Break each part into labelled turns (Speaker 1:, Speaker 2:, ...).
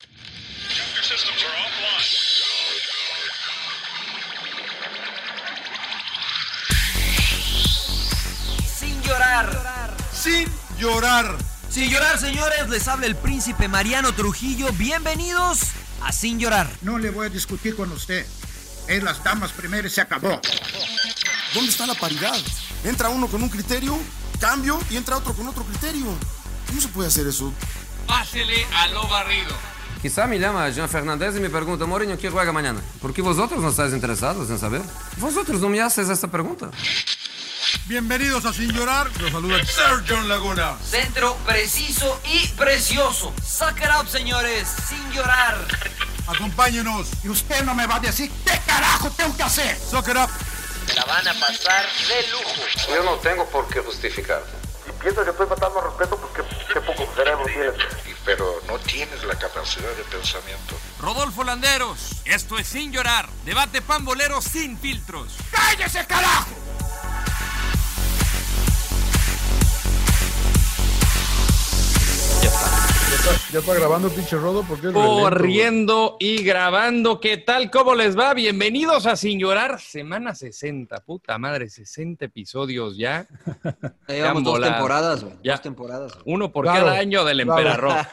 Speaker 1: Your systems are offline.
Speaker 2: Sin llorar.
Speaker 3: sin llorar.
Speaker 2: Sin llorar, señores, les habla el príncipe Mariano Trujillo. Bienvenidos a Sin llorar.
Speaker 3: No le voy a discutir con usted. Es las damas primero y se acabó.
Speaker 4: ¿Dónde está la paridad? Entra uno con un criterio, cambio y entra otro con otro criterio. ¿Cómo se puede hacer eso?
Speaker 5: Pásele a lo barrido.
Speaker 6: Quizá me llama Jean Fernández y me pregunta, Mourinho, ¿qué juega mañana? Porque vosotros no estáis interesados en saber. Vosotros no me haces esta pregunta.
Speaker 4: Bienvenidos a Sin Llorar. Los saluda Sir John Laguna.
Speaker 2: Centro preciso y precioso. Suck it up, señores. Sin llorar.
Speaker 4: Acompáñenos.
Speaker 3: Y usted no me va a decir qué carajo tengo que hacer.
Speaker 4: Suck it up.
Speaker 2: La van a pasar de lujo.
Speaker 6: Yo no tengo por qué justificar.
Speaker 7: piensas que estoy faltando al respeto, pues qué, qué poco cerebro tienes.
Speaker 1: Pero no tienes la capacidad de pensamiento.
Speaker 5: Rodolfo Landeros, esto es Sin Llorar. Debate pambolero sin filtros.
Speaker 3: ¡Cállese, carajo!
Speaker 7: Ya está grabando el pinche rodo porque es
Speaker 5: Corriendo y grabando. ¿Qué tal? ¿Cómo les va? Bienvenidos a Sin Llorar, semana 60. Puta madre, 60 episodios ya.
Speaker 2: Ya llevamos dos
Speaker 5: Cámbola.
Speaker 2: temporadas, güey.
Speaker 5: Ya.
Speaker 2: Dos temporadas. güey.
Speaker 5: Uno por
Speaker 7: Claro,
Speaker 5: cada año del
Speaker 7: claro.
Speaker 5: emperador.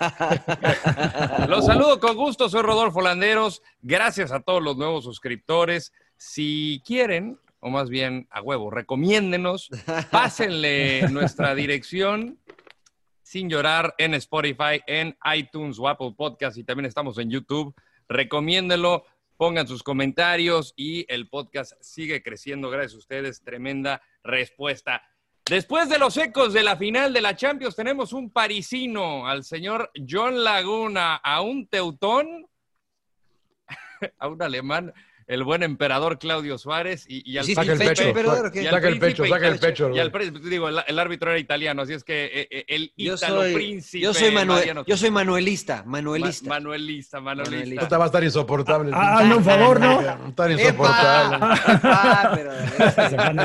Speaker 5: los saludo con gusto, soy Rodolfo Landeros. Gracias a todos los nuevos suscriptores. Si quieren, o más bien a huevo, recomiéndenos, pásenle nuestra dirección sin llorar en Spotify, en iTunes o Apple Podcast y también estamos en YouTube. Recomiéndelo, pongan sus comentarios y el podcast sigue creciendo. Gracias a ustedes, tremenda respuesta. Después de los ecos de la final de la Champions, tenemos un parisino, al señor John Laguna, a un teutón, a un alemán, el buen emperador Claudio Suárez y, y al
Speaker 2: Sí,
Speaker 7: Saca el
Speaker 2: ¿Pecho
Speaker 7: pecho.
Speaker 2: emperador o qué?
Speaker 5: y al
Speaker 7: Saca el pecho,
Speaker 5: príncipe
Speaker 7: saca el
Speaker 5: italiano-
Speaker 7: pecho.
Speaker 5: Y al príncipe, digo, el, el árbitro era italiano, así es que eh, eh, el
Speaker 2: Yo
Speaker 5: ítalo
Speaker 2: soy,
Speaker 5: príncipe.
Speaker 2: yo soy Manuel,
Speaker 5: Mariano-
Speaker 2: yo soy manuelista,
Speaker 5: Ma-
Speaker 2: manuelista.
Speaker 5: manuelista, manuelista.
Speaker 7: Puta, va a estar insoportable.
Speaker 8: Ah, hazme un favor, ¿no?
Speaker 7: Va a estar
Speaker 5: Este
Speaker 7: insoportable.
Speaker 2: ¡Epa! Ah, pero de-
Speaker 5: ¿Cómo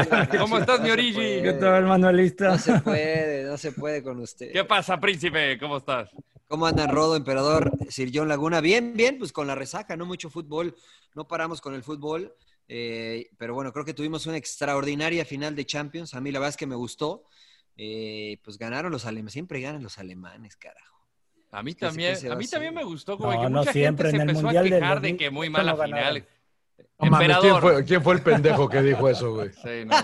Speaker 5: estás, mi
Speaker 2: No se
Speaker 5: Origi?
Speaker 2: puede.
Speaker 8: ¿Qué tal, manuelista?
Speaker 2: No se puede, no se puede con usted.
Speaker 5: ¿Qué pasa, príncipe? ¿Cómo estás?
Speaker 2: ¿Cómo andan Rodo, Emperador, Sir John Laguna? Bien, bien, pues con la resaca, no mucho fútbol, no paramos con el fútbol, eh, pero bueno, creo que tuvimos una extraordinaria final de Champions, a mí la verdad es que me gustó, eh, pues ganaron los alemanes, siempre ganan los alemanes, carajo.
Speaker 5: A mí
Speaker 2: que se-
Speaker 5: también,
Speaker 2: que se
Speaker 5: a
Speaker 2: va
Speaker 5: mí
Speaker 2: así.
Speaker 5: también me gustó, como
Speaker 8: No,
Speaker 5: que
Speaker 8: no
Speaker 5: mucha
Speaker 8: siempre,
Speaker 5: gente
Speaker 8: en
Speaker 5: se
Speaker 8: el
Speaker 5: empezó a
Speaker 8: Mundial del
Speaker 5: quejar de que
Speaker 8: 2000,
Speaker 5: muy
Speaker 8: esto
Speaker 5: mala
Speaker 8: no ganaron.
Speaker 5: final.
Speaker 7: No mames, ¿quién
Speaker 5: Emperador.
Speaker 7: fue, quién fue el pendejo que dijo eso, güey?
Speaker 5: Sí, no,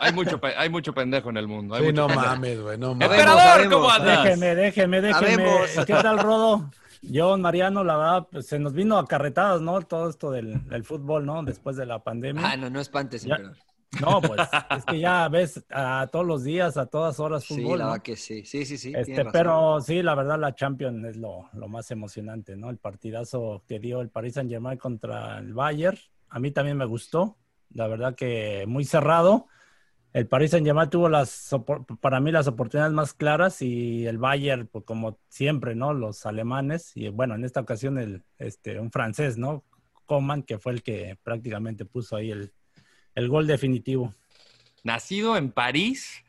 Speaker 5: hay, mucho, pe- hay mucho pendejo en el mundo. hay
Speaker 7: Sí,
Speaker 5: mucho
Speaker 7: no
Speaker 5: pendejo.
Speaker 7: mames, güey, no
Speaker 2: A ver,
Speaker 7: mames.
Speaker 5: Emperador,
Speaker 2: Sabemos,
Speaker 5: ¿cómo
Speaker 2: sabemos.
Speaker 5: andas?
Speaker 8: Déjeme, déjeme, déjeme.
Speaker 2: Sabemos.
Speaker 8: ¿Qué tal, Rodo? John, Mariano, la verdad, pues, se nos vino a carretadas, ¿no? Todo esto del, del fútbol, ¿no? Después de la
Speaker 2: Ah,
Speaker 8: pandemia.
Speaker 2: no, no espantes,
Speaker 8: Ya-
Speaker 2: Emperador.
Speaker 8: No, pues, es que ya ves a todos los días, a todas horas
Speaker 2: Sí,
Speaker 8: fútbol.
Speaker 2: la
Speaker 8: ¿no?
Speaker 2: verdad que sí, sí, sí, sí,
Speaker 8: Este,
Speaker 2: tienes razón.
Speaker 8: pero sí, la verdad, la Champions es lo, lo más emocionante, ¿no? El partidazo que dio el Paris Saint Germain contra el Bayern, a mí también me gustó, la verdad que muy cerrado. El Paris Saint Germain tuvo las, opor- para mí, las oportunidades más claras y el Bayern, pues como siempre, ¿no? Los alemanes y bueno, en esta ocasión el, este, un francés, ¿no? Coman, que fue el que prácticamente puso ahí el, el gol definitivo.
Speaker 5: Nacido en París,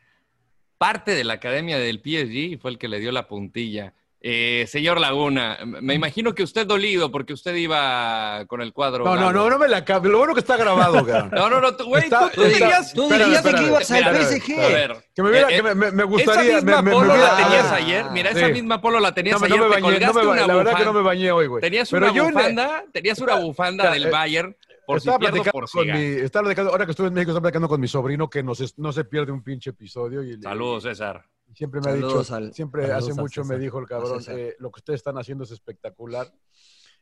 Speaker 5: parte de la academia del PSG y fue el que le dio la puntilla. Eh, señor Laguna, m- me imagino que usted dolido porque usted iba con el cuadro.
Speaker 7: No, no,
Speaker 5: galo.
Speaker 7: no, no me la cabe. Lo bueno que está grabado, güey.
Speaker 5: No, no, no, tú- güey,
Speaker 7: Está-
Speaker 5: tú, tú
Speaker 7: está-
Speaker 5: dirías.
Speaker 2: Tú
Speaker 7: Espérame,
Speaker 2: dijiste que
Speaker 7: espérame,
Speaker 2: ibas al
Speaker 5: espérame,
Speaker 2: PSG.
Speaker 5: A ver.
Speaker 7: Que me hubiera,
Speaker 5: eh,
Speaker 7: que me, me- me
Speaker 5: Esa
Speaker 7: gustaría. me,
Speaker 5: misma
Speaker 7: me- me
Speaker 5: polo
Speaker 7: hubiera-
Speaker 5: la tenías
Speaker 7: a ver,
Speaker 5: ayer. Mira, esa
Speaker 7: Sí.
Speaker 5: misma polo la tenías
Speaker 7: No, me-
Speaker 5: ayer.
Speaker 7: no me
Speaker 5: te
Speaker 7: bañé, no
Speaker 5: colgaste
Speaker 7: me ba-
Speaker 5: una
Speaker 7: la verdad que
Speaker 5: bufanda.
Speaker 7: no me bañé hoy, güey.
Speaker 5: Tenías
Speaker 7: Pero
Speaker 5: una
Speaker 7: yo-
Speaker 5: bufanda, tenías una bufanda
Speaker 7: Ya,
Speaker 5: del
Speaker 7: eh,
Speaker 5: Bayern.
Speaker 3: por si
Speaker 8: Estaba
Speaker 3: pierdo,
Speaker 8: platicando
Speaker 3: por si
Speaker 8: con
Speaker 3: gano.
Speaker 8: mi- estaba platicando- ahora que estuve en México, estaba platicando con mi sobrino que no se, no se pierde un pinche episodio. Y,
Speaker 3: Saludos, César.
Speaker 8: y siempre me ha
Speaker 3: Saludos
Speaker 8: dicho,
Speaker 3: al-
Speaker 8: siempre
Speaker 3: saludos
Speaker 8: hace
Speaker 3: a
Speaker 8: mucho me
Speaker 3: César.
Speaker 8: dijo el
Speaker 3: A
Speaker 8: cabrón,
Speaker 3: César.
Speaker 8: eh, lo que ustedes están haciendo es espectacular.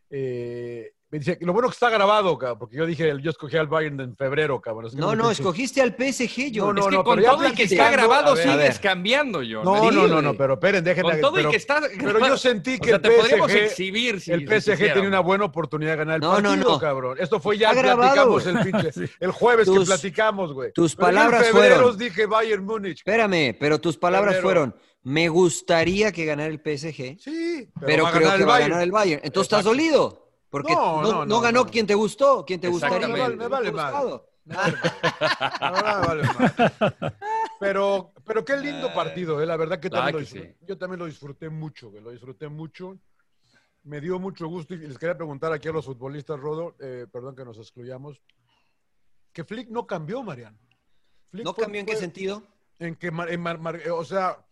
Speaker 8: Eh, me dice, lo bueno que está grabado, cabrón, porque yo dije, yo escogí al Bayern en febrero, cabrón. así que
Speaker 2: No,
Speaker 8: me
Speaker 2: no,
Speaker 8: pienso-
Speaker 2: escogiste al PSG, yo.
Speaker 8: No, no,
Speaker 3: Es que
Speaker 8: no,
Speaker 3: con
Speaker 8: pero ya
Speaker 3: todo y que está
Speaker 8: platicando-
Speaker 3: grabado
Speaker 8: a ver, a ver.
Speaker 3: sigues cambiando, yo.
Speaker 8: No, no, no, no, pero esperen, déjenme.
Speaker 3: Con todo y
Speaker 8: pero,
Speaker 3: que está-
Speaker 8: Pero yo sentí
Speaker 3: O
Speaker 8: que
Speaker 3: sea,
Speaker 8: el
Speaker 3: te
Speaker 8: PSG,
Speaker 3: podríamos exhibir si- si
Speaker 8: el PSG
Speaker 3: quisiéramos.
Speaker 8: tenía una buena oportunidad de ganar el
Speaker 2: No, no,
Speaker 8: partido,
Speaker 2: no.
Speaker 8: cabrón. Esto fue ya
Speaker 2: Está grabado,
Speaker 8: platicamos
Speaker 2: güey.
Speaker 8: el pinche, el jueves que
Speaker 2: Tus-
Speaker 8: platicamos, güey.
Speaker 2: tus
Speaker 8: Pero yo en
Speaker 2: palabras
Speaker 8: febrero
Speaker 2: fueron-
Speaker 8: dije Bayern Múnich.
Speaker 2: Espérame, pero tus palabras
Speaker 8: Febrero.
Speaker 2: fueron, me gustaría que ganara el PSG,
Speaker 8: Sí, pero,
Speaker 2: pero,
Speaker 8: va a
Speaker 2: creo
Speaker 8: ganar
Speaker 2: que
Speaker 8: el
Speaker 2: va a
Speaker 8: Bayern.
Speaker 2: ganar el Bayern. Entonces estás dolido, porque no,
Speaker 8: No, no,
Speaker 2: no
Speaker 8: no,
Speaker 2: ganó quien te gustó, quien te gustaría.
Speaker 8: Me vale, me vale madre.
Speaker 2: Buscado.
Speaker 8: Ahora me vale madre. Pero, pero qué lindo partido, eh, la verdad que
Speaker 3: La
Speaker 8: también lo
Speaker 3: Ah, que
Speaker 8: disfruté.
Speaker 3: sí.
Speaker 8: Yo también lo disfruté mucho, güey, lo disfruté mucho. Me dio mucho gusto y les quería preguntar aquí a los futbolistas, Rodo, eh, perdón que nos excluyamos, que Flick no cambió, Mariano. Flick
Speaker 2: ¿No
Speaker 8: fue-
Speaker 2: cambió en qué
Speaker 8: fue-
Speaker 2: sentido?
Speaker 8: En que, mar- en mar- mar- eh, o sea,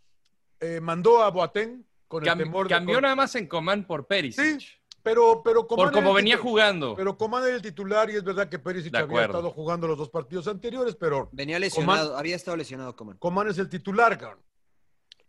Speaker 8: eh, mandó a Boateng con
Speaker 3: Cam-
Speaker 8: el temor de...
Speaker 3: cambió
Speaker 8: con-
Speaker 3: nada más en Coman por Perisic.
Speaker 8: pero, pero Coman
Speaker 3: por
Speaker 8: era
Speaker 3: como
Speaker 8: el
Speaker 3: venía
Speaker 8: titu-
Speaker 3: jugando.
Speaker 8: Pero Coman era el titular y es verdad que Perisic
Speaker 3: De
Speaker 8: había
Speaker 3: acuerdo.
Speaker 8: estado jugando los dos partidos anteriores, pero
Speaker 2: Venía
Speaker 8: Coman-
Speaker 2: lesionado, había estado lesionado Coman.
Speaker 8: Coman es el titular, cabrón.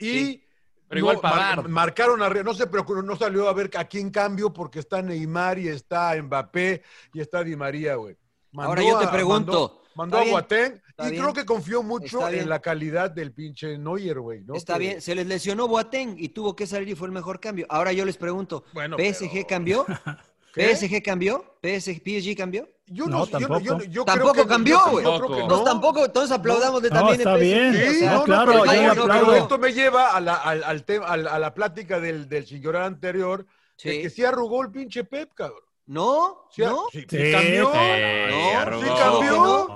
Speaker 8: Y
Speaker 3: Pero igual
Speaker 8: mar-
Speaker 3: Pavard.
Speaker 8: marcaron arriba, no se preocupó, no salió a ver a quién cambio porque está Neymar y está Mbappé y está Di María, güey. Mandó
Speaker 2: Ahora yo te
Speaker 8: a-
Speaker 2: pregunto,
Speaker 8: mandó- Mandó,
Speaker 2: ¿está
Speaker 8: a
Speaker 2: bien?
Speaker 8: Boateng y
Speaker 2: ¿Está bien?
Speaker 8: creo que confió mucho
Speaker 2: ¿Está
Speaker 8: en
Speaker 2: bien?
Speaker 8: la calidad del pinche Neuer, güey. ¿no? pues.
Speaker 2: Está
Speaker 8: Que-
Speaker 2: bien, se les lesionó Boateng y tuvo que salir y fue el mejor cambio. Ahora yo les pregunto,
Speaker 8: Bueno,
Speaker 2: ¿PSG
Speaker 8: pero-
Speaker 2: cambió?
Speaker 8: ¿Qué?
Speaker 2: ¿PSG cambió? ¿PSG, PSG cambió?
Speaker 8: Yo
Speaker 5: No,
Speaker 8: no, sé, yo no- yo no- yo creo
Speaker 2: Tampoco
Speaker 8: que- yo
Speaker 2: cambió,
Speaker 8: creo-
Speaker 2: güey.
Speaker 8: yo creo que
Speaker 3: Tampoco.
Speaker 2: Entonces
Speaker 8: no.
Speaker 2: tampoco, entonces aplaudámosle
Speaker 5: No,
Speaker 2: también.
Speaker 5: está
Speaker 2: el PSG.
Speaker 5: bien.
Speaker 8: Sí,
Speaker 2: Ah,
Speaker 5: sea,
Speaker 8: no,
Speaker 5: claro,
Speaker 8: no, pero,
Speaker 2: yo
Speaker 8: pero-
Speaker 2: no
Speaker 8: pero
Speaker 2: creo.
Speaker 8: esto me lleva a la, al, al tema- al- a la plática del, del sin llorar anterior, de
Speaker 2: Sí.
Speaker 8: que sí arrugó el pinche Pep, cabrón.
Speaker 2: ¿No?
Speaker 8: Sí,
Speaker 2: ¿No?
Speaker 8: sí, sí
Speaker 5: Sí,
Speaker 8: cambió.
Speaker 5: sí,
Speaker 3: Eh,
Speaker 8: sí
Speaker 3: arrugó.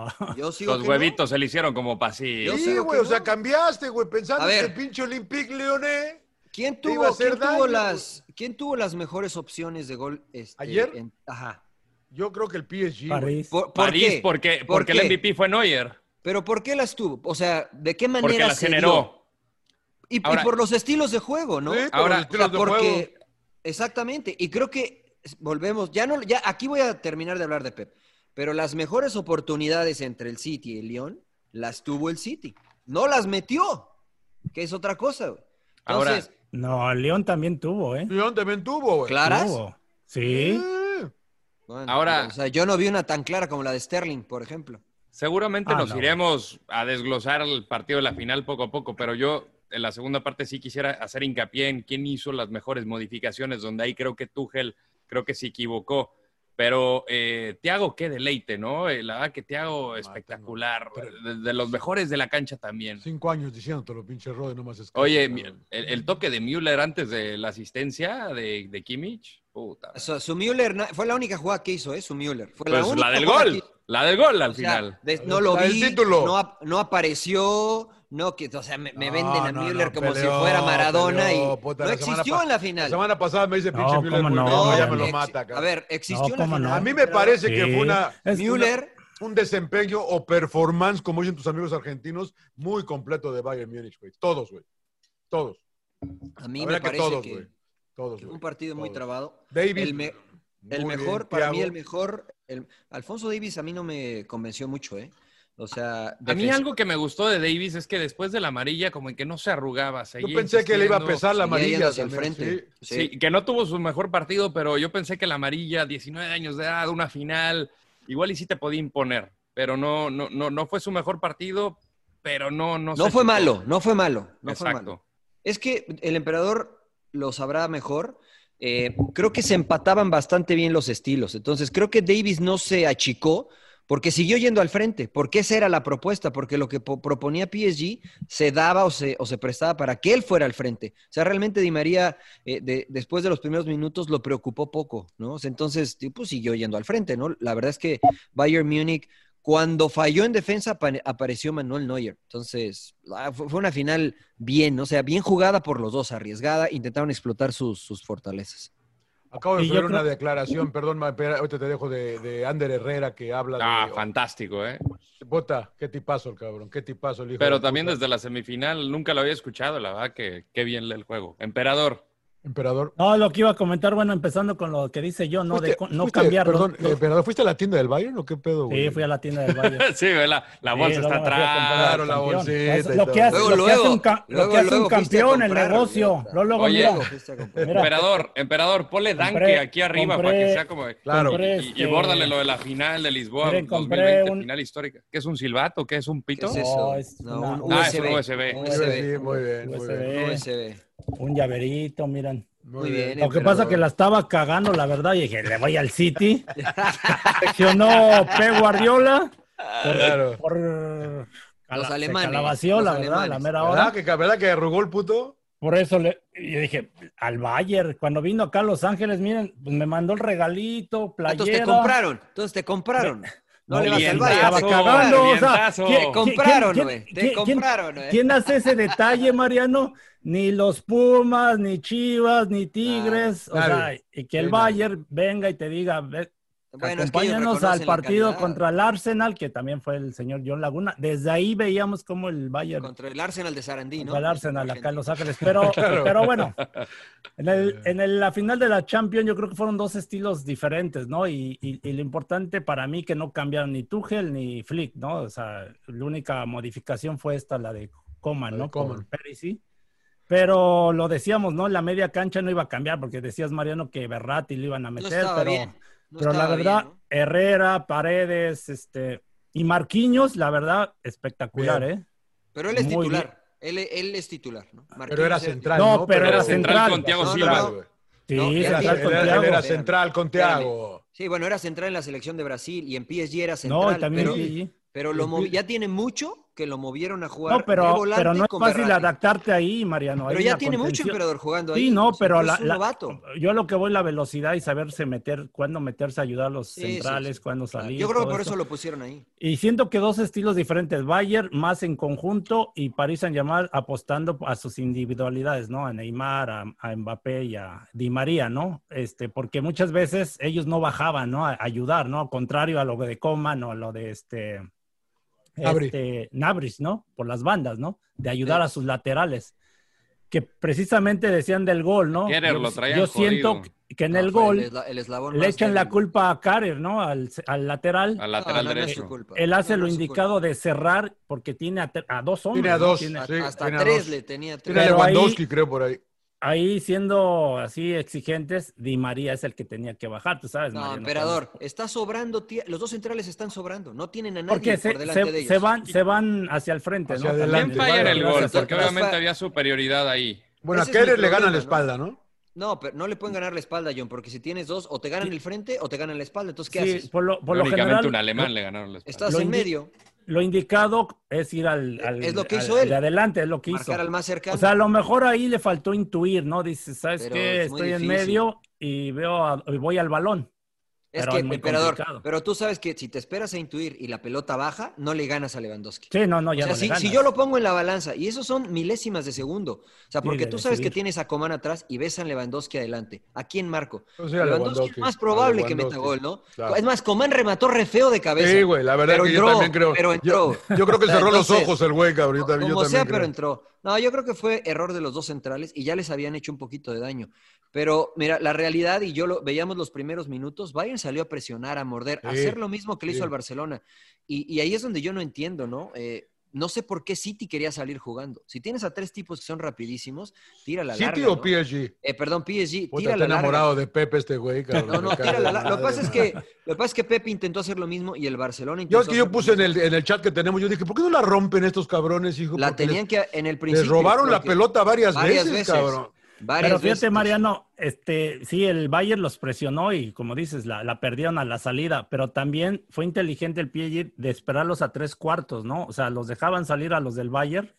Speaker 8: cambió.
Speaker 2: Yo sigo
Speaker 3: Los
Speaker 2: que no.
Speaker 3: huevitos se le hicieron como pasillo.
Speaker 2: Yo
Speaker 8: Sí,
Speaker 2: sé
Speaker 8: güey,
Speaker 2: que
Speaker 8: o sea,
Speaker 2: no.
Speaker 8: cambiaste, güey, pensando
Speaker 2: A
Speaker 8: que
Speaker 2: ver.
Speaker 8: el pinche Olympique Lyonnais.
Speaker 2: ¿Quién
Speaker 8: te iba a
Speaker 2: tuvo,
Speaker 8: hacer
Speaker 2: quién tuvo
Speaker 8: daño, pues.
Speaker 2: las, quién tuvo las mejores opciones de gol? este,
Speaker 8: ¿Ayer?
Speaker 2: en- ajá.
Speaker 8: Yo creo que el PSG. güey.
Speaker 5: París.
Speaker 2: ¿Por, por
Speaker 3: París,
Speaker 2: qué?
Speaker 3: porque,
Speaker 2: ¿Por
Speaker 3: porque el
Speaker 2: qué?
Speaker 3: MVP fue Neuer.
Speaker 2: ¿Pero por qué las tuvo? O sea, ¿de qué manera
Speaker 3: Porque las
Speaker 2: se
Speaker 3: generó.
Speaker 2: dio? Y, y
Speaker 3: Ahora-
Speaker 2: por los estilos de juego, ¿no?
Speaker 8: Sí, por los
Speaker 3: Ahora, o sea,
Speaker 8: estilos de juego.
Speaker 2: porque exactamente y creo que volvemos ya no ya aquí voy a terminar de hablar de Pep pero las mejores oportunidades entre el City y el Lyon las tuvo el City no las metió que es otra cosa güey.
Speaker 3: Ahora-
Speaker 2: entonces
Speaker 5: No, el León también tuvo, ¿eh?
Speaker 8: Lyon también tuvo, güey.
Speaker 2: claras
Speaker 5: Tuvo. Sí.
Speaker 8: Eh,
Speaker 2: Bueno,
Speaker 3: Ahora-
Speaker 2: o sea yo no vi una tan clara como la de Sterling por ejemplo
Speaker 3: Seguramente
Speaker 5: Ah,
Speaker 3: nos
Speaker 5: no.
Speaker 3: iremos a desglosar el partido de la final poco a poco, pero yo en la segunda parte sí quisiera hacer hincapié en quién hizo las mejores modificaciones, donde ahí creo que Tuchel creo que se equivocó. Pero eh, Tiago, qué deleite, ¿no? Eh, la verdad que Tiago espectacular, de, de los mejores de la cancha también.
Speaker 8: Cinco años diciéndotelo, pinche Rode, nomás es
Speaker 3: Oye, mi- el, el toque de Müller antes de la asistencia de, de Kimmich, puta.
Speaker 2: O sea, su Müller na- fue la única jugada que hizo eh su Müller fue la,
Speaker 3: Pues
Speaker 2: única
Speaker 3: la del
Speaker 2: jugada
Speaker 3: gol,
Speaker 2: que-
Speaker 3: la del gol al
Speaker 2: o sea,
Speaker 3: final.
Speaker 2: de- no lo
Speaker 8: La del
Speaker 2: vi
Speaker 8: título.
Speaker 2: no ap- no apareció no que o sea me, me
Speaker 8: No,
Speaker 2: venden a
Speaker 8: no,
Speaker 2: Müller
Speaker 8: no,
Speaker 2: como
Speaker 8: peleó,
Speaker 2: si fuera Maradona
Speaker 8: peleó,
Speaker 2: y
Speaker 8: puta,
Speaker 2: no
Speaker 8: la semana
Speaker 2: existió
Speaker 8: pa-
Speaker 2: en la
Speaker 8: La
Speaker 2: final
Speaker 8: semana pasada me dice
Speaker 5: No,
Speaker 8: pinche Müller,
Speaker 5: cómo
Speaker 8: muy
Speaker 5: no,
Speaker 8: bien, no, ya me
Speaker 5: hombre.
Speaker 8: lo
Speaker 2: ex-
Speaker 8: mata,
Speaker 2: A
Speaker 8: cabrón.
Speaker 2: ver, existió
Speaker 5: No,
Speaker 2: en la
Speaker 5: cómo no.
Speaker 2: final.
Speaker 8: A mí me parece
Speaker 5: Sí.
Speaker 8: que fue una,
Speaker 5: Es
Speaker 2: Müller,
Speaker 8: un desempeño o performance, como dicen tus amigos argentinos, muy completo de Bayern Múnich, güey. Todos, güey. Todos.
Speaker 2: a mí
Speaker 8: Habrá
Speaker 2: me
Speaker 8: que
Speaker 2: parece
Speaker 8: todos,
Speaker 2: que,
Speaker 8: güey. Todos,
Speaker 2: que
Speaker 8: güey.
Speaker 2: un partido muy
Speaker 8: Todos.
Speaker 2: trabado.
Speaker 8: Davis,
Speaker 2: el me-
Speaker 8: muy
Speaker 2: El
Speaker 8: bien.
Speaker 2: mejor, para mí
Speaker 8: Thiago.
Speaker 2: el mejor, el- Alfonso Davis a mí no me convenció mucho, ¿eh? O sea,
Speaker 3: A mí
Speaker 2: defensa-
Speaker 3: algo que me gustó de Davis es que después de la amarilla como en que no se arrugaba.
Speaker 8: Yo
Speaker 3: seguía
Speaker 8: pensé que le iba a
Speaker 3: insistiendo.
Speaker 8: pesar la
Speaker 2: seguía
Speaker 8: amarilla.
Speaker 2: yéndose al
Speaker 8: también,
Speaker 2: frente.
Speaker 8: sí.
Speaker 3: Sí, que no tuvo su mejor partido, pero yo pensé que la amarilla, 19 años de edad, una final, igual y sí te podía imponer, pero no, no, no, no fue su mejor partido, pero no, no.
Speaker 2: No
Speaker 3: se
Speaker 2: fue
Speaker 3: chupó.
Speaker 2: malo, no fue malo, no fue
Speaker 3: Exacto.
Speaker 2: malo. Es que el emperador lo sabrá mejor. Eh, creo que se empataban bastante bien los estilos. Entonces, creo que Davis no se achicó porque siguió yendo al frente, porque esa era la propuesta, porque lo que po- proponía PSG se daba o se, o se prestaba para que él fuera al frente. O sea, realmente Di María, eh, de- después de los primeros minutos, lo preocupó poco, ¿no? O sea, entonces, tipo, siguió yendo al frente, ¿no? La verdad es que Bayern Múnich, cuando falló en defensa, apa- apareció Manuel Neuer. Entonces, ah, fue fue una final bien, o sea, bien jugada por los dos, arriesgada, intentaron explotar sus, sus fortalezas.
Speaker 8: Acabo de
Speaker 5: Y yo
Speaker 8: ver una
Speaker 5: creo-
Speaker 8: declaración, perdón, ma- espera, ahorita te dejo de, de Ander Herrera que habla
Speaker 3: Ah,
Speaker 8: de.
Speaker 3: fantástico, ¿eh?
Speaker 8: Bota, qué tipazo el cabrón, qué tipazo el hijo.
Speaker 3: Pero
Speaker 8: de
Speaker 3: también
Speaker 8: puta.
Speaker 3: desde la semifinal nunca lo había escuchado, la verdad que qué bien lee el juego. Emperador,
Speaker 8: Emperador.
Speaker 5: No, lo que iba a comentar, bueno, empezando con lo que dice yo, no, de co- no cambiar. los-
Speaker 8: Perdón, eh,
Speaker 5: los-
Speaker 8: emperador, ¿fuiste a la tienda del Bayern o qué pedo, güey?
Speaker 5: Sí, fui a la tienda del Bayern.
Speaker 3: Sí, güey, la, la
Speaker 5: Sí,
Speaker 3: bolsa
Speaker 5: luego
Speaker 3: está
Speaker 5: me fui a
Speaker 3: atrás.
Speaker 5: comprar al
Speaker 8: la
Speaker 5: campeón.
Speaker 8: bolseta
Speaker 5: Eso
Speaker 8: y
Speaker 5: es Lo
Speaker 8: todo.
Speaker 5: que hace
Speaker 8: Luego,
Speaker 5: lo que hace
Speaker 8: luego,
Speaker 5: un ca- lo
Speaker 8: luego,
Speaker 5: que hace un
Speaker 8: luego fuiste a
Speaker 5: campeón, el
Speaker 8: comprar, güey,
Speaker 5: negocio. Luego, luego,
Speaker 3: Oye,
Speaker 5: mira. Mira.
Speaker 3: emperador, emperador, ponle
Speaker 5: Compré-
Speaker 3: danke aquí arriba para que
Speaker 5: compré-
Speaker 3: sea como.
Speaker 5: Claro.
Speaker 3: Y,
Speaker 5: compré
Speaker 3: y- y
Speaker 5: este-
Speaker 3: bórdale lo de la final de Lisboa
Speaker 5: Miren, compré
Speaker 3: 2020,
Speaker 5: un-
Speaker 3: final histórica. ¿Qué es un silbato? ¿Qué es un pito?
Speaker 5: es eso? No, es No, una- un
Speaker 3: Ah, es un
Speaker 5: USB.
Speaker 3: USB.
Speaker 5: USB,
Speaker 8: muy bien, muy
Speaker 5: USB.
Speaker 8: bien.
Speaker 5: Un llaverito, miren.
Speaker 8: Muy bien,
Speaker 5: Lo que
Speaker 8: emperador.
Speaker 5: pasa que la estaba cagando, la verdad, y dije, le voy al City. Seleccionó P. Guardiola. Por,
Speaker 8: Claro.
Speaker 5: por
Speaker 2: Los
Speaker 5: se
Speaker 2: alemanes,
Speaker 5: calabació,
Speaker 2: los
Speaker 5: la verdad, la
Speaker 2: alemanes.
Speaker 5: mera hora.
Speaker 8: ¿Verdad que, ¿Verdad que arrugó el puto?
Speaker 5: Por eso le, y yo dije, al Bayer, cuando vino acá a Los Ángeles, miren, pues me mandó el regalito, playera.
Speaker 2: Entonces te compraron, entonces te compraron. No, le vas al
Speaker 5: Estaba
Speaker 2: Bayern. te
Speaker 5: cagando, o sea,
Speaker 2: compraron.
Speaker 5: ¿quién-
Speaker 2: Te
Speaker 5: quién-
Speaker 2: compraron,
Speaker 5: quién-
Speaker 2: güey. Te
Speaker 5: quién- quién-
Speaker 2: compraron, eh? güey.
Speaker 5: ¿Quién hace ese detalle, Mariano? Ni los Pumas, ni Chivas, ni Tigres. o
Speaker 2: nadie.
Speaker 5: sea, y que el
Speaker 2: Sí,
Speaker 5: Bayern venga y te diga, "Ve,
Speaker 2: Bueno, es que ellos
Speaker 5: acompáñanos
Speaker 2: reconocen
Speaker 5: al
Speaker 2: la
Speaker 5: partido
Speaker 2: calidad.
Speaker 5: contra el Arsenal, que también fue el señor John Laguna. Desde ahí veíamos cómo el Bayern
Speaker 2: Contra el Arsenal de Sarandí, ¿no?
Speaker 5: contra el Arsenal acá en Los Ángeles. Pero,
Speaker 2: Claro.
Speaker 5: pero bueno, en, el, en el- la final de la Champions yo creo que fueron dos estilos diferentes, ¿no? Y, y- y lo importante para mí que no cambiaron ni Tuchel ni Flick, ¿no? O sea, la única modificación fue esta, la de Coman, ¿no? Por
Speaker 8: Coman.
Speaker 5: Perisic. Pero lo decíamos, ¿no? La media cancha no iba a cambiar porque decías, Mariano, que Berratti lo iban a meter,
Speaker 2: estaba
Speaker 5: pero,
Speaker 2: bien, no
Speaker 5: pero la
Speaker 2: estaba bien,
Speaker 5: verdad,
Speaker 2: ¿no?
Speaker 5: Herrera, Paredes, este... Y Marquinhos, la verdad, espectacular,
Speaker 8: Bien.
Speaker 5: ¿eh?
Speaker 2: Pero él es
Speaker 5: Muy
Speaker 2: titular. Él, él es titular, ¿no?
Speaker 8: Pero era central.
Speaker 5: No,
Speaker 8: No,
Speaker 5: pero era central
Speaker 3: con Thiago
Speaker 8: No,
Speaker 3: Silva.
Speaker 8: no, güey.
Speaker 5: Sí,
Speaker 2: No,
Speaker 8: Él
Speaker 2: era
Speaker 5: central con
Speaker 8: era- él
Speaker 5: Thiago.
Speaker 8: era central con Thiago.
Speaker 2: Sí, bueno, era central en la selección de Brasil y en PSG era central.
Speaker 5: No, y también
Speaker 2: pero,
Speaker 5: sí.
Speaker 2: pero lo movi- ya tiene mucho que lo movieron a jugar.
Speaker 5: No, pero,
Speaker 2: de volante
Speaker 5: pero no es
Speaker 2: con
Speaker 5: fácil
Speaker 2: Verratti.
Speaker 5: adaptarte ahí, Mariano.
Speaker 2: Pero
Speaker 5: ahí
Speaker 2: ya
Speaker 5: la
Speaker 2: tiene mucho
Speaker 5: contención.
Speaker 2: emperador jugando ahí.
Speaker 5: Sí, no,
Speaker 2: O sea,
Speaker 5: pero la-
Speaker 2: es un
Speaker 5: la-
Speaker 2: novato.
Speaker 5: yo a lo que voy la velocidad y saberse meter, cuándo meterse a ayudar a los
Speaker 2: Sí, sí,
Speaker 5: centrales,
Speaker 2: sí.
Speaker 5: cuándo salir.
Speaker 2: Yo creo que
Speaker 5: todo
Speaker 2: por eso lo pusieron ahí.
Speaker 5: Y siento que dos estilos diferentes, Bayern más en conjunto y Paris Saint-Germain apostando a sus individualidades, ¿no? A Neymar, a, a Mbappé y a Di María, ¿no? Este, porque muchas veces ellos no bajaban, ¿no? A ayudar, ¿no? Al contrario a lo de Coman o a lo de este,
Speaker 8: Nabri.
Speaker 5: este Nabris, ¿no? Por las bandas, ¿no? De ayudar a sus laterales. Que precisamente decían del gol, ¿no?
Speaker 3: Kerr
Speaker 5: yo
Speaker 3: lo traían
Speaker 5: yo siento
Speaker 3: jodido.
Speaker 5: que en
Speaker 2: No,
Speaker 5: el
Speaker 2: fue
Speaker 5: gol
Speaker 2: el esla- el eslabón
Speaker 5: le
Speaker 2: más
Speaker 5: echan la
Speaker 2: débil.
Speaker 5: culpa a Carrer, ¿no? Al, al lateral.
Speaker 3: Al
Speaker 2: No,
Speaker 3: lateral
Speaker 2: no, no Ah, es su
Speaker 3: derecho.
Speaker 2: culpa.
Speaker 5: Él hace
Speaker 2: No, no
Speaker 5: lo
Speaker 2: es su
Speaker 5: indicado de cerrar porque tiene a, tre- a dos hombres.
Speaker 8: Tiene a
Speaker 5: ¿no?
Speaker 8: dos.
Speaker 5: Tiene-
Speaker 2: culpa.
Speaker 8: Sí,
Speaker 2: Hasta
Speaker 8: tiene a
Speaker 2: tres
Speaker 8: dos.
Speaker 2: le tenía tres.
Speaker 8: Tiene a
Speaker 5: Pero
Speaker 8: Lewandowski,
Speaker 5: ahí-
Speaker 8: creo, por ahí.
Speaker 5: Ahí siendo así exigentes, Di María es el que tenía que bajar, tú sabes.
Speaker 2: No,
Speaker 5: Mariano?
Speaker 2: emperador, está sobrando. tie- Los dos centrales están sobrando. No tienen a nadie
Speaker 5: Porque se,
Speaker 2: por delante
Speaker 5: se-
Speaker 2: de ellos.
Speaker 5: se van, se van hacia el frente,
Speaker 8: Hacia
Speaker 5: ¿no?
Speaker 8: adelante.
Speaker 3: ¿Quién
Speaker 5: También.
Speaker 3: falla en el gol?
Speaker 5: Gracias.
Speaker 3: Porque obviamente había superioridad ahí.
Speaker 8: Bueno,
Speaker 2: Ese
Speaker 8: a
Speaker 2: es mi
Speaker 8: Keller le gana
Speaker 2: problema,
Speaker 8: la
Speaker 2: ¿no?
Speaker 8: espalda, ¿no?
Speaker 2: No, pero no le pueden ganar la espalda, John, porque si tienes dos, o te ganan el frente o te ganan la espalda. Entonces, ¿qué
Speaker 5: Sí,
Speaker 2: haces?
Speaker 5: por lo, por lo
Speaker 3: Únicamente
Speaker 5: general,
Speaker 3: un alemán le ganaron la espalda.
Speaker 2: Estás
Speaker 5: lo
Speaker 2: en
Speaker 5: indi-
Speaker 2: medio,
Speaker 5: lo indicado es ir al, al-
Speaker 2: Es lo que
Speaker 5: al-
Speaker 2: hizo él.
Speaker 5: al de adelante, es lo que hizo.
Speaker 2: marcar al más cercano.
Speaker 5: O sea, a lo mejor ahí le faltó intuir, ¿no? Dice, ¿sabes
Speaker 2: Pero
Speaker 5: qué?
Speaker 2: es muy
Speaker 5: Estoy en
Speaker 2: difícil.
Speaker 5: medio y veo a- y voy al balón.
Speaker 2: es
Speaker 5: pero
Speaker 2: que,
Speaker 5: es muy
Speaker 2: emperador,
Speaker 5: complicado.
Speaker 2: pero tú sabes que si te esperas a intuir y la pelota baja, no le ganas a Lewandowski.
Speaker 5: Sí, no, no,
Speaker 2: O
Speaker 5: ya
Speaker 2: sea,
Speaker 5: no le
Speaker 2: si, si
Speaker 5: ganas.
Speaker 2: yo lo pongo en la balanza, y esos son milésimas de segundo. O sea,
Speaker 5: Sí,
Speaker 2: porque
Speaker 5: de
Speaker 2: tú sabes que
Speaker 5: decidir.
Speaker 2: tienes a Coman atrás y ves a Lewandowski adelante. ¿A quién marco?
Speaker 8: O sea, a
Speaker 2: Lewandowski es
Speaker 8: Lewandowski,
Speaker 2: más
Speaker 8: a
Speaker 2: probable que meta gol,
Speaker 8: Lewandowski.
Speaker 2: ¿no?
Speaker 8: Claro.
Speaker 2: Es más, Coman remató re feo de cabeza.
Speaker 8: Sí, güey, la verdad
Speaker 2: pero
Speaker 8: que yo
Speaker 2: entró,
Speaker 8: también creo.
Speaker 2: Pero entró.
Speaker 8: Yo, yo creo que
Speaker 2: O sea,
Speaker 8: cerró los
Speaker 2: entonces,
Speaker 8: ojos el güey, cabrón. Yo también, yo
Speaker 2: Como sea,
Speaker 8: también
Speaker 2: pero
Speaker 8: creo.
Speaker 2: entró. No, yo creo que fue error de los dos centrales y ya les habían hecho un poquito de daño. Pero mira, la realidad, y yo lo veíamos los primeros minutos, Bayern salió a presionar, a morder, a
Speaker 8: Sí,
Speaker 2: hacer lo mismo que le hizo
Speaker 8: sí.
Speaker 2: al Barcelona. Y, y ahí es donde yo no entiendo, ¿no? Eh, no sé por qué City quería salir jugando. Si tienes a tres tipos que son rapidísimos, tira la larga.
Speaker 8: ¿City o
Speaker 2: ¿no?
Speaker 8: PSG?
Speaker 2: Eh, perdón, PSG,
Speaker 8: Puta,
Speaker 2: tira
Speaker 8: está
Speaker 2: la larga.
Speaker 8: enamorado de Pepe este güey, cabrón.
Speaker 2: No, no,
Speaker 8: Me cago
Speaker 2: tira
Speaker 8: en
Speaker 2: la larga. Lo que
Speaker 8: madre,
Speaker 2: pasa es
Speaker 8: man.
Speaker 2: que, lo que pasa es que Pepe intentó hacer lo mismo y el Barcelona
Speaker 8: Yo
Speaker 2: intentó.
Speaker 8: es que yo
Speaker 2: hacer lo
Speaker 8: puse en
Speaker 2: mismo.
Speaker 8: el, en el chat que tenemos, yo dije, ¿por qué no la rompen estos cabrones, hijo?
Speaker 2: La
Speaker 8: Porque
Speaker 2: tenían
Speaker 8: les,
Speaker 2: que en el
Speaker 8: les
Speaker 2: principio.
Speaker 8: robaron la
Speaker 2: porque-
Speaker 8: pelota varias,
Speaker 2: varias
Speaker 8: veces,
Speaker 2: veces.
Speaker 8: cabrón.
Speaker 2: Varias
Speaker 5: Pero fíjate,
Speaker 2: veces. pues,
Speaker 5: Mariano, este, sí, el Bayern los presionó y como dices, la, la perdieron a la salida, pero también fue inteligente el PSG de esperarlos a tres cuartos, ¿no? O sea, los dejaban salir a los del Bayern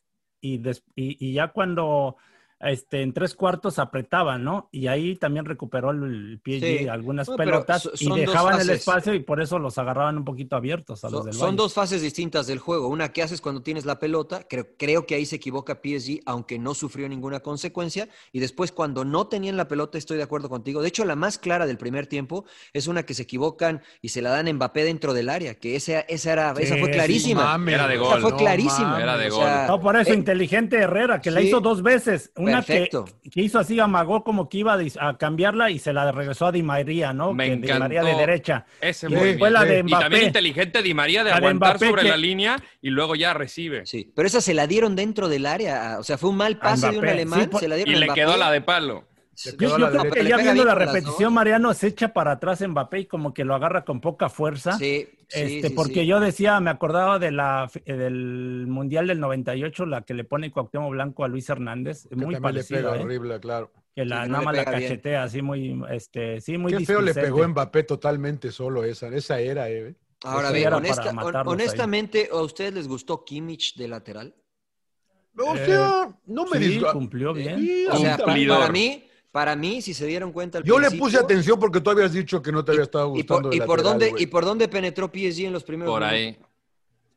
Speaker 5: y, des- y, y ya cuando este, en tres cuartos apretaban, ¿no? Y ahí también recuperó el, el PSG
Speaker 2: Sí.
Speaker 5: algunas
Speaker 2: No, pero
Speaker 5: pelotas
Speaker 2: so-
Speaker 5: y
Speaker 2: son dos
Speaker 5: dejaban el
Speaker 2: fases.
Speaker 5: espacio y por eso los agarraban un poquito abiertos a los
Speaker 2: So-
Speaker 5: del
Speaker 2: son
Speaker 5: Bayern.
Speaker 2: dos fases distintas del juego. Una que haces cuando tienes la pelota, creo, creo que ahí se equivoca PSG, aunque no sufrió ninguna consecuencia. Y después, cuando no tenían la pelota, estoy de acuerdo contigo. De hecho, la más clara del primer tiempo es una que se equivocan y se la dan a Mbappé dentro del área, que esa, esa, era, esa
Speaker 5: Sí,
Speaker 2: fue
Speaker 5: sí,
Speaker 2: clarísima.
Speaker 8: mames,
Speaker 3: Era de
Speaker 2: esa
Speaker 3: gol,
Speaker 2: fue
Speaker 3: no
Speaker 2: clarísima.
Speaker 3: mames, era de
Speaker 2: O sea,
Speaker 5: No, por eso
Speaker 2: eh,
Speaker 5: inteligente Herrera, que la
Speaker 2: sí.
Speaker 5: hizo dos veces. Una una que,
Speaker 2: Perfecto.
Speaker 5: que hizo así, amagó como que iba a dis- a cambiarla y se la regresó a Di María, ¿no?
Speaker 3: Me
Speaker 5: que Di María de
Speaker 3: encantó
Speaker 5: derecha.
Speaker 3: Ese
Speaker 5: Y
Speaker 3: muy
Speaker 5: después la
Speaker 3: Y
Speaker 5: de
Speaker 3: también
Speaker 5: Mbappé.
Speaker 3: inteligente Di María de
Speaker 5: La de
Speaker 3: aguantar
Speaker 5: Mbappé
Speaker 3: sobre
Speaker 5: que-
Speaker 3: la línea y luego ya recibe.
Speaker 2: Sí, pero esa se la dieron dentro del área. O sea, fue un mal pase de un
Speaker 5: Mbappé,
Speaker 2: alemán.
Speaker 5: sí, por-
Speaker 2: se la
Speaker 3: Y
Speaker 2: dieron a
Speaker 3: le
Speaker 2: Mbappé.
Speaker 3: quedó la de palo.
Speaker 5: Yo, yo creo que
Speaker 2: le
Speaker 5: ya
Speaker 2: pega
Speaker 5: viendo
Speaker 2: bien
Speaker 5: la
Speaker 2: con las dos.
Speaker 5: repetición, Mariano se echa para atrás Mbappé y como que lo agarra con poca fuerza.
Speaker 2: Sí, sí,
Speaker 5: Este,
Speaker 2: sí,
Speaker 5: porque
Speaker 2: sí.
Speaker 5: yo decía, me acordaba de la, eh, del Mundial del 98, la que le pone Cuauhtémoc Blanco a Luis Hernández.
Speaker 8: Que también
Speaker 5: Muy
Speaker 8: le
Speaker 5: parecida,
Speaker 8: pega
Speaker 5: ¿eh?
Speaker 8: horrible, claro.
Speaker 5: Que la,
Speaker 2: Sí, que no
Speaker 5: nada
Speaker 2: le
Speaker 5: más la
Speaker 2: pega bien.
Speaker 5: cachetea, así muy, este, sí, muy
Speaker 8: Qué feo le
Speaker 5: displicente.
Speaker 8: pegó Mbappé totalmente solo esa. Esa era, eh.
Speaker 2: Ahora
Speaker 5: Eso
Speaker 2: bien,
Speaker 5: era
Speaker 2: honesta-
Speaker 5: para
Speaker 2: hon-
Speaker 5: matarlos ahí.
Speaker 2: honestamente, ¿a ustedes les gustó Kimmich de lateral?
Speaker 8: O
Speaker 5: Eh,
Speaker 8: sea, no me
Speaker 5: sí,
Speaker 8: disgu-
Speaker 5: cumplió bien.
Speaker 8: Sí,
Speaker 2: O sea,
Speaker 8: ahorita-
Speaker 2: pa-
Speaker 3: Cumplidor.
Speaker 2: para mí, para mí, si se dieron cuenta al
Speaker 8: Yo le
Speaker 2: principio-
Speaker 8: puse atención porque tú habías dicho que no te había estado
Speaker 2: ¿Y
Speaker 8: gustando.
Speaker 2: por,
Speaker 8: el
Speaker 2: y por
Speaker 8: lateral,
Speaker 2: dónde,
Speaker 8: güey.
Speaker 2: ¿Y por dónde penetró PSG en los primeros
Speaker 3: Por
Speaker 2: minutos?
Speaker 3: ahí.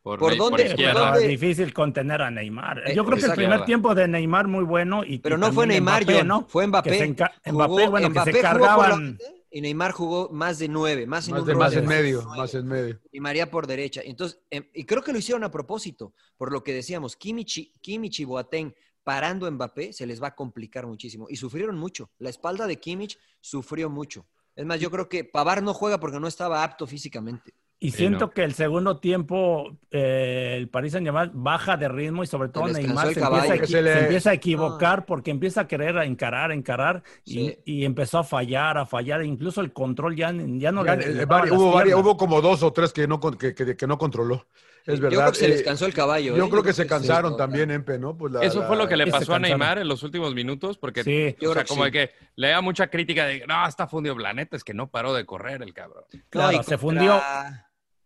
Speaker 3: Por,
Speaker 2: ¿Por
Speaker 3: ahí,
Speaker 2: dónde- por
Speaker 3: izquierda.
Speaker 5: Pero
Speaker 2: dónde?
Speaker 5: Pues, difícil contener a Neymar.
Speaker 2: Eh,
Speaker 5: Yo creo que el
Speaker 2: exacto.
Speaker 5: primer tiempo de Neymar muy bueno. Y,
Speaker 2: Pero
Speaker 5: y
Speaker 2: no fue
Speaker 5: también
Speaker 2: Neymar,
Speaker 5: Mbappé,
Speaker 2: John,
Speaker 5: ¿no?
Speaker 2: fue
Speaker 5: Que se
Speaker 2: Mbappé.
Speaker 5: enca-
Speaker 2: Jugó-
Speaker 5: Mbappé, bueno,
Speaker 2: Mbappé
Speaker 5: que se
Speaker 2: jugó por la
Speaker 5: cargaban.
Speaker 2: banda Y Neymar jugó más de nueve, más en
Speaker 8: Más,
Speaker 2: un
Speaker 8: de-
Speaker 2: rol
Speaker 8: más
Speaker 2: de
Speaker 8: en
Speaker 2: nueve.
Speaker 8: medio, más en medio.
Speaker 2: Y María por derecha. Entonces, em, y creo que lo hicieron a propósito, por lo que decíamos, Kimmich, Kimmich y Boateng parando a Mbappé se les va a complicar muchísimo. Y sufrieron mucho. La espalda de Kimmich sufrió mucho. Es más, yo creo que Pavar no juega porque no estaba apto físicamente.
Speaker 5: Y
Speaker 3: Sí,
Speaker 5: siento
Speaker 3: no.
Speaker 5: que el segundo tiempo eh, el Paris Saint Germain baja de ritmo y sobre todo
Speaker 2: Se les
Speaker 5: Neymar
Speaker 2: cansó el
Speaker 5: se empieza, a,
Speaker 2: caballo. Ah.
Speaker 5: equi-
Speaker 8: Se le-
Speaker 5: se empieza a equivocar porque empieza a querer a encarar, a encarar y-
Speaker 2: Sí.
Speaker 5: y, empezó a fallar, a fallar. Incluso el control ya, ya no
Speaker 8: Ya,
Speaker 5: le
Speaker 8: eh,
Speaker 5: le daba
Speaker 8: vari-
Speaker 5: las
Speaker 8: hubo, vari-
Speaker 5: piernas.
Speaker 8: hubo como dos o tres que no, con- que, que- que no controló. Es verdad.
Speaker 2: yo creo que se les
Speaker 8: eh,
Speaker 2: cansó el caballo.
Speaker 8: Yo,
Speaker 2: ¿eh?
Speaker 8: creo que se cansaron
Speaker 2: total.
Speaker 8: también, Empe, ¿no? Pues la-
Speaker 3: Eso fue
Speaker 8: la-
Speaker 3: lo que le
Speaker 5: Sí, se
Speaker 3: pasó a
Speaker 5: cansaron.
Speaker 3: Neymar en los últimos minutos, porque
Speaker 5: Sí.
Speaker 2: Yo
Speaker 3: o sea,
Speaker 2: creo que
Speaker 3: como
Speaker 2: sí.
Speaker 3: de que le da mucha crítica de no, está fundido planeta, es que no paró de correr el cabrón.
Speaker 5: Claro,
Speaker 2: y
Speaker 5: se fundió.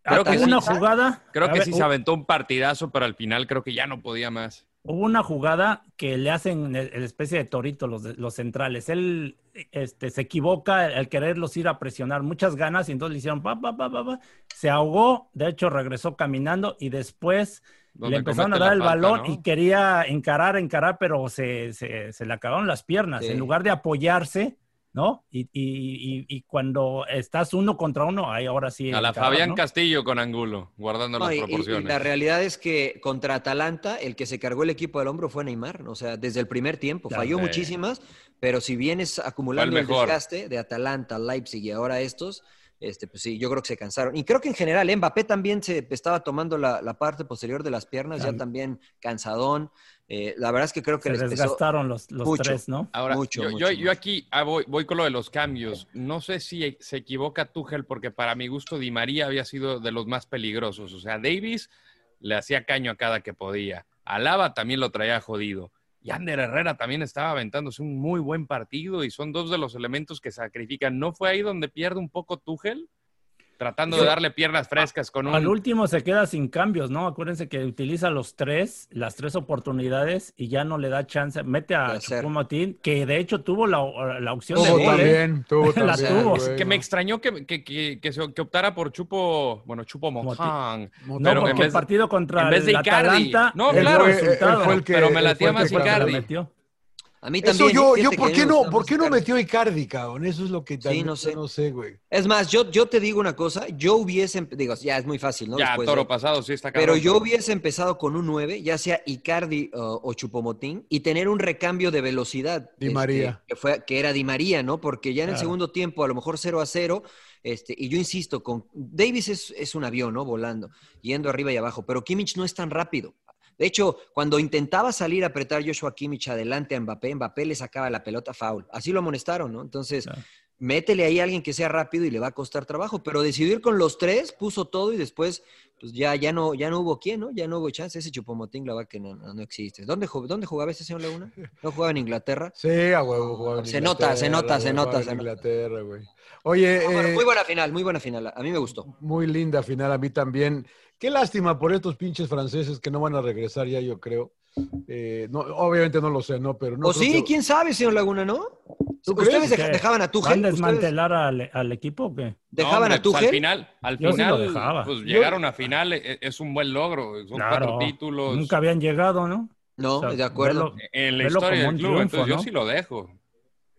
Speaker 3: Creo
Speaker 5: Hasta
Speaker 3: que sí.
Speaker 5: una jugada.
Speaker 3: Creo
Speaker 5: a
Speaker 3: que
Speaker 5: ver,
Speaker 3: sí
Speaker 5: hu-
Speaker 3: se aventó un partidazo, pero al final creo que ya no podía más.
Speaker 5: Hubo una jugada que le hacen el- el especie de torito los, de- los centrales. Él este, se equivoca al- al quererlos ir a presionar muchas ganas y entonces le hicieron pa, pa, pa, pa, pa. Se ahogó, de hecho regresó caminando y después
Speaker 3: Donde
Speaker 5: le empezaron a
Speaker 3: comete
Speaker 5: dar el
Speaker 3: la falta,
Speaker 5: balón
Speaker 3: ¿no?
Speaker 5: y quería encarar, encarar, pero se, se, se le acabaron las piernas.
Speaker 2: Sí.
Speaker 5: En lugar de apoyarse, ¿no? Y, y- y- y cuando estás uno contra uno, ahí ahora sí.
Speaker 3: A la
Speaker 5: encarar,
Speaker 3: Fabián
Speaker 5: ¿no?
Speaker 3: Castillo con Angulo, guardando
Speaker 2: No,
Speaker 3: las
Speaker 2: y- y- y
Speaker 3: proporciones.
Speaker 2: la realidad es que contra Atalanta, el que se cargó el equipo al hombro fue Neymar. O sea, desde el primer tiempo.
Speaker 5: Ya
Speaker 2: Falló
Speaker 3: sé.
Speaker 2: muchísimas, pero si vienes acumulando el,
Speaker 3: mejor.
Speaker 2: desgaste de Atalanta, Leipzig y ahora estos, este, pues sí, yo creo que se cansaron. Y creo que en general, ¿eh? Mbappé también se estaba tomando la, la parte posterior de las piernas, ya
Speaker 5: También.
Speaker 2: también cansadón. Eh, la verdad es que creo que
Speaker 5: Se
Speaker 2: les pesó.
Speaker 5: desgastaron los, los
Speaker 2: mucho.
Speaker 5: tres, ¿no?
Speaker 3: Ahora,
Speaker 2: Mucho,
Speaker 3: yo,
Speaker 2: mucho,
Speaker 3: yo- yo
Speaker 2: mucho.
Speaker 3: aquí ah, voy, voy con lo de los cambios. No sé si se equivoca Tuchel, porque para mi gusto Di María había sido de los más peligrosos. O sea, Davis le hacía caño a cada que podía. Alaba también lo traía jodido. Y Ander Herrera también estaba aventándose un muy buen partido y son dos de los elementos que sacrifican. ¿No fue ahí donde pierde un poco Tuchel? Tratando
Speaker 5: Yo-
Speaker 3: de darle piernas frescas con un...
Speaker 5: Al último se queda sin cambios, ¿no? Acuérdense que utiliza los tres, las tres oportunidades y ya no le da chance. Mete
Speaker 2: De
Speaker 5: a
Speaker 2: hacer.
Speaker 5: Chupomotín, que de hecho tuvo la, la opción de
Speaker 8: Tuvo
Speaker 5: gol. ¿eh?
Speaker 8: también, tuvo
Speaker 5: La
Speaker 8: también.
Speaker 5: tuvo.
Speaker 8: güey,
Speaker 3: que me
Speaker 8: ¿no?
Speaker 3: extrañó que, que- que- que se- que optara por Chupo, bueno, Chupo
Speaker 5: Moti-
Speaker 3: Mojang.
Speaker 5: No,
Speaker 3: Pero en
Speaker 5: porque
Speaker 3: vez-
Speaker 5: el partido contra
Speaker 3: en vez de
Speaker 5: el
Speaker 3: Icardi.
Speaker 5: Atalanta
Speaker 3: No,
Speaker 5: le dio
Speaker 3: claro,
Speaker 5: el
Speaker 2: eh,
Speaker 3: él- él
Speaker 5: resultado,
Speaker 8: fue el que-
Speaker 3: pero me
Speaker 8: él
Speaker 3: latía
Speaker 8: fue el
Speaker 3: más
Speaker 8: que-
Speaker 5: pero la
Speaker 3: Icardi.
Speaker 5: metió.
Speaker 2: A mí
Speaker 8: Eso
Speaker 2: también.
Speaker 8: yo,
Speaker 2: fíjate
Speaker 8: yo
Speaker 2: que
Speaker 8: ¿por
Speaker 2: a mí
Speaker 8: qué
Speaker 2: me
Speaker 8: no,
Speaker 2: gusta
Speaker 8: por
Speaker 2: más
Speaker 8: qué no
Speaker 2: Icardi.
Speaker 8: metió Icardi, cabrón? Eso es lo que también
Speaker 2: no sé.
Speaker 8: no sé, güey.
Speaker 2: Es más, yo, yo te digo una cosa, yo hubiese, digo, ya es muy fácil, ¿no?
Speaker 3: ya,
Speaker 2: Después de-
Speaker 3: toro pasado, sí está
Speaker 2: Pero
Speaker 3: cabrón,
Speaker 2: yo hubiese empezado con un 9, ya sea Icardi uh, o Chupomotín, y tener un recambio de velocidad.
Speaker 8: Di
Speaker 2: este,
Speaker 8: María.
Speaker 2: Que, fue, que era Di María, ¿no? Porque ya en el
Speaker 5: Claro.
Speaker 2: segundo tiempo, a lo mejor 0 a 0, este, y yo insisto, con Davis es, es un avión, ¿no? Volando, yendo arriba y abajo, pero Kimmich no es tan rápido. De hecho, cuando intentaba salir a apretar Joshua Kimmich adelante a Mbappé, Mbappé le sacaba la pelota foul. Así lo amonestaron, ¿no? Entonces,
Speaker 5: Claro.
Speaker 2: métele ahí a alguien que sea rápido y le va a costar trabajo. Pero decidir con los tres, puso todo y después, pues ya, ya no, ya no hubo quién, ¿no? Ya no hubo chance. Ese Chupomotín, la verdad que no, no, no existe. ¿Dónde, jug- ¿Dónde jugaba este señor Laguna? ¿No jugaba en Inglaterra?
Speaker 8: Sí, a huevo, jugaba en
Speaker 2: Se nota, se
Speaker 8: Inglaterra,
Speaker 2: nota, se
Speaker 8: güey,
Speaker 2: nota,
Speaker 8: jugaba en
Speaker 2: se nota.
Speaker 8: Inglaterra, güey. Oye,
Speaker 2: Ah, bueno,
Speaker 8: eh,
Speaker 2: muy buena final, muy buena final. A mí me gustó.
Speaker 8: Muy linda final a mí también. Qué lástima por estos pinches franceses que no van a regresar ya, yo creo. Eh, no, obviamente no lo sé, ¿no? Pero no
Speaker 2: o
Speaker 8: creo
Speaker 2: sí,
Speaker 8: que-
Speaker 2: quién sabe, señor Laguna, ¿no?
Speaker 8: ¿Tú
Speaker 2: Ustedes
Speaker 8: crees?
Speaker 2: dej-
Speaker 5: ¿Qué?
Speaker 2: dejaban a
Speaker 5: ¿Van
Speaker 2: Tuchel.
Speaker 5: a
Speaker 2: ustedes
Speaker 5: desmantelar al, al equipo o qué?
Speaker 2: Dejaban
Speaker 3: No,
Speaker 2: a
Speaker 3: hombre, pues,
Speaker 2: Tuchel.
Speaker 3: al final, al
Speaker 5: Yo sí lo
Speaker 3: final,
Speaker 5: dejaba.
Speaker 3: pues
Speaker 8: Yo-
Speaker 3: llegaron a final, e- es un buen logro, son cuatro
Speaker 5: Claro,
Speaker 3: títulos
Speaker 5: Nunca habían llegado, ¿no?
Speaker 2: No,
Speaker 5: O sea,
Speaker 2: de acuerdo.
Speaker 5: verlo-
Speaker 3: en la
Speaker 5: verlo
Speaker 3: historia
Speaker 5: como
Speaker 3: del
Speaker 5: un
Speaker 3: club,
Speaker 5: triunfo,
Speaker 3: entonces yo
Speaker 5: ¿no?
Speaker 3: sí lo dejo.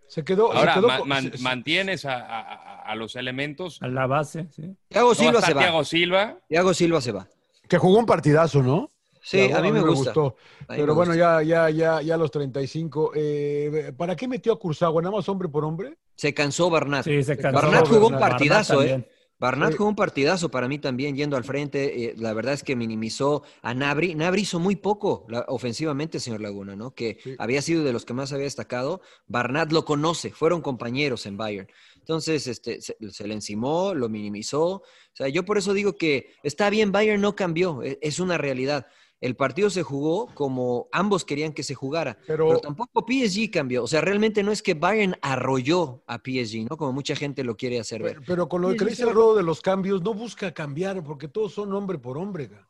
Speaker 8: Se quedó. se
Speaker 3: Ahora,
Speaker 8: quedó
Speaker 3: ma-
Speaker 8: con-
Speaker 3: man-
Speaker 8: se- se-
Speaker 3: mantienes a, a- a- a los elementos.
Speaker 5: A la base, sí.
Speaker 2: Thiago
Speaker 3: No va a
Speaker 2: Silva
Speaker 3: estar
Speaker 2: se va.
Speaker 3: Thiago Silva,
Speaker 2: Thiago Silva se va.
Speaker 8: que jugó un partidazo, ¿no?
Speaker 2: Sí,
Speaker 8: La-
Speaker 2: a mí me gusta. A mí
Speaker 8: Pero
Speaker 2: me
Speaker 8: bueno,
Speaker 2: gusta.
Speaker 8: ya, ya, ya, ya a los 35. eh, ¿Para qué metió a Kurzawa? ¿Nada más hombre por hombre?
Speaker 2: Se cansó Barnat.
Speaker 8: Sí, se cansó
Speaker 2: Barnat jugó un
Speaker 8: Barnat.
Speaker 2: partidazo,
Speaker 8: Barnat
Speaker 2: ¿eh?
Speaker 8: también.
Speaker 2: Barnat
Speaker 8: Sí.
Speaker 2: jugó un partidazo para mí también, yendo al frente. eh, la verdad es que minimizó a Nabri. Nabri hizo muy poco la- ofensivamente, señor Laguna, ¿no? Que había sido de los que más había destacado. Barnat lo conoce, fueron compañeros en Bayern. Entonces, este, se, se le encimó, lo minimizó. O sea, yo por eso digo que está bien, Bayern no cambió, e- es una realidad. El partido se jugó como ambos querían que se jugara, pero, tampoco PSG cambió. O sea, realmente no es que Bayern arrolló a PSG, ¿no? Como mucha gente lo quiere hacer ver.
Speaker 8: Pero con lo que le dice el rodo de los cambios, no busca cambiar, porque todos son hombre por hombre. ca.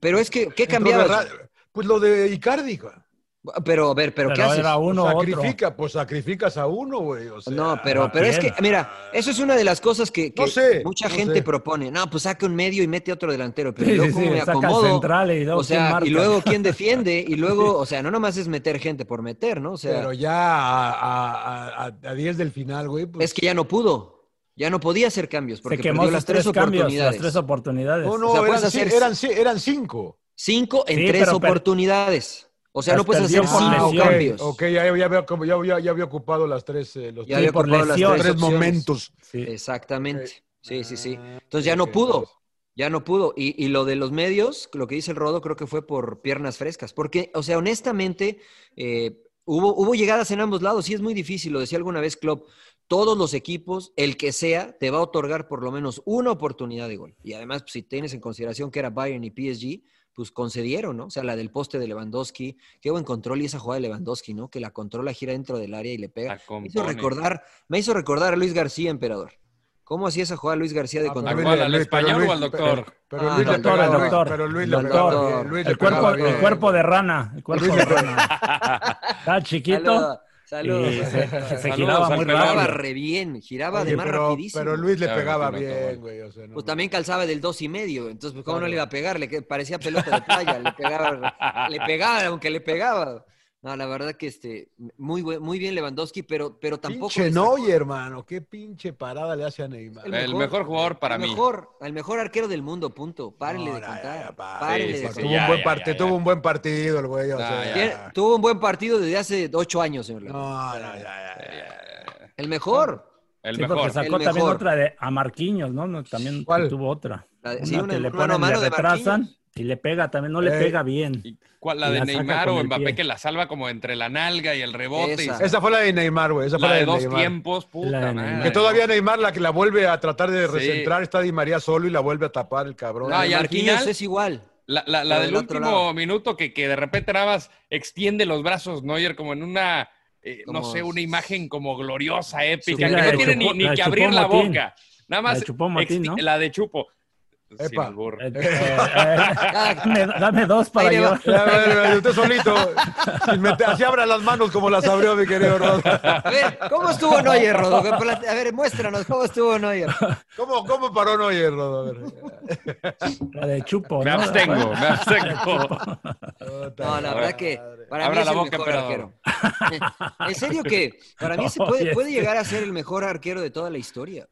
Speaker 2: Pero es que, ¿qué
Speaker 8: Entró
Speaker 2: cambiabas?
Speaker 8: Berra- Pues lo de Icardi. ca.
Speaker 2: Pero, a ver, ¿pero, qué haces?
Speaker 8: Sacrifica, pues sacrificas a uno, güey. o sea, Ah,
Speaker 2: No, pero,
Speaker 5: Ah,
Speaker 8: ¿a
Speaker 2: pero es que,
Speaker 8: quién?
Speaker 2: mira, eso es una de las cosas que, que
Speaker 8: No sé,
Speaker 2: mucha
Speaker 8: no
Speaker 2: gente
Speaker 8: sé.
Speaker 2: propone. No, pues saca un medio y mete otro delantero, pero
Speaker 5: Sí,
Speaker 2: ¿y luego
Speaker 5: sí,
Speaker 2: cómo
Speaker 5: sí,
Speaker 2: me
Speaker 5: saca
Speaker 2: acomodo.
Speaker 5: centrales y luego
Speaker 2: o sea,
Speaker 5: quién
Speaker 2: y
Speaker 5: marca.
Speaker 2: luego quién defiende, y luego, o sea, no nomás es meter gente por meter, ¿no? O sea,
Speaker 8: Pero ya a- a- a a 10 del final, güey. pues-
Speaker 2: es que ya no pudo. Ya no podía hacer cambios porque
Speaker 5: Se quemó
Speaker 2: perdió
Speaker 5: sus
Speaker 2: las tres, oportunidades.
Speaker 5: las tres oportunidades.
Speaker 8: Oh, No, no,
Speaker 2: O sea, puedes
Speaker 8: eran,
Speaker 2: hacer-
Speaker 8: ci- eran ci- eran cinco.
Speaker 2: Cinco en
Speaker 5: Sí,
Speaker 2: tres
Speaker 5: pero per-
Speaker 2: oportunidades. O sea, no
Speaker 5: Las
Speaker 2: puedes hacer
Speaker 5: perdió por
Speaker 2: cinco
Speaker 5: lesión.
Speaker 2: cambios.
Speaker 8: Ah, Ok, ya, ya, había, como- ya, ya- ya había ocupado las tres, eh, los
Speaker 2: Ya
Speaker 8: tres,
Speaker 2: había ocupado las tres
Speaker 8: tres
Speaker 2: opciones.
Speaker 8: momentos. Ah,
Speaker 2: Exactamente. Sí, sí,
Speaker 5: Eh,
Speaker 2: sí. Entonces ya no pudo. Ya no pudo. Y, y lo de los medios, lo que dice el Rodo, creo que fue por piernas frescas. Porque, o sea, honestamente, eh, hubo, hubo llegadas en ambos lados. Sí, es muy difícil. Lo decía alguna vez Klopp. Todos los equipos, el que sea, te va a otorgar por lo menos una oportunidad de gol. Y además, pues, si tienes en consideración que era Bayern y PSG, pues concedieron, ¿no? O sea, la del poste de Lewandowski. Qué buen control y esa jugada de Lewandowski, ¿no? Que la controla, gira dentro del área y le pega. Me hizo
Speaker 3: compone.
Speaker 2: recordar, me hizo recordar a Luis García, emperador. ¿Cómo hacía esa jugada Luis García de
Speaker 8: Ah,
Speaker 2: control?
Speaker 8: pero Luis-
Speaker 3: ¿Al
Speaker 8: Luis-
Speaker 3: español
Speaker 8: pero
Speaker 3: o al
Speaker 8: Luis-
Speaker 3: doctor?
Speaker 8: pero- Pero
Speaker 2: Ah,
Speaker 8: Luis le
Speaker 2: doctor,
Speaker 8: pegaba
Speaker 2: el
Speaker 8: bien,
Speaker 2: doctor.
Speaker 8: pero Luis
Speaker 2: El
Speaker 8: le pegaba
Speaker 2: doctor.
Speaker 8: bien, Luis le
Speaker 5: El cuerpo,
Speaker 8: pegaba
Speaker 5: el
Speaker 8: bien.
Speaker 5: cuerpo de rana. El cuerpo
Speaker 8: Luis
Speaker 5: de
Speaker 8: de
Speaker 5: rana. Estaba
Speaker 2: Saludos,
Speaker 5: chiquito.
Speaker 2: saludos.
Speaker 5: y se, se
Speaker 2: Saludos
Speaker 5: giraba
Speaker 2: al
Speaker 5: muy
Speaker 2: pelado.
Speaker 5: rápido.
Speaker 2: Giraba re bien, giraba
Speaker 8: Oye,
Speaker 2: además
Speaker 8: pero-
Speaker 2: rapidísimo.
Speaker 8: Pero Luis le
Speaker 3: Claro,
Speaker 8: pegaba
Speaker 3: no te mató,
Speaker 8: bien, güey. O sea, no,
Speaker 2: Pues también calzaba del dos y medio, entonces pues, cómo no
Speaker 8: Claro.
Speaker 2: le iba a pegar, le que- parecía pelota de playa, le pegaba, le pegaba, aunque le pegaba. No, la verdad que este muy buen- muy bien Lewandowski, pero pero tampoco
Speaker 8: pinche
Speaker 2: destacó.
Speaker 8: Neuer, hermano. Qué pinche parada le hace a Neymar.
Speaker 3: El mejor, jugador para
Speaker 2: el
Speaker 3: mí.
Speaker 2: mejor, el mejor arquero del mundo, punto. Párenle de contar. Párenle
Speaker 3: Sí,
Speaker 2: de
Speaker 3: sí,
Speaker 2: contar.
Speaker 8: Tuvo,
Speaker 3: Ya,
Speaker 8: un buen
Speaker 3: ya,
Speaker 8: parte-
Speaker 3: ya, ya.
Speaker 8: tuvo un buen partido el güey. O
Speaker 3: No,
Speaker 8: sea,
Speaker 3: ya.
Speaker 2: Tiene- Tuvo un buen partido desde hace ocho años, señor Laguna.
Speaker 8: No, no, ya, ya, ya.
Speaker 2: El mejor.
Speaker 3: El
Speaker 5: Sí,
Speaker 3: mejor.
Speaker 5: porque sacó
Speaker 2: El
Speaker 5: también
Speaker 2: mejor.
Speaker 5: otra de a Marquinhos, ¿no? No, También
Speaker 8: ¿Cuál?
Speaker 5: tuvo otra.
Speaker 2: La de-
Speaker 5: Una
Speaker 2: sí, una
Speaker 5: que
Speaker 2: de
Speaker 5: le
Speaker 2: mano a
Speaker 5: ponen, le
Speaker 2: mano de
Speaker 5: retrasan
Speaker 2: Marquinhos.
Speaker 5: y le pega también, no le
Speaker 8: Eh,
Speaker 5: pega bien.
Speaker 3: ¿Cuál? La
Speaker 5: Y
Speaker 3: de
Speaker 5: la saca
Speaker 3: Neymar
Speaker 5: con
Speaker 3: o
Speaker 5: el
Speaker 3: Mbappé
Speaker 5: pie.
Speaker 3: que la salva como entre la nalga y el rebote. y-
Speaker 2: Esa.
Speaker 8: Esa fue la de Neymar, güey. Esa fue
Speaker 3: la
Speaker 8: la
Speaker 3: de dos
Speaker 8: Neymar.
Speaker 3: tiempos, puta
Speaker 5: La de
Speaker 3: madre.
Speaker 5: Neymar.
Speaker 8: Que todavía Neymar la que la vuelve a tratar de
Speaker 3: Sí.
Speaker 8: recentrar está Di María solo y la vuelve a tapar el cabrón.
Speaker 3: No,
Speaker 2: de
Speaker 3: Ah, y al
Speaker 2: Marquinhos
Speaker 3: final-
Speaker 2: es igual.
Speaker 3: La, la- la
Speaker 2: Pero
Speaker 3: del
Speaker 2: del otro
Speaker 3: último
Speaker 2: lado.
Speaker 3: minuto que, que de repente nada más extiende los brazos Neuer como en una, eh, no
Speaker 2: Como-
Speaker 3: sé, una imagen como gloriosa, épica,
Speaker 5: la
Speaker 3: que
Speaker 5: de
Speaker 3: no tiene
Speaker 5: Chupó-
Speaker 3: ni, ni
Speaker 5: la de
Speaker 3: que abrir
Speaker 5: Chupó
Speaker 3: la
Speaker 5: Motín.
Speaker 3: boca. Nada
Speaker 5: La
Speaker 3: más
Speaker 5: de Chupó Motín,
Speaker 3: exti-
Speaker 5: ¿no?
Speaker 3: la de Chupo. Sin
Speaker 8: Epa.
Speaker 3: albur.
Speaker 5: Eh, eh, eh, dame, dame dos para
Speaker 2: Ahí le
Speaker 5: yo.
Speaker 2: va.
Speaker 8: Ya, ya, ya, usted solito. Sin meter- así abra las manos como las abrió, mi querido Rodo.
Speaker 2: A ver, ¿cómo estuvo Neuer, Rodo? Que plate- A ver, muéstranos cómo estuvo Neuer.
Speaker 8: ¿Cómo, cómo paró Neuer, Rodo? A ver.
Speaker 5: La de Chupo.
Speaker 3: Me
Speaker 5: ¿no?
Speaker 3: abstengo, me abstengo.
Speaker 2: No, la verdad que para
Speaker 3: Abra
Speaker 2: mí es
Speaker 3: la
Speaker 2: el
Speaker 3: boca,
Speaker 2: mejor
Speaker 3: emperador.
Speaker 2: arquero. en serio que para mí se
Speaker 5: Oye,
Speaker 2: puede, puede
Speaker 5: este-
Speaker 2: llegar a ser el mejor arquero de toda la historia.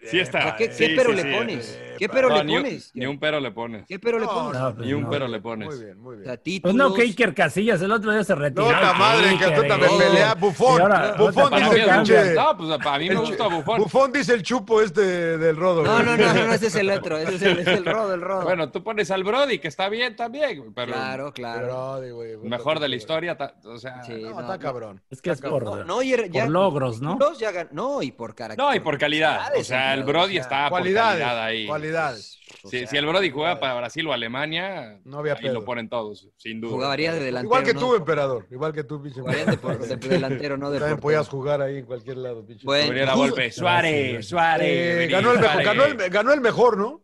Speaker 3: Sí
Speaker 2: O sea,
Speaker 3: está.
Speaker 2: ¿qué,
Speaker 3: sí,
Speaker 2: qué pero
Speaker 3: sí,
Speaker 2: le
Speaker 3: sí.
Speaker 2: pones? ¿Qué pero
Speaker 3: No,
Speaker 2: le
Speaker 3: ni un-
Speaker 2: pones?
Speaker 3: Ni un pero le pones.
Speaker 2: ¿Qué pero le
Speaker 8: No,
Speaker 2: pones?
Speaker 8: no,
Speaker 5: pues
Speaker 3: Ni un
Speaker 5: no.
Speaker 3: pero le pones.
Speaker 8: Muy bien, muy
Speaker 2: O
Speaker 8: bien.
Speaker 2: sea, títulos,
Speaker 5: Pues no, que Iker Casillas el otro día se retiró. eh.
Speaker 8: No, la madre, que tú también
Speaker 2: Rodo.
Speaker 8: pelea. Bufón.
Speaker 5: Y ahora,
Speaker 8: Bufón
Speaker 5: otra
Speaker 3: Para
Speaker 5: Ponte
Speaker 3: mí
Speaker 8: dice
Speaker 3: es
Speaker 8: el
Speaker 5: cambia.
Speaker 3: Bufón.
Speaker 8: pinche.
Speaker 3: No, pues para mí me gusta Bufón.
Speaker 8: Bufón dice el chupo este del Rodo.
Speaker 2: No,
Speaker 8: güey.
Speaker 2: no, no, no, no, ese es el otro, ese es el, es el rodo, el rodo.
Speaker 3: Bueno, tú pones al Brody, que está bien también, pero
Speaker 2: claro,
Speaker 8: El
Speaker 2: claro.
Speaker 8: Brody, güey, puta
Speaker 3: mejor de
Speaker 8: madre.
Speaker 3: la historia. ta- O sea,
Speaker 2: Sí,
Speaker 8: No,
Speaker 2: no,
Speaker 8: está
Speaker 2: no.
Speaker 8: cabrón.
Speaker 5: Es que es por,
Speaker 2: No, Neuer ya
Speaker 5: por logros, ¿no?
Speaker 2: títulos ya gan- no, y por carácter.
Speaker 3: No, y por calidad. O sea, el Brody está por
Speaker 8: Cualidades.
Speaker 3: calidad ahí.
Speaker 8: Cualidades.
Speaker 2: O
Speaker 3: Si,
Speaker 2: sea,
Speaker 3: si el Brody juega para Brasil o Alemania,
Speaker 8: No había
Speaker 3: ahí
Speaker 8: pedo.
Speaker 3: lo ponen todos, sin duda.
Speaker 2: Jugaría de delantero.
Speaker 8: Igual que
Speaker 2: ¿no?
Speaker 8: tú, emperador. Igual que tú, pinche.
Speaker 2: Jugaría de, por- de delantero, no de
Speaker 8: También
Speaker 2: portero.
Speaker 8: podías jugar ahí en cualquier lado, pinche.
Speaker 2: Bueno,
Speaker 3: Podría la
Speaker 2: justo-
Speaker 3: golpe. Suárez, Suárez.
Speaker 8: Eh,
Speaker 3: Denis
Speaker 8: ganó, el mejor,
Speaker 3: Suárez.
Speaker 8: ganó, el, ganó el mejor, ¿no?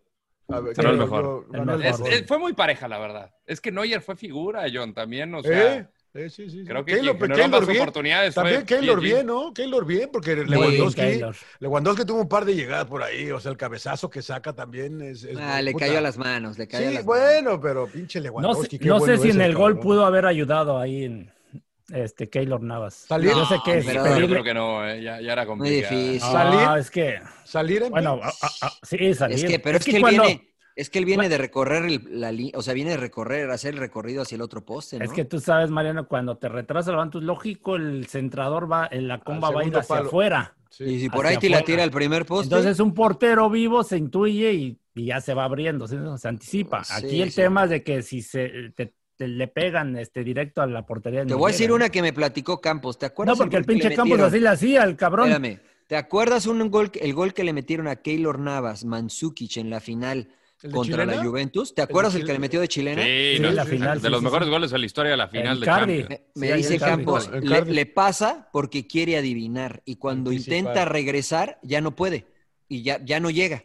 Speaker 8: A ver,
Speaker 3: Ganó el
Speaker 8: yo-
Speaker 3: mejor.
Speaker 8: yo-
Speaker 5: El
Speaker 8: ganó el
Speaker 3: Es-
Speaker 5: mejor.
Speaker 8: mejor.
Speaker 3: es- fue muy pareja, la verdad. Es que Neuer fue figura, John, también. O sea,
Speaker 8: ¿Eh? Eh, sí, sí, sí.
Speaker 3: creo que
Speaker 8: Keylor-
Speaker 3: quien generó
Speaker 8: Keylor
Speaker 3: más
Speaker 8: bien.
Speaker 3: oportunidades
Speaker 8: También
Speaker 3: fue
Speaker 8: Keylor
Speaker 3: PSG.
Speaker 8: bien, ¿no? Keylor bien, porque Lewandowski,
Speaker 5: Keylor.
Speaker 8: Lewandowski tuvo un par de llegadas por ahí. O sea, el cabezazo que saca también es. es-
Speaker 2: Ah, le
Speaker 8: puta.
Speaker 2: cayó a las manos, le cayó a
Speaker 8: Sí,
Speaker 2: las manos.
Speaker 8: bueno, pero pinche
Speaker 5: No
Speaker 8: Lewandowski.
Speaker 5: sé,
Speaker 8: qué
Speaker 5: no sé
Speaker 8: bueno
Speaker 5: si
Speaker 8: es
Speaker 5: en el gol
Speaker 8: cabrón.
Speaker 5: pudo haber ayudado ahí en este Keylor Navas.
Speaker 8: Salir-
Speaker 5: Yo sé que es
Speaker 2: pero-
Speaker 3: Yo
Speaker 5: pedirle-
Speaker 3: creo que no, eh, ya, ya era complicado.
Speaker 2: difícil.
Speaker 5: No,
Speaker 8: salir-
Speaker 5: es que
Speaker 8: Salir en.
Speaker 5: bueno, a- a- a- sí, salir.
Speaker 2: Es que, pero es, que, él
Speaker 5: cuando,
Speaker 2: viene, Es que él viene de recorrer el- la línea, o sea, viene de recorrer, hacer el recorrido hacia el otro poste, ¿no?
Speaker 5: Es que tú sabes, Mariano, cuando te retrasa el bantus, lógico, el centrador va, en la comba va a ir
Speaker 2: segundo
Speaker 5: hacia
Speaker 2: palo.
Speaker 5: afuera.
Speaker 2: Y si por ahí
Speaker 5: Hacia
Speaker 2: te la
Speaker 5: afuera.
Speaker 2: tira al primer poste.
Speaker 5: Entonces un portero vivo se intuye y, y ya se va abriendo, se, se anticipa.
Speaker 2: Sí,
Speaker 5: Aquí el
Speaker 2: sí.
Speaker 5: tema es de que si se te- te le pegan este directo a la portería.
Speaker 2: Te
Speaker 5: no
Speaker 2: voy a decir
Speaker 5: llega.
Speaker 2: una que me platicó Campos, ¿te acuerdas?
Speaker 5: No, porque el
Speaker 2: gol que
Speaker 5: pinche
Speaker 2: le
Speaker 5: Campos así
Speaker 2: metieron?
Speaker 5: le hacía, el cabrón.
Speaker 2: Espérame, ¿te acuerdas un gol, que- el gol que le metieron a Keylor Navas, Manzukic en la final
Speaker 3: ¿El de
Speaker 2: contra la
Speaker 3: chilena?
Speaker 2: Juventus? ¿Te
Speaker 3: ¿El de
Speaker 2: acuerdas el que
Speaker 3: chilena?
Speaker 2: le metió de chilena?
Speaker 3: Sí, no, de los mejores goles de la historia de la final de
Speaker 2: Icardi.
Speaker 3: Champions.
Speaker 2: Eh, Me dice Campos, le, le pasa porque quiere adivinar y cuando
Speaker 3: Anticipar.
Speaker 2: intenta regresar ya no puede y ya, ya no llega.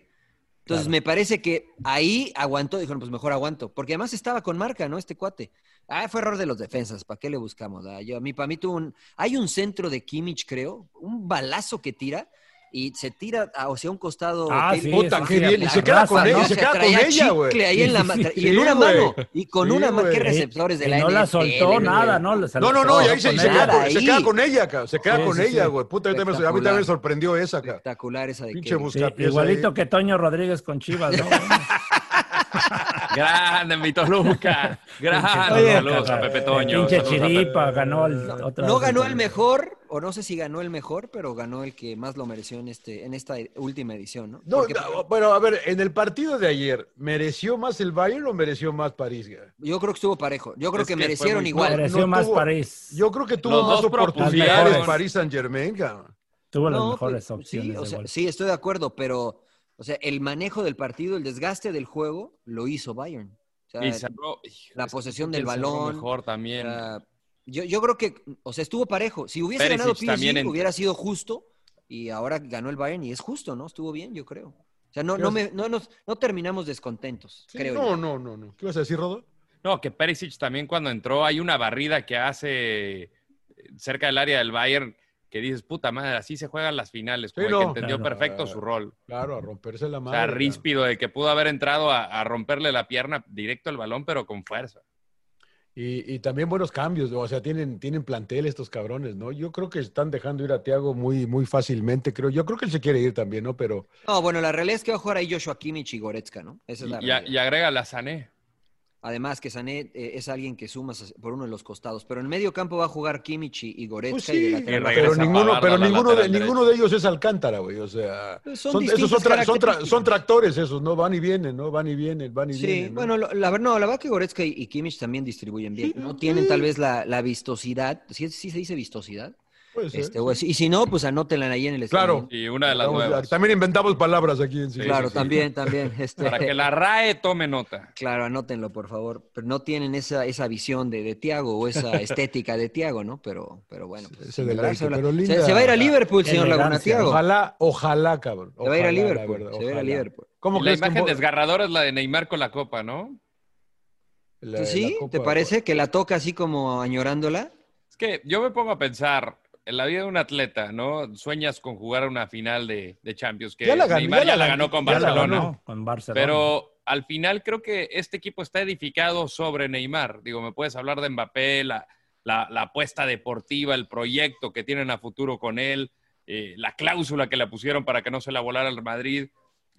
Speaker 2: Entonces me parece que ahí aguantó, dijeron, pues mejor aguanto, porque además estaba con marca, ¿no? Este cuate. Ah, fue error de los defensas, ¿para qué le buscamos? Ah, yo, a mí, para mí tuvo un... Hay un centro de Kimmich, creo, un balazo que tira y se tira a- hacia un costado.
Speaker 8: Ah,
Speaker 2: Keylor.
Speaker 8: sí, Puta, qué bien, y se queda con ella, se queda con
Speaker 2: traía
Speaker 8: ella, güey.
Speaker 2: chicle ahí en la ma-
Speaker 8: Sí,
Speaker 2: Y en una
Speaker 8: güey.
Speaker 2: mano, y con
Speaker 8: Sí,
Speaker 2: una mano,
Speaker 8: güey.
Speaker 2: qué receptores de
Speaker 5: Y
Speaker 2: la
Speaker 5: no la
Speaker 2: NFL,
Speaker 5: soltó
Speaker 2: güey.
Speaker 5: nada, ¿no? Se
Speaker 8: No,
Speaker 5: la
Speaker 8: no, no,
Speaker 5: soltó
Speaker 8: y ahí se,
Speaker 5: con
Speaker 8: se queda,
Speaker 5: nada
Speaker 8: con, se
Speaker 5: ahí.
Speaker 8: queda con ella, cabrón. Se queda
Speaker 5: Sí,
Speaker 8: con
Speaker 5: sí,
Speaker 8: ella,
Speaker 5: sí.
Speaker 8: güey. Puta, yo también me- a mí también me sorprendió esa, cabrón.
Speaker 2: Espectacular esa de
Speaker 8: Pinche
Speaker 2: Keylor.
Speaker 5: Sí,
Speaker 8: buscapiés
Speaker 5: igualito
Speaker 8: ahí.
Speaker 5: que Toño Rodríguez con Chivas, ¿no?
Speaker 3: Grande, mi Toluca.
Speaker 5: Oye,
Speaker 3: Grande. Saludos a Pepe Toño.
Speaker 5: Pinche
Speaker 3: saludos a Pepe.
Speaker 8: eh,
Speaker 5: Chiripa ganó el, otra
Speaker 2: No
Speaker 5: vez.
Speaker 2: ganó el mejor, o no sé si ganó el mejor, pero ganó el que más lo mereció en, este, en esta última edición, ¿no?
Speaker 8: No,
Speaker 2: Porque
Speaker 8: no, bueno, a ver, en el partido de ayer, ¿mereció más el Bayern o mereció más París? güey?
Speaker 2: yo creo que estuvo parejo. Yo creo
Speaker 8: Es
Speaker 2: que,
Speaker 8: que fue
Speaker 2: merecieron
Speaker 8: muy-
Speaker 2: igual.
Speaker 5: Mereció más
Speaker 8: tuvo-
Speaker 5: París.
Speaker 8: Yo creo que tuvo
Speaker 3: Los
Speaker 8: más
Speaker 3: dos
Speaker 8: oportunidades
Speaker 3: propusieron.
Speaker 8: París Saint Germain, cabrón.
Speaker 5: Tuvo las
Speaker 2: No,
Speaker 5: mejores
Speaker 2: pues,
Speaker 5: opciones.
Speaker 2: Sí, o
Speaker 5: de
Speaker 2: sea,
Speaker 5: gol.
Speaker 2: sí, estoy de acuerdo, pero o sea, el manejo del partido, el desgaste del juego, lo hizo Bayern. O sea,
Speaker 3: Y cerró- hijo,
Speaker 2: la
Speaker 3: es que
Speaker 2: posesión
Speaker 3: creo
Speaker 2: del
Speaker 3: que cerró
Speaker 2: balón.
Speaker 3: Mejor también.
Speaker 2: Ah, yo, yo creo que, o sea, estuvo parejo. Si hubiese
Speaker 3: Perisic
Speaker 2: ganado PSG,
Speaker 3: también en-
Speaker 2: hubiera sido justo. Y ahora ganó el Bayern y es justo, ¿no? Estuvo bien, yo creo. O sea, no,
Speaker 8: Pero
Speaker 2: no,
Speaker 8: es-
Speaker 2: me- no, nos- no terminamos descontentos,
Speaker 8: Sí,
Speaker 2: creo
Speaker 8: no,
Speaker 2: yo.
Speaker 8: no, no, no. ¿Qué vas a decir, Rodo?
Speaker 3: No, que Perisic también cuando entró, hay una barrida que hace eh, cerca del área del Bayern que dices, puta madre, así se juegan las finales.
Speaker 8: Sí,
Speaker 3: como
Speaker 8: no.
Speaker 3: que entendió
Speaker 8: Claro.
Speaker 5: eh,
Speaker 3: perfecto su rol.
Speaker 8: Claro, a romperse eh, la
Speaker 3: O
Speaker 8: madre.
Speaker 3: sea,
Speaker 8: cabrón.
Speaker 3: ríspido, de que pudo haber entrado a, a romperle la pierna directo al balón, pero con fuerza.
Speaker 8: Y, y también buenos cambios, o sea, tienen, tienen plantel estos cabrones, ¿no? Yo creo que están dejando ir a Thiago muy, muy fácilmente, creo. Yo creo que él se quiere ir también, ¿no? Pero
Speaker 2: No, bueno, la realidad es que va a jugar ahí Joshua Kimmich y Goretzka, ¿no? Esa es la
Speaker 3: Y, a-
Speaker 2: realidad.
Speaker 3: y agrega la Sané.
Speaker 2: Además que Sané eh, es alguien que sumas hacia- por uno de los costados. Pero en medio campo va a jugar Kimmich y y Goretzka
Speaker 8: Pues
Speaker 2: y de
Speaker 8: sí,
Speaker 2: lateral
Speaker 3: Y
Speaker 2: va a
Speaker 3: regresa
Speaker 8: pero
Speaker 2: jugar-
Speaker 8: ninguno,
Speaker 3: Pavarda
Speaker 8: pero
Speaker 3: al
Speaker 8: ninguno, de,
Speaker 3: lateral
Speaker 8: ninguno de ellos es Alcántara, güey. O sea,
Speaker 2: Pues son
Speaker 8: son, esos son,
Speaker 2: distintas
Speaker 8: tra- son, tra-
Speaker 2: características.
Speaker 8: son tractores esos, ¿no? Van y vienen, ¿no? Van y vienen, van y
Speaker 2: Sí,
Speaker 8: vienen. ¿no?
Speaker 2: bueno, lo- la, ver- no, la verdad que Goretzka y, y Kimmich también distribuyen bien. No tienen tal vez la, la vistosidad. ¿Sí, sí se dice vistosidad?
Speaker 8: Puede ser.
Speaker 2: Este, o así- y si no, pues anótenla ahí en el
Speaker 8: Claro.
Speaker 2: estadio.
Speaker 3: Y una de las
Speaker 8: Vamos,
Speaker 3: nuevas.
Speaker 8: también inventamos palabras aquí en sí.
Speaker 2: Claro,
Speaker 3: sí.
Speaker 2: también, también. este,
Speaker 3: Para que la RAE tome nota.
Speaker 2: Claro, anótenlo, por favor. Pero no tienen esa, esa visión de, de Tiago o esa estética de Tiago, ¿no? Pero, pero bueno. Pues,
Speaker 8: ese de
Speaker 2: ¿verdad?
Speaker 8: Leite,
Speaker 2: Se habla-
Speaker 8: pero
Speaker 2: se-
Speaker 8: linda.
Speaker 2: se va a ir a Liverpool,
Speaker 5: Qué
Speaker 2: señor Laguna
Speaker 5: elegancia,
Speaker 2: Tiago.
Speaker 8: Ojalá, ojalá, cabrón.
Speaker 2: Se va a ir a
Speaker 8: Ojalá, la
Speaker 2: Liverpool.
Speaker 8: verdad,
Speaker 2: se va a ir a
Speaker 8: ojalá.
Speaker 2: Liverpool.
Speaker 8: ¿Cómo
Speaker 3: Y la
Speaker 8: crees que
Speaker 3: imagen
Speaker 8: en Bo-
Speaker 3: desgarradora es la de Neymar con la copa, ¿no?
Speaker 8: la- la
Speaker 2: Pues ¿Sí? ¿Te
Speaker 8: Copa-
Speaker 2: parece que la toca así como añorándola?
Speaker 3: Es que yo me pongo a pensar en la vida de un atleta, ¿no? Sueñas con jugar una final de, de Champions, que
Speaker 8: Ya la ganó,
Speaker 3: Neymar
Speaker 8: ya
Speaker 3: ya
Speaker 8: la
Speaker 3: la
Speaker 8: ganó,
Speaker 3: ganó con
Speaker 8: ya la
Speaker 3: Barcelona.
Speaker 8: ganó.
Speaker 5: No, con Barcelona.
Speaker 3: Pero al final creo que este equipo está edificado sobre Neymar. Digo, me puedes hablar de Mbappé, la, la- la apuesta deportiva, el proyecto que tienen a futuro con él, eh, la cláusula que le pusieron para que no se la volara al Madrid.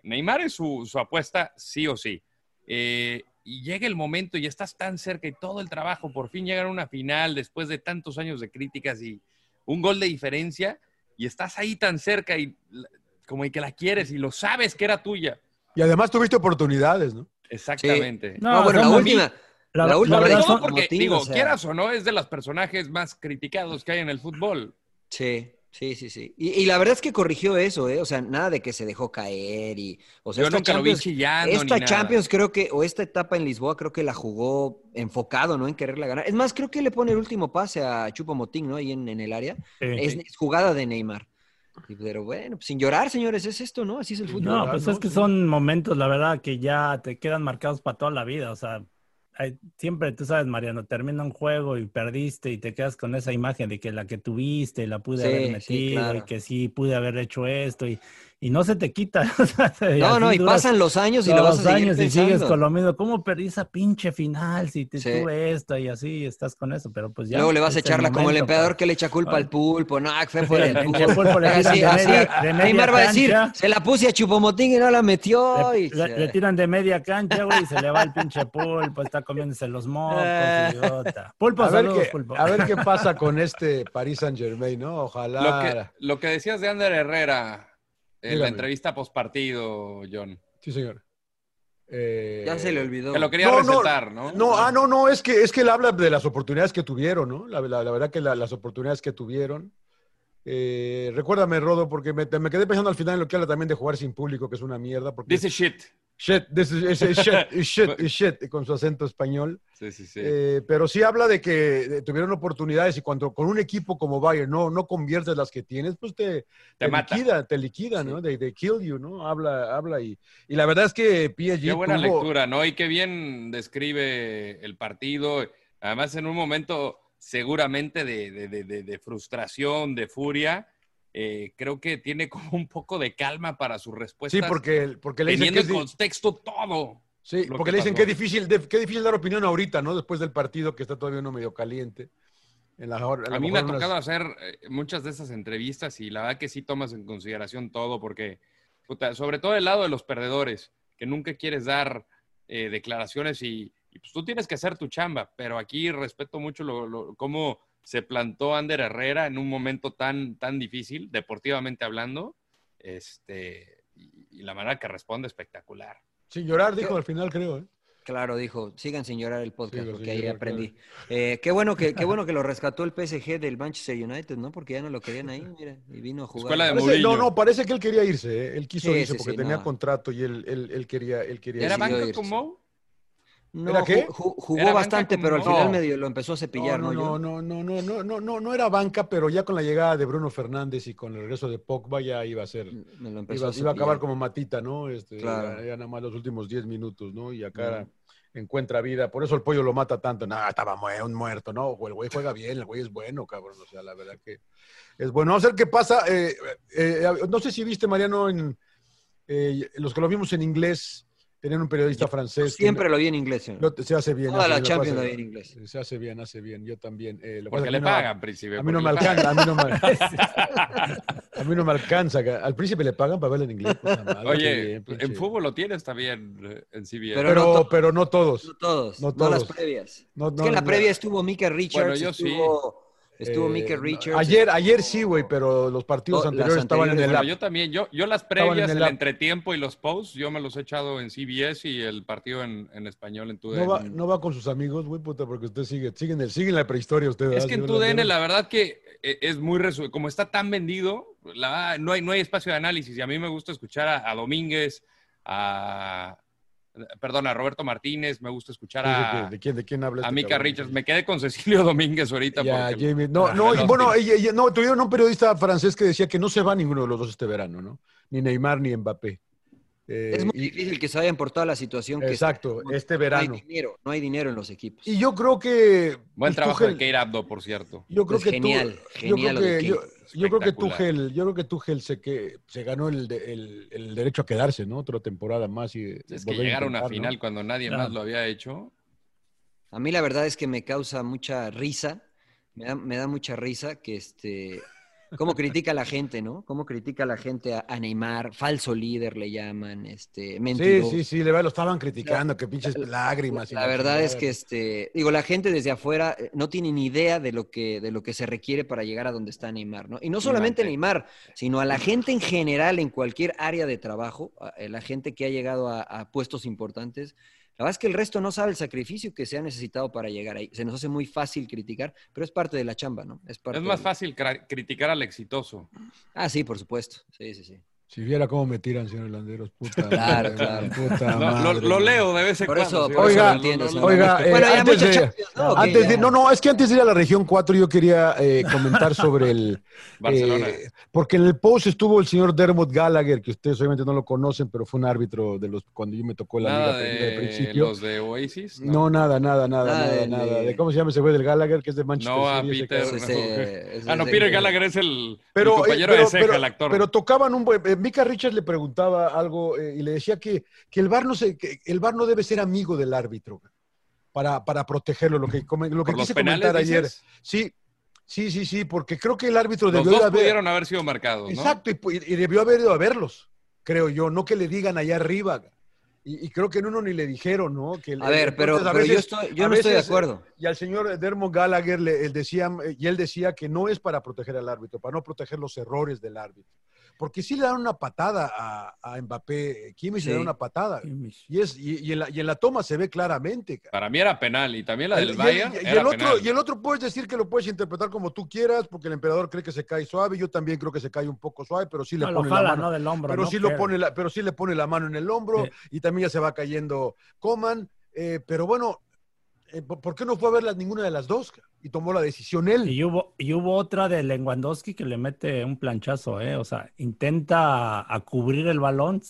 Speaker 3: Neymar es su, su apuesta sí o sí. Eh, y llega el momento y estás tan cerca y todo el trabajo, por fin llegar a una final después de tantos años de críticas y un gol de diferencia y estás ahí tan cerca y la- como que la quieres y lo sabes que era tuya.
Speaker 8: Y además tuviste oportunidades, ¿no?
Speaker 3: Exactamente.
Speaker 5: No,
Speaker 2: No,
Speaker 8: Ah,
Speaker 2: bueno,
Speaker 5: son
Speaker 2: la
Speaker 5: a mí-
Speaker 2: última. La,
Speaker 5: la
Speaker 2: última
Speaker 5: verdad
Speaker 2: de
Speaker 3: Sobre
Speaker 5: son-
Speaker 3: todo
Speaker 2: Lokomotiv,
Speaker 3: porque, digo,
Speaker 2: o sea,
Speaker 3: quieras o no, es de los personajes más criticados que hay en el fútbol.
Speaker 2: Sí, sí, sí, sí. Y, y la verdad es que corrigió eso, ¿eh? O sea, nada de que se dejó caer y... O sea,
Speaker 3: Yo
Speaker 2: esta
Speaker 3: nunca lo vi
Speaker 2: Champions-
Speaker 3: chillando ni
Speaker 2: Esta
Speaker 3: nada.
Speaker 2: Champions creo que, o esta etapa en Lisboa creo que la jugó enfocado, ¿no? En quererla ganar. Es más, creo que le pone el último pase a Chupo Motín, ¿no? Ahí en, en el área. Es, es jugada de Neymar. Y- Pero bueno, pues, sin llorar, señores, es esto, ¿no? Así es el fútbol.
Speaker 5: No, pues es que son momentos, la verdad, que ya te quedan marcados para toda la vida. O sea, hay- siempre, tú sabes, Mariano, termina un juego y perdiste y te quedas con esa imagen de que la que tuviste, la pude
Speaker 2: Sí,
Speaker 5: haber
Speaker 2: sí,
Speaker 5: metido y
Speaker 2: claro.
Speaker 5: que sí pude haber hecho esto. Y, y no se te quita.
Speaker 2: No, no, y pasan los años y lo vas a seguir
Speaker 5: años y sigues
Speaker 2: pensando.
Speaker 5: con lo mismo. ¿Cómo perdí esa pinche final si te
Speaker 2: Sí.
Speaker 5: tuve esto y así estás con eso? Pero pues ya.
Speaker 2: Luego le vas a
Speaker 5: es el
Speaker 2: echarla como el
Speaker 5: momento,
Speaker 2: emperador que le echa culpa al pulpo. No, que fue por el
Speaker 5: El
Speaker 2: pulpo.
Speaker 5: pulpo le tiran
Speaker 2: así,
Speaker 5: de
Speaker 2: así.
Speaker 5: media- de media
Speaker 2: Neymar va a decir,
Speaker 5: cancha.
Speaker 2: se la puse a Chupomotín y no la metió.
Speaker 5: Le,
Speaker 2: y-
Speaker 5: le- le tiran de media cancha, güey, y se le va el pinche pulpo, está comiéndose los mocos,
Speaker 8: Eh.
Speaker 5: idiota. Pulpo,
Speaker 8: a, ver
Speaker 5: saludos,
Speaker 8: qué,
Speaker 5: pulpo.
Speaker 8: a ver qué pasa con este Paris Saint Germain, ¿no? Ojalá.
Speaker 3: Lo que, lo que decías de Ander Herrera en la
Speaker 8: Dígame.
Speaker 3: entrevista postpartido, John.
Speaker 8: Sí, señor. Eh,
Speaker 2: Ya se le olvidó.
Speaker 3: Te lo quería recetar, ¿no?
Speaker 8: No, ah, no, no, es que, es que él habla de las oportunidades que tuvieron, ¿no? La, la- la verdad que la- las oportunidades que tuvieron. Eh, recuérdame, Rodo, porque me, te- me quedé pensando al final en lo que habla también de jugar sin público, que es una mierda. Porque
Speaker 3: Dice shit.
Speaker 8: shit, this is- it's- it's shit, it's shit, it's shit, con su acento español.
Speaker 3: Sí, sí, sí.
Speaker 8: Eh, pero sí habla de que eh, tuvieron oportunidades y cuando con un equipo como Bayern no, no conviertes las que tienes, pues te, te
Speaker 3: mata.
Speaker 8: liquida, te liquida, ¿no? They, they kill you, ¿no? Habla, habla y, y la verdad es que PSG
Speaker 3: Qué buena
Speaker 8: tuvo-
Speaker 3: lectura, ¿no? Y qué bien describe el partido. Además, en un momento seguramente de, de- de- de- de frustración, de furia, eh, creo que tiene como un poco de calma para sus respuestas.
Speaker 8: Sí, porque, porque le dicen que
Speaker 3: teniendo
Speaker 8: es,
Speaker 3: en
Speaker 8: di-
Speaker 3: contexto todo.
Speaker 8: sí,
Speaker 3: lo
Speaker 8: porque
Speaker 3: que
Speaker 8: le dicen
Speaker 3: pasó.
Speaker 8: que es difícil, de- qué difícil dar opinión ahorita, ¿no? Después del partido que está todavía uno medio caliente. En la, hora-
Speaker 3: A
Speaker 8: lo
Speaker 3: mí me ha
Speaker 8: mejor unas-
Speaker 3: tocado hacer eh, muchas de esas entrevistas y la verdad que sí tomas en consideración todo, porque puta, sobre todo el lado de los perdedores, que nunca quieres dar eh, declaraciones y, y, pues tú tienes que hacer tu chamba, pero aquí respeto mucho lo, lo- cómo se plantó Ander Herrera en un momento tan, tan difícil, deportivamente hablando, este, y, y la manera que responde espectacular.
Speaker 8: Sin llorar, dijo al final, creo. ¿eh?
Speaker 2: Claro, dijo, sigan sin llorar el podcast,
Speaker 8: Sigo sin
Speaker 2: porque ahí
Speaker 8: llorar,
Speaker 2: aprendí. Eh, qué, bueno que, qué bueno que lo rescató el PSG del Manchester United, ¿no? Porque ya no lo querían ahí, mira, y vino a jugar. Pues,
Speaker 3: Escuela de
Speaker 8: Parece- no,
Speaker 3: Mourinho.
Speaker 8: no, parece que él quería irse. ¿eh? Él quiso
Speaker 2: Sí,
Speaker 8: irse
Speaker 2: sí,
Speaker 8: porque
Speaker 2: sí,
Speaker 8: tenía
Speaker 2: no.
Speaker 8: contrato y él, él, él quería, él quería
Speaker 3: ¿Era
Speaker 8: irse.
Speaker 2: decidió
Speaker 3: banca
Speaker 2: irse.
Speaker 3: como?
Speaker 2: No,
Speaker 8: ¿Era qué?
Speaker 2: ju- ju- jugó
Speaker 3: ¿Era banca
Speaker 2: bastante,
Speaker 3: como-
Speaker 2: pero al final
Speaker 8: No.
Speaker 2: medio lo empezó a cepillar, ¿no?
Speaker 8: no,
Speaker 2: John?
Speaker 8: no, no, no, no, no, no, no, no era banca, pero ya con la llegada de Bruno Fernández y con el regreso de Pogba ya iba a ser, iba,
Speaker 2: Me lo empezó
Speaker 8: iba
Speaker 2: a
Speaker 8: a acabar
Speaker 2: cepillar.
Speaker 8: como matita, ¿no? Este,
Speaker 2: Claro.
Speaker 8: ya, ya nada más los últimos 10 minutos, ¿no? Y acá
Speaker 2: Ujú.
Speaker 8: encuentra vida, por eso el pollo lo mata tanto, nada, estaba mu- un muerto, ¿no? O El güey juega bien, el güey es bueno, cabrón, o sea, la verdad que es bueno. Vamos a ver qué pasa, eh, eh, eh, no sé si viste, Mariano, en, eh, los que lo vimos en inglés, tenían un periodista francés. que-
Speaker 2: Siempre lo vi en inglés, señor.
Speaker 8: este. lo- se hace bien.
Speaker 2: Toda
Speaker 8: hace
Speaker 2: la
Speaker 8: bien,
Speaker 2: Champions
Speaker 8: pasa-
Speaker 2: la vi en inglés.
Speaker 8: Se hace bien, hace bien. Yo también. eh, lo que pasa es
Speaker 3: Porque
Speaker 8: que
Speaker 3: le
Speaker 8: a mí no-
Speaker 3: pagan, príncipe.
Speaker 8: A mí no
Speaker 3: porque
Speaker 8: me
Speaker 3: le pagan.
Speaker 8: alcanza, a mí no me, a mí no me alcanza. ca- Al príncipe le pagan para verlo en inglés. puta madre, qué
Speaker 3: Oye,
Speaker 8: bien, pinche.
Speaker 3: en fútbol lo tienes también eh, en CBS.
Speaker 2: Pero
Speaker 8: Pero, pero,
Speaker 2: no
Speaker 8: no
Speaker 2: to-
Speaker 8: todos.
Speaker 2: No todos, no,
Speaker 8: No
Speaker 2: las
Speaker 8: todos.
Speaker 2: previas.
Speaker 8: No,
Speaker 2: es
Speaker 8: no,
Speaker 2: que en la
Speaker 8: no.
Speaker 2: previa estuvo Mika Richards,
Speaker 3: Bueno, yo sí.
Speaker 2: estuvo, estuvo
Speaker 8: Eh,
Speaker 2: Mika
Speaker 8: no,
Speaker 2: Richards.
Speaker 8: Ayer, ayer
Speaker 2: estuvo-
Speaker 8: sí, güey, pero los partidos
Speaker 2: No, las
Speaker 8: anteriores estaban en el
Speaker 3: Bueno,
Speaker 8: app.
Speaker 3: yo también, yo, yo las
Speaker 8: Estaban en
Speaker 3: previas,
Speaker 8: el
Speaker 3: el,
Speaker 8: app.
Speaker 3: entretiempo y los posts, yo me los he echado en CBS y el partido en, en español en TUDN.
Speaker 8: No va, no va con sus amigos, güey, puta, porque usted sigue, sigue en, el, sigue en la prehistoria usted.
Speaker 3: es
Speaker 8: ¿verdad?
Speaker 3: que en
Speaker 8: Sí, ¿verdad?
Speaker 3: TUDN la verdad que eh, es muy resu- como está tan vendido, la- no, hay, no hay espacio de análisis y a mí me gusta escuchar a, a Domínguez, a, perdón, a Roberto Martínez, me gusta escuchar
Speaker 8: Sí, sí,
Speaker 3: a,
Speaker 8: ¿De, de quién, ¿De quién habla?
Speaker 3: a
Speaker 8: este
Speaker 3: Mika
Speaker 8: cabrón?
Speaker 3: Richards. Me quedé con Cecilio Domínguez ahorita.
Speaker 8: Ya,
Speaker 3: porque-
Speaker 8: Jamie. No,
Speaker 3: Ah,
Speaker 8: no, y
Speaker 3: no,
Speaker 8: bueno,
Speaker 3: sí.
Speaker 8: ella- ella- no, tuvieron un periodista francés que decía que no se va ninguno de los dos este verano, ¿no? Ni Neymar ni Mbappé. Eh,
Speaker 2: Es muy
Speaker 8: y-
Speaker 2: difícil que se vayan por toda la situación que
Speaker 8: Exacto,
Speaker 2: está.
Speaker 8: este
Speaker 2: No
Speaker 8: verano.
Speaker 2: hay dinero, no hay dinero en los equipos.
Speaker 8: Y yo creo que.
Speaker 3: Buen
Speaker 8: pues,
Speaker 3: trabajo
Speaker 8: Tuchel-
Speaker 3: de Keir Abdo, por cierto.
Speaker 8: Yo creo
Speaker 2: Pues
Speaker 8: que
Speaker 2: genial,
Speaker 8: tú,
Speaker 2: genial lo
Speaker 8: Yo creo
Speaker 2: de
Speaker 8: que, yo,
Speaker 3: Keylor.
Speaker 8: yo creo que
Speaker 3: Espectacular.
Speaker 8: Tuchel, yo creo que Tuchel se, que, se ganó el, de- el, el derecho a quedarse, ¿no? Otra temporada más y eh,
Speaker 3: Es que
Speaker 8: volver a
Speaker 3: llegar a una
Speaker 8: intentar, ¿no?
Speaker 3: final cuando nadie
Speaker 5: Claro.
Speaker 3: más lo había hecho.
Speaker 2: A mí la verdad es que me causa mucha risa, me da, me da mucha risa que este, cómo critica a la gente, ¿no? Cómo critica a la gente a, a Neymar, falso líder le llaman, este,
Speaker 8: Sí,
Speaker 2: mentiroso.
Speaker 8: sí, sí, le va- lo estaban criticando, que pinches lágrimas. y
Speaker 2: La verdad es
Speaker 8: chingada.
Speaker 2: que este, digo, la gente desde afuera eh, no tiene ni idea de lo que, de lo que se requiere para llegar a donde está Neymar, ¿no? Y no solamente Neymar, sino a la gente en general, en cualquier área de trabajo, a- eh, la gente que ha llegado a, a puestos importantes. La verdad es que el resto no sabe el sacrificio que se ha necesitado para llegar ahí. Se nos hace muy fácil criticar, pero es parte de la chamba, ¿no? Es, parte
Speaker 3: Es más
Speaker 2: del-
Speaker 3: fácil cra- criticar al exitoso.
Speaker 2: Ah, sí, por supuesto. Sí, sí, sí.
Speaker 8: Si viera cómo me tiran, señor Landeros, puta.
Speaker 2: Claro,
Speaker 8: madre,
Speaker 2: claro.
Speaker 8: puta
Speaker 3: Lo, lo-
Speaker 8: madre,
Speaker 3: lo
Speaker 8: güey.
Speaker 3: leo de vez en
Speaker 2: Por
Speaker 3: cuando.
Speaker 2: eso,
Speaker 3: sí,
Speaker 2: por eso
Speaker 8: Oiga,
Speaker 2: lo entiendo.
Speaker 8: oiga,
Speaker 2: señor.
Speaker 8: eh,
Speaker 2: bueno, ya
Speaker 8: antes
Speaker 2: muchos
Speaker 8: de-
Speaker 2: Champions,
Speaker 8: No, antes de, no, no, es que antes de ir a la región 4 yo quería eh, comentar sobre el...
Speaker 3: Barcelona.
Speaker 8: eh, porque en el post estuvo el señor Dermot Gallagher, que ustedes obviamente no lo conocen, pero fue un árbitro de los cuando yo me tocó la
Speaker 3: Nada
Speaker 8: liga Premier al
Speaker 3: de
Speaker 8: principio.
Speaker 3: los de Oasis.
Speaker 8: No, nada, nada, nada,
Speaker 3: Ah,
Speaker 8: nada,
Speaker 3: el
Speaker 8: nada.
Speaker 3: de-
Speaker 8: ¿De cómo se llama ese güey del Gallagher, que es de Manchester
Speaker 3: No, a
Speaker 8: City? ese
Speaker 3: Peter.
Speaker 8: cabrón?
Speaker 3: no. Ah, no, Peter Gallagher es el,
Speaker 8: Pero, eh,
Speaker 3: el compañero
Speaker 8: pero-
Speaker 3: de Ceja,
Speaker 8: pero-
Speaker 3: el actor.
Speaker 8: pero tocaban un buen. eh, Mika Richards le preguntaba algo eh, y le decía que, que el bar no se, que el VAR no debe ser amigo del árbitro para, para protegerlo. Lo que, come- lo que
Speaker 3: ¿Por los
Speaker 8: quise
Speaker 3: penales,
Speaker 8: comentar ayer.
Speaker 3: dices?
Speaker 8: Sí, sí, sí, sí, porque creo que el árbitro
Speaker 3: Los
Speaker 8: debió
Speaker 3: dos
Speaker 8: de haber.
Speaker 3: pudieron haber sido marcados, ¿no?
Speaker 8: Exacto, y, pu- y debió haber ido a verlos, creo yo, no que le digan allá arriba. Y, y creo que en uno ni le dijeron, ¿no? Que el-
Speaker 2: A ver, pero-
Speaker 8: entonces,
Speaker 2: pero yo estoy- yo
Speaker 8: a
Speaker 2: no estoy de
Speaker 8: veces,
Speaker 2: acuerdo.
Speaker 8: eh, Y al señor Dermot Gallagher le él decía, eh, y él decía que no es para proteger al árbitro, para no proteger los errores del árbitro. Porque sí le dan una patada a, a Mbappé, Kimmich
Speaker 2: Sí.
Speaker 8: le da una patada. Y, es, y, y en la, y en la toma se ve claramente.
Speaker 3: Para mí era penal y también la
Speaker 8: El-
Speaker 3: del
Speaker 8: y el-
Speaker 3: Bayern
Speaker 8: y el,
Speaker 3: era
Speaker 8: otro,
Speaker 3: penal.
Speaker 8: y el otro puedes decir que lo puedes interpretar como tú quieras, porque el emperador cree que se cae suave, yo también creo que se cae un poco suave, pero sí le
Speaker 5: No, lo
Speaker 8: pone
Speaker 5: jala,
Speaker 8: la mano.
Speaker 5: ¿no? del hombro,
Speaker 8: pero
Speaker 5: ¿no?
Speaker 8: sí lo
Speaker 5: Pero-
Speaker 8: pone la, pero sí le pone la mano en el hombro
Speaker 5: Sí.
Speaker 8: y también ya se va cayendo Coman. eh, pero bueno, eh, ¿por por qué no fue a ver las- ninguna de las dos? Y tomó la decisión él.
Speaker 5: Y hubo, y hubo otra de Lewandowski que le mete un planchazo, ¿eh? O sea, intenta a, a cubrir el balón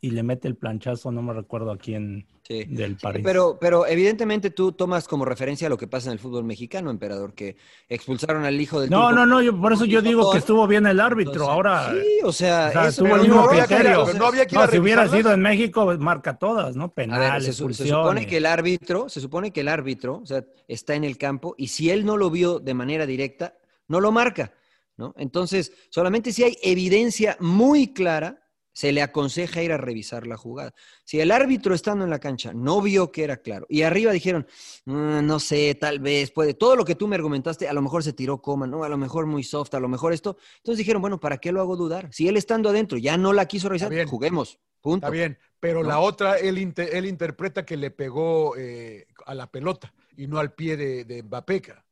Speaker 5: y le mete el planchazo, no me recuerdo a quién del París.
Speaker 2: Pero, pero evidentemente tú tomas como referencia lo que pasa en el fútbol mexicano, emperador, que expulsaron al hijo del
Speaker 5: no,
Speaker 2: turco.
Speaker 5: no, no, yo- por eso yo digo que estuvo bien el árbitro. Ahora,
Speaker 2: Sí, o sea,
Speaker 5: o sea,
Speaker 2: es-
Speaker 5: tuvo
Speaker 2: pero
Speaker 5: el mismo
Speaker 2: no había que ir a-
Speaker 5: criterio.
Speaker 2: no había que ir a
Speaker 5: si hubiera
Speaker 2: revisarlas.
Speaker 5: sido en México, pues, marca todas, ¿no?
Speaker 2: A
Speaker 5: Penal,
Speaker 2: ver, se, su- se
Speaker 5: expulsión.
Speaker 2: supone que el árbitro, se supone que el árbitro, o sea, está en el campo y si él no lo vio de manera directa, no lo marca, ¿no? Entonces, solamente si hay evidencia muy clara, se le aconseja ir a revisar la jugada. Si el árbitro estando en la cancha no vio que era claro y arriba dijeron, "Mm, no sé, tal vez puede, todo lo que tú me argumentaste, a lo mejor se tiró coma, ¿no? A lo mejor muy soft, a lo mejor esto. Entonces dijeron, bueno, ¿para qué lo hago dudar? Si él estando adentro ya no la quiso revisar, juguemos, punto.
Speaker 8: Está bien, pero
Speaker 2: No.
Speaker 8: la otra, él, inte- él interpreta que le pegó eh, a la pelota y no al pie de, de Mbappé. ca.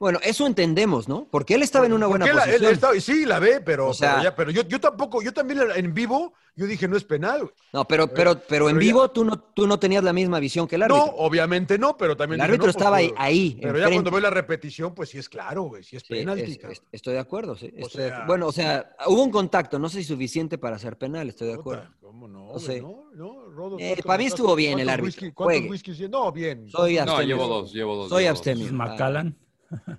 Speaker 2: Bueno, eso entendemos, ¿no? Porque él estaba en una buena
Speaker 8: Porque él- él
Speaker 2: posición.
Speaker 8: estaba- sí, la ve, pero,
Speaker 2: O sea-
Speaker 8: pero, ya- pero yo, yo tampoco, yo también en vivo, yo dije, no es penal. güey.
Speaker 2: No, pero, pero, pero en
Speaker 8: Pero ya-
Speaker 2: vivo tú no, tú no tenías la misma visión que el árbitro.
Speaker 8: No, obviamente no, pero también...
Speaker 2: El
Speaker 8: dije,
Speaker 2: árbitro
Speaker 8: no, pues,
Speaker 2: estaba ahí,
Speaker 8: güey.
Speaker 2: ahí,
Speaker 8: Pero ya
Speaker 2: enfrente.
Speaker 8: cuando veo la repetición, pues sí es claro, güey, sí es
Speaker 2: Sí,
Speaker 8: penal.
Speaker 2: Este, es- es- estoy de acuerdo, sí. estoy de
Speaker 8: sea-
Speaker 2: acu- bueno, o sea, hubo un contacto, no sé si suficiente para ser penal, estoy de acuerdo.
Speaker 8: ¿Cómo
Speaker 2: No
Speaker 8: no?
Speaker 2: sé.
Speaker 8: güey, No, no, Rodo,
Speaker 2: Eh,
Speaker 8: ¿cuántos-
Speaker 2: para mí estuvo bien el
Speaker 8: cuántos
Speaker 2: árbitro.
Speaker 8: whisky- ¿Cuántos
Speaker 2: Juegue.
Speaker 8: whiskies? No, bien.
Speaker 2: Soy
Speaker 3: No,
Speaker 2: abstemio.
Speaker 3: llevo dos, llevo dos.
Speaker 2: Soy
Speaker 3: llevo dos.
Speaker 2: abstemio.
Speaker 5: Pues
Speaker 2: Ah,
Speaker 5: Macallan.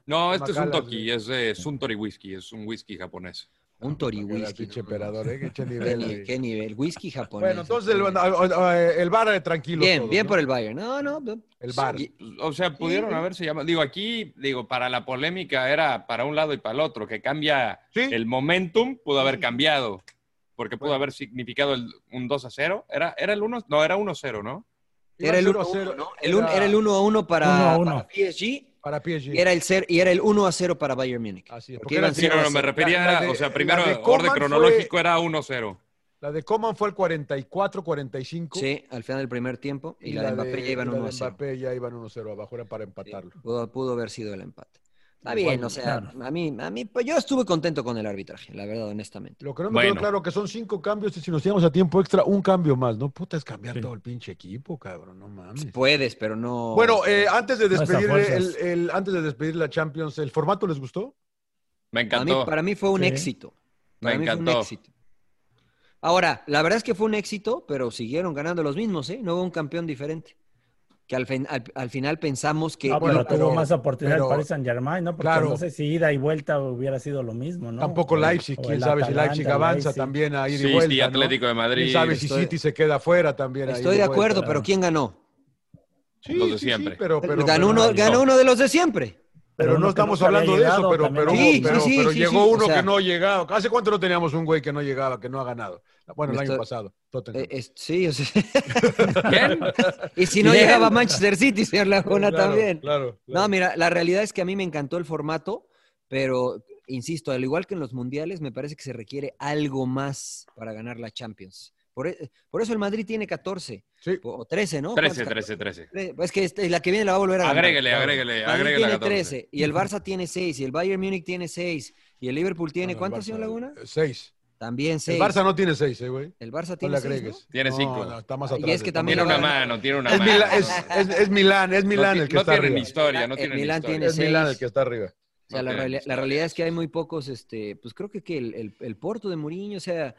Speaker 3: No, este es un
Speaker 8: Macallan,
Speaker 3: toki, es, eh, Suntory Whisky, es un whisky japonés.
Speaker 2: Un Tori
Speaker 8: Era
Speaker 2: whisky.
Speaker 8: pinche emperador, ¿eh? Qué
Speaker 2: ¿Qué,
Speaker 8: nivel,
Speaker 2: ni-
Speaker 8: güey.
Speaker 2: qué nivel? Whisky japonés. este,
Speaker 8: Bueno, entonces el, el bar eh, tranquilo.
Speaker 2: Bien,
Speaker 8: todo,
Speaker 2: bien
Speaker 8: ¿no?
Speaker 2: por el Bayern. No, no. no.
Speaker 8: El bar.
Speaker 3: O sea, pudieron haberse llamado. Digo, aquí, digo, para la polémica era para un lado y para el otro, que cambia el momentum, pudo haber cambiado, porque pudo haber significado el- un 2 a 0. ¿Era, era el 1? No, era 1 a 0, ¿no?
Speaker 2: Era el 1
Speaker 8: 0,
Speaker 2: ¿no? El un- era el 1 a 1
Speaker 5: Uno
Speaker 2: para,
Speaker 5: a uno.
Speaker 2: para PSG.
Speaker 8: Para PSG.
Speaker 2: Y era el, ser, y era el 1 a 0 para Bayern Múnich.
Speaker 8: Así es,
Speaker 2: Porque
Speaker 8: porque
Speaker 2: iban
Speaker 8: eran
Speaker 3: Sí,
Speaker 2: 0
Speaker 3: no,
Speaker 2: a
Speaker 3: no, me
Speaker 2: 0.
Speaker 3: refería,
Speaker 8: La- la de-
Speaker 3: o sea,
Speaker 8: la
Speaker 3: primero,
Speaker 8: de
Speaker 3: orden
Speaker 8: Coman
Speaker 3: cronológico era 1 a 0.
Speaker 8: La de Coman fue el 44, 45.
Speaker 2: Sí, al final del primer tiempo. Y, la, de Mbappé ya iban
Speaker 8: y la
Speaker 2: 1 a
Speaker 8: de
Speaker 2: 0.
Speaker 8: Mbappé ya iban 1-0 abajo, era para empatarlo.
Speaker 2: Pudo, pudo haber sido el empate. Está
Speaker 8: Igual,
Speaker 2: bien, o sea, a mí, a mí, pues yo estuve contento con el arbitraje, la verdad, honestamente.
Speaker 8: Lo que no me
Speaker 3: Bueno.
Speaker 8: quedó claro que son cinco cambios y si nos llegamos a tiempo extra, un cambio más, ¿no? Puta, es cambiar todo el pinche equipo, cabrón, no mames.
Speaker 2: Puedes, pero Pues, no.
Speaker 8: Bueno, eh, antes de
Speaker 5: No es a
Speaker 8: despedir el,
Speaker 5: fuerzas.
Speaker 8: el- antes de despedir la Champions, ¿el formato les gustó?
Speaker 3: Me
Speaker 2: A mí-
Speaker 3: encantó.
Speaker 2: para mí fue un
Speaker 5: Sí.
Speaker 2: éxito.
Speaker 3: Me
Speaker 2: Para mí fue
Speaker 3: encantó.
Speaker 2: un éxito. Ahora, la verdad es que fue un éxito, pero siguieron ganando los mismos, ¿eh? No hubo un campeón diferente. Que al, fin- al- al final pensamos que.
Speaker 5: No,
Speaker 8: Ah, bueno,
Speaker 5: pero
Speaker 8: pero-
Speaker 5: Ah, tuvo más oportunidad
Speaker 8: pero-
Speaker 5: el Paris Saint Germain, ¿no? Porque
Speaker 8: Claro.
Speaker 5: no sé si ida y vuelta hubiera sido lo mismo, ¿no?
Speaker 8: Tampoco
Speaker 5: O el-
Speaker 8: Leipzig,
Speaker 5: o
Speaker 8: quién
Speaker 5: el
Speaker 8: sabe si
Speaker 5: Atalanta,
Speaker 8: Leipzig avanza
Speaker 5: Leipzig.
Speaker 8: también a ir
Speaker 3: Sí,
Speaker 8: y
Speaker 3: sí,
Speaker 8: vuelta. ¿no?
Speaker 3: Atlético de Madrid.
Speaker 8: Quién sabe si
Speaker 2: Estoy-
Speaker 8: City se queda afuera también. a ida y
Speaker 2: Estoy de
Speaker 8: vuelta.
Speaker 2: acuerdo, pero ¿quién ganó?
Speaker 8: Sí,
Speaker 3: Los de
Speaker 8: sí, sí,
Speaker 3: siempre.
Speaker 8: pero, pero,
Speaker 2: Pues ganó,
Speaker 8: pero-
Speaker 2: uno, ganó uno de los de siempre.
Speaker 8: Pero,
Speaker 5: Pero
Speaker 8: no
Speaker 5: uno que
Speaker 8: estamos
Speaker 5: nunca había
Speaker 8: hablando de eso,
Speaker 5: llegado,
Speaker 8: pero,
Speaker 5: también
Speaker 8: pero,
Speaker 5: hubo-
Speaker 2: Sí, sí,
Speaker 8: pero-
Speaker 2: sí,
Speaker 8: pero
Speaker 2: sí,
Speaker 8: llegó
Speaker 2: sí, o
Speaker 8: uno
Speaker 2: sea-
Speaker 8: que no llegaba. ¿Hace cuánto no teníamos un güey que no llegaba, que no ha ganado? Bueno, el
Speaker 2: Me
Speaker 8: año
Speaker 2: estoy-
Speaker 8: pasado. Tottenham.
Speaker 2: Pues Eh, es- sí, o sea,
Speaker 3: ¿Quién?
Speaker 2: y si no
Speaker 5: Bien.
Speaker 2: llegaba Manchester City, señor Laguna
Speaker 8: Claro,
Speaker 2: también.
Speaker 8: Claro.
Speaker 2: No,
Speaker 8: claro.
Speaker 2: mira, la realidad es que a mí me encantó el formato, pero insisto, al igual que en los mundiales, me parece que se requiere algo más para ganar la Champions. Por, e- por eso el Madrid tiene 14
Speaker 8: Sí.
Speaker 2: o 13, ¿no?
Speaker 3: 13,
Speaker 2: ¿Cuántos?
Speaker 3: 13, 13.
Speaker 2: Tre- Es que este- la que viene la va a volver a ganar.
Speaker 3: Agréguele, agréguele,
Speaker 2: Madrid
Speaker 3: agréguele a
Speaker 2: tiene
Speaker 3: 14.
Speaker 2: 13 y el Barça tiene 6 y el Bayern Múnich tiene 6 y el Liverpool tiene
Speaker 8: Bueno, el
Speaker 2: ¿cuántos,
Speaker 8: Barça,
Speaker 2: señor Laguna?
Speaker 8: eh, Seis.
Speaker 2: También seis.
Speaker 8: El Barça no tiene seis, ¿eh, güey.
Speaker 2: El Barça
Speaker 8: No
Speaker 2: tiene
Speaker 8: le
Speaker 2: seis,
Speaker 8: agregues.
Speaker 2: ¿no? Ah,
Speaker 3: Tiene
Speaker 8: No,
Speaker 3: cinco.
Speaker 8: no, está más
Speaker 2: Y
Speaker 8: atrás.
Speaker 2: es que
Speaker 8: está
Speaker 2: también
Speaker 3: Tiene
Speaker 8: más
Speaker 3: una
Speaker 8: atrás.
Speaker 3: mano, tiene una
Speaker 8: Es,
Speaker 3: mano.
Speaker 8: Mila- es, es- es Milán, es Milán
Speaker 3: ti-
Speaker 8: el que
Speaker 3: no
Speaker 8: está
Speaker 3: tienen
Speaker 8: arriba.
Speaker 3: historia, no
Speaker 2: El
Speaker 3: tienen
Speaker 2: Milán
Speaker 3: historia.
Speaker 2: tiene
Speaker 8: Es Milán
Speaker 2: seis.
Speaker 8: el que está arriba.
Speaker 2: O sea, la,
Speaker 3: Ok.
Speaker 2: realidad, la realidad es que hay muy pocos, este, pues creo que, que el, el- el Porto de Mourinho, o sea,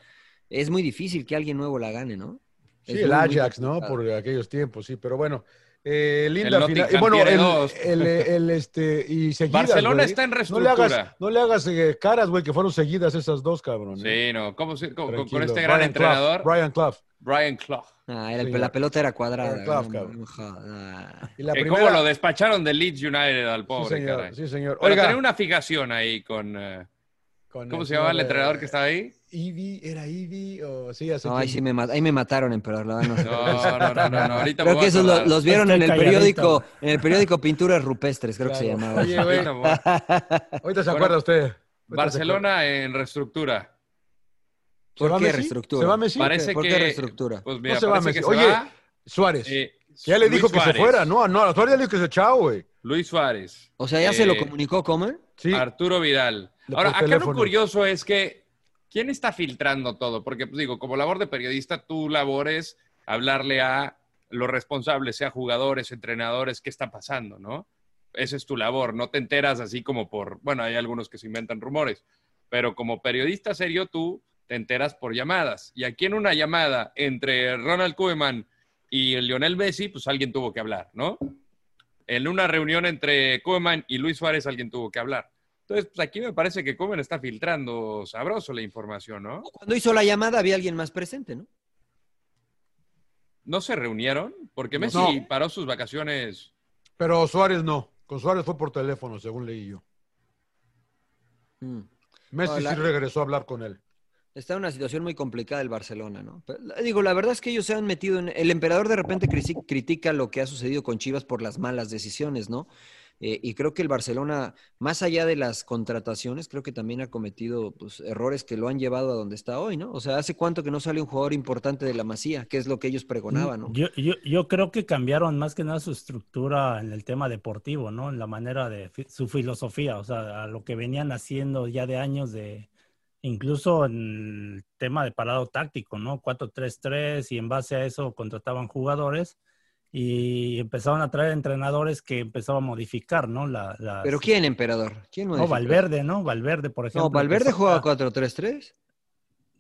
Speaker 2: es muy difícil que alguien nuevo la gane, ¿no?
Speaker 8: Sí,
Speaker 2: Es
Speaker 8: el
Speaker 2: muy, muy
Speaker 8: Ajax, ¿no?
Speaker 2: complicado.
Speaker 8: Por aquellos tiempos, sí, pero bueno. eh, linda
Speaker 3: El
Speaker 8: final.
Speaker 3: Nottingham
Speaker 8: Y bueno,
Speaker 3: tiene
Speaker 8: el,
Speaker 3: dos.
Speaker 8: el- el, este, y seguidas,
Speaker 3: Barcelona
Speaker 8: güey.
Speaker 3: está en
Speaker 8: No le
Speaker 3: reestructura.
Speaker 8: hagas, no le hagas eh, caras, güey, que fueron seguidas esas dos, cabrón. eh.
Speaker 3: Sí, no. ¿Cómo se- con- con,
Speaker 8: Tranquilo.
Speaker 3: este gran
Speaker 8: Brian Clough,
Speaker 3: entrenador,
Speaker 8: Brian Clough.
Speaker 3: Brian Clough.
Speaker 2: Ah, era el-
Speaker 8: Sí,
Speaker 2: la
Speaker 8: ya.
Speaker 2: pelota era cuadrada.
Speaker 8: Era clave,
Speaker 2: no,
Speaker 8: cabrón.
Speaker 2: no jodas.
Speaker 8: Y la
Speaker 3: Eh,
Speaker 8: primera,
Speaker 3: ¿Cómo lo despacharon de Leeds United al
Speaker 8: sí,
Speaker 3: pobre,
Speaker 8: señor.
Speaker 3: caray?
Speaker 8: Sí, señor.
Speaker 3: Pero
Speaker 8: Oiga,
Speaker 3: tenía una fijación ahí con... eh,
Speaker 8: con
Speaker 3: ¿Cómo se llamaba el
Speaker 8: señor,
Speaker 3: entrenador
Speaker 8: eh,
Speaker 3: que estaba ahí?
Speaker 8: Ibi, ¿era Ibi? O, sí, hace
Speaker 2: No, ahí sí me, ma- ahí me mataron, emperador. la verdad, no sé.
Speaker 3: No, no, no, no, no, ahorita me
Speaker 2: Creo
Speaker 3: voy
Speaker 2: que
Speaker 3: a
Speaker 2: esos lo-
Speaker 3: acordar.
Speaker 2: los vieron en el
Speaker 5: Estoy
Speaker 2: periódico, en el periódico Pinturas Rupestres, creo que se
Speaker 8: Claro.
Speaker 2: llamaba.
Speaker 8: Oye, güey,
Speaker 3: Ahorita me voy a-
Speaker 8: ahorita se
Speaker 3: pues. Bueno,
Speaker 8: acuerda usted. Ahorita se acuerda.
Speaker 3: Barcelona en reestructura.
Speaker 8: ¿Se
Speaker 2: ¿Por
Speaker 8: va
Speaker 2: qué
Speaker 8: Messi?
Speaker 2: reestructura?
Speaker 8: ¿Se va Messi?
Speaker 3: Parece
Speaker 2: ¿Por
Speaker 3: que...
Speaker 2: qué reestructura?
Speaker 3: Pues mira,
Speaker 8: No se va
Speaker 3: parece
Speaker 8: Messi.
Speaker 3: que se
Speaker 8: Oye,
Speaker 3: va,
Speaker 8: Suárez.
Speaker 3: eh,
Speaker 8: que ya le dijo
Speaker 3: Luis
Speaker 8: que se
Speaker 3: Suárez.
Speaker 8: fuera. No, no, Suárez ya le dijo que se echó, güey.
Speaker 3: Luis Suárez.
Speaker 2: O sea, ya se lo
Speaker 3: Eh,
Speaker 2: comunicó Coman.
Speaker 8: Sí.
Speaker 3: Arturo Vidal.
Speaker 8: Le-
Speaker 3: Ahora,
Speaker 8: por
Speaker 3: acá lo
Speaker 8: teléfono.
Speaker 3: curioso es que, ¿quién está filtrando todo? Porque, pues, digo, como labor de periodista, tu labor es hablarle a los responsables, sea jugadores, entrenadores, qué está pasando, ¿no? Esa es tu labor, no te enteras así como por, bueno, hay algunos que se inventan rumores, pero como periodista serio tú te enteras por llamadas. Y aquí en una llamada entre Ronald Koeman y el Lionel Messi, pues alguien tuvo que hablar, ¿no? En una reunión entre Koeman y Luis Suárez alguien tuvo que hablar. Entonces, pues aquí me parece que Comen está filtrando sabroso la información, ¿no?
Speaker 2: Cuando hizo la llamada había alguien más presente, ¿no?
Speaker 3: ¿No se reunieron? Porque Messi
Speaker 8: No.
Speaker 3: paró sus vacaciones.
Speaker 8: Pero Suárez no. Con Suárez fue por teléfono, según leí yo.
Speaker 2: Mm.
Speaker 8: Messi
Speaker 2: Hola.
Speaker 8: sí regresó a hablar con él.
Speaker 2: Está en una situación muy complicada el Barcelona, ¿no? Pero, la- digo, la verdad es que ellos se han metido en... El emperador de repente crisi- critica lo que ha sucedido con Chivas por las malas decisiones, ¿no? Eh, y creo que el Barcelona, más allá de las contrataciones, creo que también ha cometido pues, errores que lo han llevado a donde está hoy, ¿no? O sea, ¿hace cuánto que no sale un jugador importante de la Masía? Que es lo que ellos pregonaban, ¿no?
Speaker 5: Mm, Yo, yo, yo creo que cambiaron más que nada su estructura en el tema deportivo, ¿no? En la manera de fi- su filosofía, o sea, a lo que venían haciendo ya de años de, incluso en el tema de parado táctico, ¿no? 4-3-3 y en base a eso contrataban jugadores y empezaron a traer entrenadores que empezaban a modificar, ¿no? La, las-
Speaker 2: ¿Pero quién, emperador? ¿Quién
Speaker 5: No,
Speaker 2: modificó?
Speaker 5: Valverde, ¿no? Valverde, por ejemplo.
Speaker 2: No, Valverde
Speaker 5: empezó
Speaker 2: jugaba
Speaker 5: a-
Speaker 2: 4-3-3.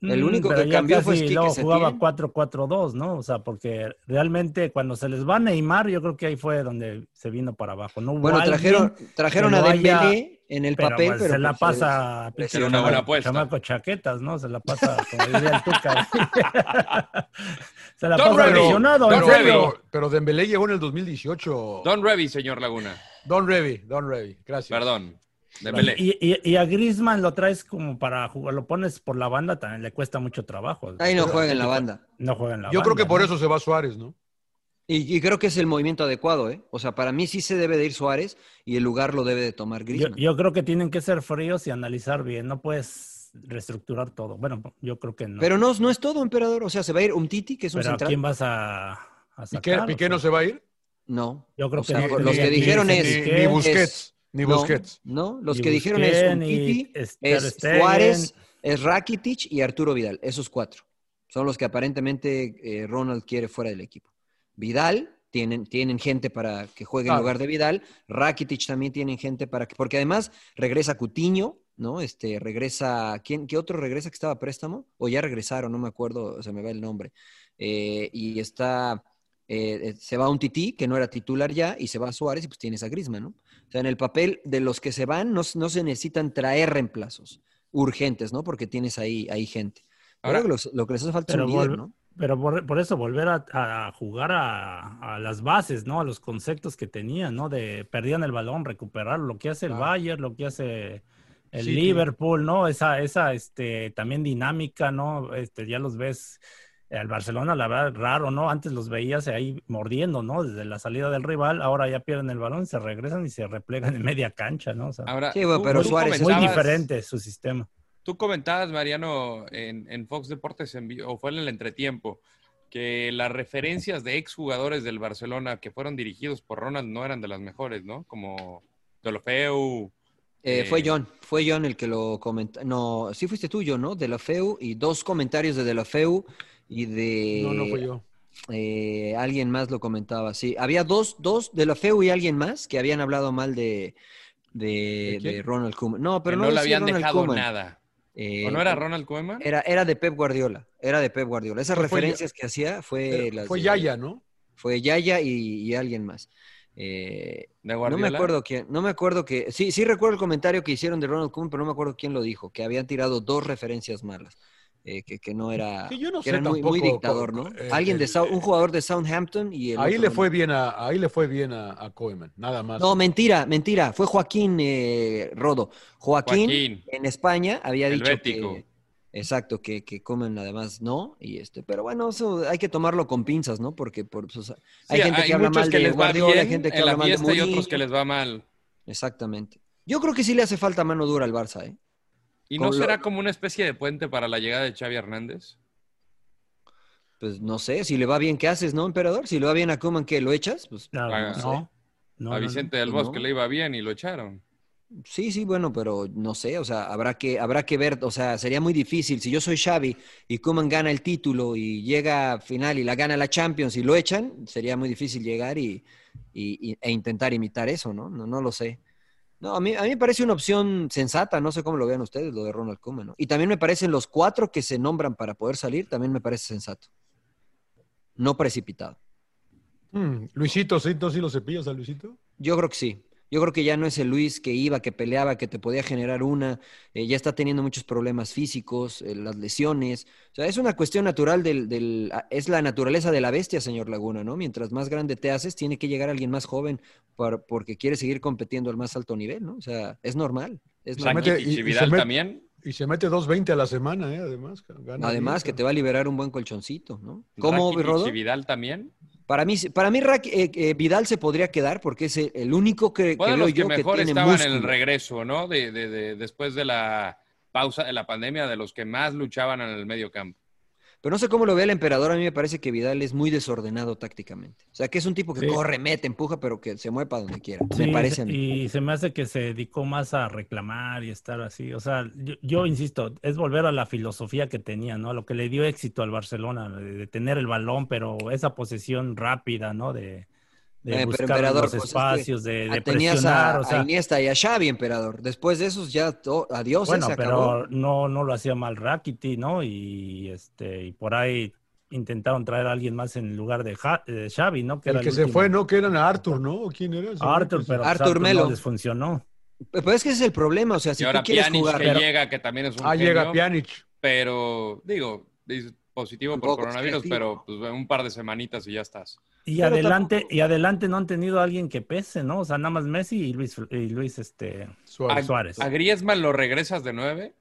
Speaker 2: El
Speaker 5: Mm,
Speaker 2: único
Speaker 5: pero
Speaker 2: que
Speaker 5: ya
Speaker 2: cambió fue
Speaker 5: casi
Speaker 2: Quique
Speaker 5: luego
Speaker 2: Setién.
Speaker 5: jugaba 4-4-2, ¿no? O sea, porque realmente cuando se les va Neymar, yo creo que ahí fue donde se vino para abajo. No hubo
Speaker 2: Bueno,
Speaker 5: alguien,
Speaker 2: trajeron, trajeron
Speaker 5: que
Speaker 2: a
Speaker 5: lo haya-
Speaker 2: Dembélé en el
Speaker 5: pero,
Speaker 2: papel,
Speaker 5: pues,
Speaker 2: pero
Speaker 5: se la
Speaker 2: pues,
Speaker 5: pasa a pinche
Speaker 3: Era una buena
Speaker 5: chamaco-
Speaker 3: apuesta.
Speaker 5: chamaco chaquetas, ¿no? Se la pasa, como diría el Tuca. se la
Speaker 3: Don
Speaker 5: pasa
Speaker 3: Revy,
Speaker 5: lesionado, en
Speaker 3: Don Revy.
Speaker 5: serio.
Speaker 8: Pero, pero Dembélé llegó en el 2018. Don,
Speaker 3: Don Revy, señor Laguna.
Speaker 8: Revy, Don Revy. Gracias.
Speaker 3: Perdón. Dembélé.
Speaker 5: Y, y- y a Griezmann lo traes como para jugar, lo pones por la banda, también le cuesta mucho trabajo.
Speaker 2: ahí no juega en la banda.
Speaker 5: No juega en la
Speaker 8: Yo creo
Speaker 5: banda,
Speaker 8: que por
Speaker 5: ¿no?
Speaker 8: eso se va Suárez, ¿no?
Speaker 2: Y, y creo que es el movimiento adecuado, ¿eh? O sea, para mí sí se debe de ir Suárez y el lugar lo debe de tomar
Speaker 5: Yo,
Speaker 2: Griezmann.
Speaker 5: yo creo que tienen que ser fríos y analizar bien. No puedes reestructurar todo. Bueno, yo creo que no.
Speaker 2: Pero no, no es todo, emperador. O sea, se va a ir Umtiti, que es un
Speaker 5: Pero ¿a
Speaker 2: central.
Speaker 5: quién vas a, a
Speaker 8: Piqué,
Speaker 5: sacar?
Speaker 8: Piqué no
Speaker 5: O sea,
Speaker 8: se va a ir.
Speaker 2: No.
Speaker 5: Yo creo
Speaker 2: O sea,
Speaker 5: que no
Speaker 2: los
Speaker 5: tenía
Speaker 2: que dijeron
Speaker 5: ni-
Speaker 2: es-
Speaker 8: Ni,
Speaker 5: Piqué,
Speaker 8: ni Busquets.
Speaker 2: es-
Speaker 8: Ni
Speaker 2: no,
Speaker 8: Busquets.
Speaker 2: No, los
Speaker 5: ni
Speaker 2: que dijeron es
Speaker 5: Busquets,
Speaker 2: Umtiti,
Speaker 5: ni Ter
Speaker 2: es
Speaker 5: Stegen.
Speaker 2: Suárez, es Rakitic y Arturo Vidal. Esos cuatro. Son los que aparentemente eh, Ronald quiere fuera del equipo. Vidal, tienen, tienen gente para que juegue
Speaker 8: Claro.
Speaker 2: en lugar de Vidal. Rakitic también tienen gente para que... Porque además regresa Cutiño, ¿no? Este, regresa... ¿quién, ¿Qué otro regresa que estaba a préstamo? O ya regresaron, no me acuerdo, se me va el nombre. Eh, y está... eh, eh, se va un tití que no era titular ya y se va Suárez y pues tienes a Grisma, ¿no? O sea, en el papel de los que se van no, no se necesitan traer reemplazos urgentes, ¿no? Porque tienes ahí, ahí gente. Yo
Speaker 3: Ahora-
Speaker 2: creo que los- lo que les hace falta es
Speaker 5: Pero
Speaker 2: un líder,
Speaker 5: volve-
Speaker 2: ¿no?
Speaker 5: Pero por, por eso volver a, a jugar a, a las bases, ¿no? A los conceptos que tenían, ¿no? De perdían el balón, recuperar lo que hace el
Speaker 8: Ah.
Speaker 5: Bayern, lo que hace el
Speaker 8: Sí, sí.
Speaker 5: Liverpool, ¿no? Esa, esa, este, también dinámica, ¿no? Este, ya los ves al Barcelona, la verdad, raro, ¿no? Antes los veías ahí mordiendo, ¿no? Desde la salida del rival, ahora ya pierden el balón, se regresan y se replegan en media cancha, ¿no? O sea,
Speaker 3: Ahora,
Speaker 2: Sí, bueno, pero Suárez es
Speaker 5: muy
Speaker 2: estabas-
Speaker 5: diferente su sistema.
Speaker 3: Tú comentabas, Mariano, en, en Fox Deportes, en vi- o fue en el entretiempo, que las referencias de exjugadores del Barcelona que fueron dirigidos por Ronald no eran de las mejores, ¿no? Como Dolofeu,
Speaker 2: Eh, fue John, fue John el que lo comentó. No, sí fuiste tú, John, ¿no? De la FEU y dos comentarios de De la FEU y de.
Speaker 8: No, no fue yo.
Speaker 2: Eh, alguien más lo comentaba, sí. Había dos, dos de la FEU y alguien más que habían hablado mal de, de,
Speaker 3: ¿De quién?
Speaker 2: de Ronald Koeman. No,
Speaker 3: Que
Speaker 2: pero
Speaker 3: no,
Speaker 2: no
Speaker 3: le
Speaker 2: decía
Speaker 3: habían
Speaker 2: Ronald
Speaker 3: dejado
Speaker 2: Koeman.
Speaker 3: nada.
Speaker 2: Eh,
Speaker 3: ¿O no era Ronald Koeman?
Speaker 2: Era, era de Pep Guardiola, era de Pep Guardiola. Esas
Speaker 8: Pero fue
Speaker 2: referencias que hacía fue
Speaker 8: Pero
Speaker 2: eh, las
Speaker 8: fue
Speaker 2: de-
Speaker 8: Yaya, ¿no?
Speaker 2: Fue Yaya y, y alguien más. Eh,
Speaker 3: ¿De
Speaker 2: no me
Speaker 3: Guardiola?
Speaker 2: acuerdo quién, no me acuerdo que, sí, sí recuerdo el comentario que hicieron de Ronald Koeman, pero no me acuerdo quién lo dijo, que habían tirado dos referencias malas, eh, que, que no era,
Speaker 8: Que yo no sé
Speaker 2: era muy, muy
Speaker 8: tampoco,
Speaker 2: dictador, ¿no?
Speaker 8: co- eh,
Speaker 2: Alguien de
Speaker 8: el-
Speaker 2: South- un jugador de Southampton y el
Speaker 8: Ahí
Speaker 2: otro
Speaker 8: le
Speaker 2: no.
Speaker 8: fue bien a, ahí le fue bien a, a Koeman, nada
Speaker 3: Ah,
Speaker 8: más.
Speaker 2: No, mentira, mentira. Fue Joaquín eh, Rodo. Joaquín,
Speaker 3: Joaquín.
Speaker 2: en España había
Speaker 3: El
Speaker 2: dicho
Speaker 3: bético.
Speaker 2: que. Exacto, que, que comen además no. Y este, pero bueno, eso hay que tomarlo con pinzas, ¿no? Porque por, pues, hay
Speaker 3: Sí,
Speaker 2: gente que habla
Speaker 3: muchos
Speaker 2: mal
Speaker 3: que
Speaker 2: de
Speaker 3: les va
Speaker 2: Guardiola, hay
Speaker 3: bien
Speaker 2: gente que
Speaker 3: en la
Speaker 2: habla mal de
Speaker 3: fiesta y otros
Speaker 2: Mourinho.
Speaker 3: que les va mal.
Speaker 2: Exactamente. Yo creo que sí le hace falta mano dura al Barça, ¿eh?
Speaker 3: ¿Y no
Speaker 2: Con lo-
Speaker 3: será como una especie de puente para la llegada de Xavi Hernández?
Speaker 2: Pues no sé, si le va bien, ¿qué haces, no, emperador? Si le va bien a Coman, ¿qué? ¿Lo echas? Pues
Speaker 3: Ah,
Speaker 2: no sé.
Speaker 5: No, no,
Speaker 3: a
Speaker 5: no,
Speaker 3: Vicente del
Speaker 2: Pues no.
Speaker 3: Bosque le iba bien y lo echaron.
Speaker 2: Sí, sí, bueno, pero no sé, o sea, habrá que, habrá que ver, o sea, sería muy difícil. Si yo soy Xavi y Kuman gana el título y llega a final y la gana la Champions y lo echan, sería muy difícil llegar y, y- y- e intentar imitar eso, ¿no? No, no lo sé. No, a mí, a mí me parece una opción sensata, no sé cómo lo vean ustedes, lo de Ronald Koeman, ¿no? Y también me parecen los cuatro que se nombran para poder salir, también me parece sensato. No precipitado.
Speaker 8: Mm, Luisito, ¿sí, ¿no sí lo cepillas a Luisito?
Speaker 2: Yo creo que sí. Yo creo que ya no es el Luis que iba, que peleaba, que te podía generar una. Eh, ya está teniendo muchos problemas físicos, eh, las lesiones. O sea, es una cuestión natural del, del- a- Es la naturaleza de la bestia, señor Laguna, ¿no? Mientras más grande te haces, tiene que llegar alguien más joven por- porque quiere seguir compitiendo al más alto nivel, ¿no? O sea, es normal. Es normal.
Speaker 8: mete-
Speaker 3: Saki
Speaker 8: y- y
Speaker 3: Pues y
Speaker 8: se
Speaker 3: Vidal
Speaker 8: mete-
Speaker 3: también.
Speaker 8: Y se mete 2.20 a la semana, ¿eh? Además. gana
Speaker 2: Además que
Speaker 8: bien,
Speaker 2: te va a liberar un buen colchoncito, ¿no? ¿Cómo,
Speaker 3: Rakitic
Speaker 2: Rodo?
Speaker 3: y Vidal también.
Speaker 2: Para mí, para mí Raki- eh, eh, Vidal se podría quedar porque es el, el único que, que
Speaker 3: Fue
Speaker 2: veo
Speaker 3: de los que
Speaker 2: yo que
Speaker 3: mejor
Speaker 2: tiene
Speaker 3: estaban en el
Speaker 2: músculo.
Speaker 3: regreso, ¿no? De, de- de- después de la pausa de la pandemia, de los que más luchaban en el medio campo.
Speaker 2: Pero no sé cómo lo ve el emperador, a mí me parece que Vidal es muy desordenado tácticamente. O sea, que es un tipo que
Speaker 5: Sí.
Speaker 2: corre, mete, empuja, pero que se mueve para donde quiera.
Speaker 5: Sí,
Speaker 2: me parece a mí.
Speaker 5: Y se me hace que se dedicó más a reclamar y estar así. O sea, yo, yo insisto, es volver a la filosofía que tenía, ¿no? Lo que le dio éxito al Barcelona, de, de tener el balón, pero esa posesión rápida, ¿no? De, de
Speaker 2: Eh, pero,
Speaker 5: buscar
Speaker 2: emperador,
Speaker 5: los
Speaker 2: pues, es que
Speaker 5: espacios, de, de
Speaker 2: Tenías a,
Speaker 5: presionar. o
Speaker 2: a
Speaker 5: sea,
Speaker 2: Iniesta y a Xavi, emperador. Después de esos ya to- adiós, ¿eh?
Speaker 5: bueno,
Speaker 2: se acabó.
Speaker 5: pero no, no lo hacía mal Rakiti, ¿no? Y este y por ahí intentaron traer a alguien más en lugar de, Ja- de Xavi, ¿no?
Speaker 8: El,
Speaker 5: era
Speaker 8: que se
Speaker 5: último.
Speaker 8: fue, ¿no? Que eran a Arthur, ¿no? ¿O ¿Quién era? ese güey?
Speaker 5: Arthur,
Speaker 8: Que se-
Speaker 5: pero pues,
Speaker 2: Arthur
Speaker 5: Arthur
Speaker 2: Melo.
Speaker 5: no les funcionó.
Speaker 2: Pero es que ese es el problema, o sea, si
Speaker 3: y
Speaker 2: tú
Speaker 3: ahora
Speaker 2: quieres
Speaker 3: Pjanic
Speaker 2: jugar,
Speaker 3: que
Speaker 2: pero-
Speaker 3: llega, que también es un
Speaker 8: Ah, llega
Speaker 3: genio,
Speaker 8: Pjanic.
Speaker 3: pero digo, dice, positivo por
Speaker 2: Tampoco es
Speaker 3: coronavirus,
Speaker 2: creativo.
Speaker 3: pero pues, un par de semanitas y ya estás.
Speaker 5: Y
Speaker 2: Pero
Speaker 5: adelante,
Speaker 2: tampoco-
Speaker 5: y adelante no han tenido a alguien que pese, ¿no? O sea, nada más Messi y Luis, y Luis este,
Speaker 8: Suárez.
Speaker 5: Suárez.
Speaker 3: ¿A Griezmann lo regresas de nueve?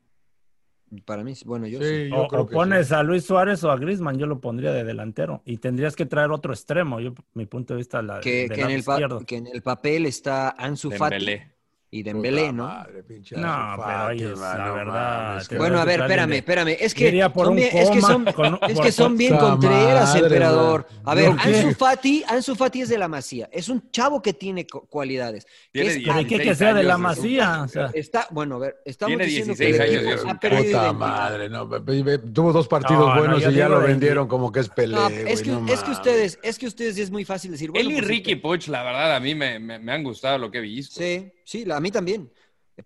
Speaker 2: para mí, bueno, yo sí.
Speaker 8: Sí, yo
Speaker 5: O,
Speaker 8: creo
Speaker 5: o
Speaker 8: que
Speaker 5: pones
Speaker 8: sí.
Speaker 5: a Luis Suárez o a Griezmann, yo lo pondría de delantero. Y tendrías que traer otro extremo, yo mi punto de vista la
Speaker 2: Que,
Speaker 5: del
Speaker 2: que en
Speaker 5: lado
Speaker 2: el pa-
Speaker 5: izquierdo.
Speaker 2: que en el papel está Ansu Fati
Speaker 3: Dembélé.
Speaker 2: y
Speaker 8: Puta
Speaker 2: Dembélé, ¿no?
Speaker 8: madre, pinche
Speaker 5: No,
Speaker 8: Ansu
Speaker 5: pero
Speaker 8: Fati,
Speaker 5: ellos,
Speaker 8: mano,
Speaker 5: la verdad,
Speaker 8: mames,
Speaker 5: te-
Speaker 8: cabrón.
Speaker 2: Bueno, a ver,
Speaker 5: Traen de-
Speaker 2: espérame, espérame. Es que,
Speaker 5: Iría por
Speaker 2: son
Speaker 5: un
Speaker 2: bien, es que
Speaker 5: coma
Speaker 2: son,
Speaker 5: con-
Speaker 2: es
Speaker 5: por-
Speaker 2: que son bien
Speaker 8: Puta
Speaker 2: contreras,
Speaker 8: madre,
Speaker 2: emperador.
Speaker 8: güey.
Speaker 2: A ver,
Speaker 8: ¿Por qué?
Speaker 2: Ansu Fati, Ansu Fati es de la Masía. Es un chavo que tiene co- cualidades. que
Speaker 3: Tiene
Speaker 2: es
Speaker 5: Pero ¿y qué
Speaker 3: 16
Speaker 5: que sea de la
Speaker 3: años,
Speaker 5: masía? O sea,
Speaker 2: Está, bueno, a ver, estamos
Speaker 3: Tiene
Speaker 2: diciendo
Speaker 3: 16
Speaker 2: que
Speaker 3: años y es un
Speaker 2: ha perdido
Speaker 8: Puta
Speaker 2: identidad.
Speaker 8: madre, no, ve- ve- ve- tuvo dos partidos
Speaker 5: No, no,
Speaker 8: buenos
Speaker 5: yo
Speaker 8: y ya
Speaker 5: digo
Speaker 8: lo
Speaker 5: de-
Speaker 8: vendieron como que es Pelé,
Speaker 2: No,
Speaker 8: güey,
Speaker 2: es que,
Speaker 8: no
Speaker 2: es que
Speaker 8: mames.
Speaker 2: ustedes, es que ustedes es muy fácil decir. Bueno,
Speaker 3: Él y
Speaker 2: pues,
Speaker 3: Ricky
Speaker 2: este-
Speaker 3: Puch, la verdad, a mí me, me- me han gustado lo que he visto.
Speaker 2: Sí, sí, la- a mí también.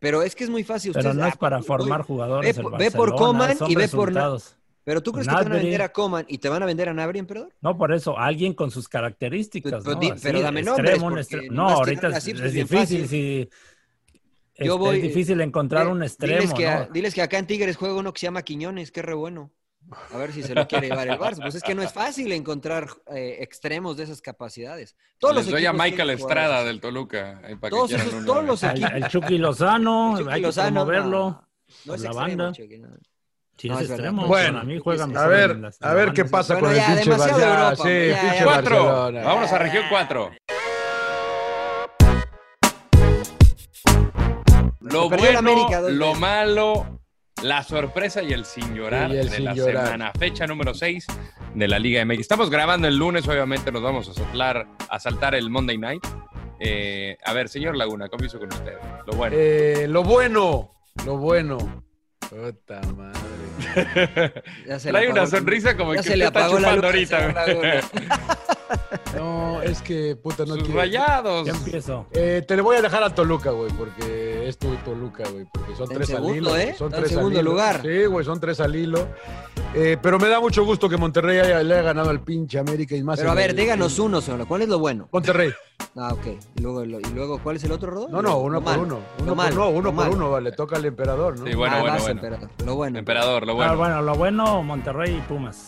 Speaker 2: Pero es que es muy fácil.
Speaker 5: pero
Speaker 2: ustedes-
Speaker 5: no es
Speaker 2: ah,
Speaker 5: para
Speaker 2: voy-
Speaker 5: formar jugadores.
Speaker 2: ve
Speaker 5: el
Speaker 2: por- ve por
Speaker 5: Barcelona,
Speaker 2: Coman
Speaker 5: son
Speaker 2: y ve por Na-
Speaker 5: resultados.
Speaker 2: Pero tú crees que te van a
Speaker 5: Gnabry.
Speaker 2: vender a Coman y te van a vender a Nabri, emperador.
Speaker 5: No, por eso, alguien con sus características.
Speaker 2: Pero
Speaker 5: ¿no?
Speaker 2: di-
Speaker 5: Así,
Speaker 2: pero dame
Speaker 5: extremo,
Speaker 2: nombres,
Speaker 5: un
Speaker 2: porque nomás
Speaker 5: extre- No,
Speaker 2: tirarle
Speaker 5: ahorita es,
Speaker 2: así, pues,
Speaker 5: es
Speaker 2: bien
Speaker 5: difícil.
Speaker 2: fácil.
Speaker 5: si-
Speaker 2: Yo
Speaker 5: este,
Speaker 2: voy,
Speaker 5: es difícil encontrar un extremo.
Speaker 2: Eh, Diles que,
Speaker 5: ¿no?
Speaker 2: a- diles que acá en Tigres juega uno que se llama Quiñones, que es re bueno. A ver si se lo quiere llevar el Barça. Pues es que no es fácil encontrar eh, extremos de esas capacidades. Todos
Speaker 3: Les
Speaker 2: los
Speaker 3: doy a
Speaker 2: equipos
Speaker 3: Michael
Speaker 2: tienen jugadores
Speaker 3: Estrada
Speaker 2: así.
Speaker 3: del Toluca. ahí para que
Speaker 2: Todos
Speaker 3: quieran
Speaker 2: esos-
Speaker 3: uno,
Speaker 2: todos
Speaker 3: eh.
Speaker 2: los
Speaker 5: Al-
Speaker 2: equipos.
Speaker 5: el Chucky Lozano,
Speaker 2: El Chucky
Speaker 5: hay que
Speaker 2: Lozano, no.
Speaker 5: promoverlo.
Speaker 2: No es
Speaker 5: la
Speaker 2: extremo,
Speaker 5: banda.
Speaker 2: Chucky, no.
Speaker 5: Sí,
Speaker 2: No,
Speaker 5: es
Speaker 2: es verdad.
Speaker 5: extremo.
Speaker 8: Bueno,
Speaker 5: para mí juega
Speaker 2: a
Speaker 5: mejor
Speaker 8: A ver,
Speaker 5: en las-
Speaker 8: a ver
Speaker 5: las
Speaker 8: qué
Speaker 5: bandas.
Speaker 8: pasa
Speaker 2: Bueno,
Speaker 8: con el
Speaker 2: ya,
Speaker 8: pinche
Speaker 2: demasiado
Speaker 8: Barça.
Speaker 2: Europa,
Speaker 8: sí,
Speaker 2: hombre, ya,
Speaker 8: pinche
Speaker 2: ya.
Speaker 3: Cuatro.
Speaker 8: Barcelona.
Speaker 3: Vámonos a región 4. Lo
Speaker 2: Se perdió
Speaker 3: bueno,
Speaker 2: la América dos
Speaker 3: lo
Speaker 2: veces.
Speaker 3: malo, la sorpresa y el sin llorar
Speaker 8: Sí, y el
Speaker 3: de
Speaker 8: sin
Speaker 3: la
Speaker 8: llorar.
Speaker 3: semana. Fecha número 6 de la Liga MX. Estamos grabando el lunes, obviamente nos vamos a saltar, a saltar el Monday Night. Eh, a ver, señor Laguna, comienzo con usted. Lo bueno.
Speaker 8: Eh, lo bueno, lo bueno. Puta madre.
Speaker 3: Ya se Trae le apagó una sonrisa como ya que se le apagó está chupando ahorita.
Speaker 8: No, es que puta, no
Speaker 3: Sus
Speaker 8: quiero-
Speaker 3: rayados.
Speaker 5: Ya empiezo.
Speaker 8: Eh, te le voy a dejar a Toluca, güey, porque es tu Toluca, güey, porque son
Speaker 2: En
Speaker 8: tres al
Speaker 2: segundo,
Speaker 8: hilo,
Speaker 2: ¿eh?
Speaker 8: Son
Speaker 2: Está en
Speaker 8: tres al
Speaker 2: segundo
Speaker 8: hilo.
Speaker 2: lugar.
Speaker 8: Sí, güey, son tres al hilo. Eh, pero me da mucho gusto que Monterrey haya- le haya ganado al pinche América y más.
Speaker 2: Pero a
Speaker 8: en
Speaker 2: ver,
Speaker 8: el-
Speaker 2: díganos uno solo. ¿Cuál es lo bueno?
Speaker 8: Monterrey.
Speaker 2: Ah, ok. Y luego, lo- y luego ¿cuál es el otro, Rodo?
Speaker 8: No, no, uno
Speaker 2: Lo
Speaker 8: por
Speaker 2: malo,
Speaker 8: uno.
Speaker 2: lo
Speaker 8: Uno por,
Speaker 2: malo,
Speaker 8: no,
Speaker 2: lo
Speaker 8: uno por
Speaker 2: malo.
Speaker 8: uno, vale, le toca al emperador, ¿no?
Speaker 3: Sí, bueno,
Speaker 2: Ah,
Speaker 3: bueno,
Speaker 2: vas,
Speaker 3: bueno.
Speaker 2: emperador. Lo bueno.
Speaker 3: Emperador, lo
Speaker 5: Ah,
Speaker 3: bueno.
Speaker 5: bueno, lo bueno, Monterrey y Pumas.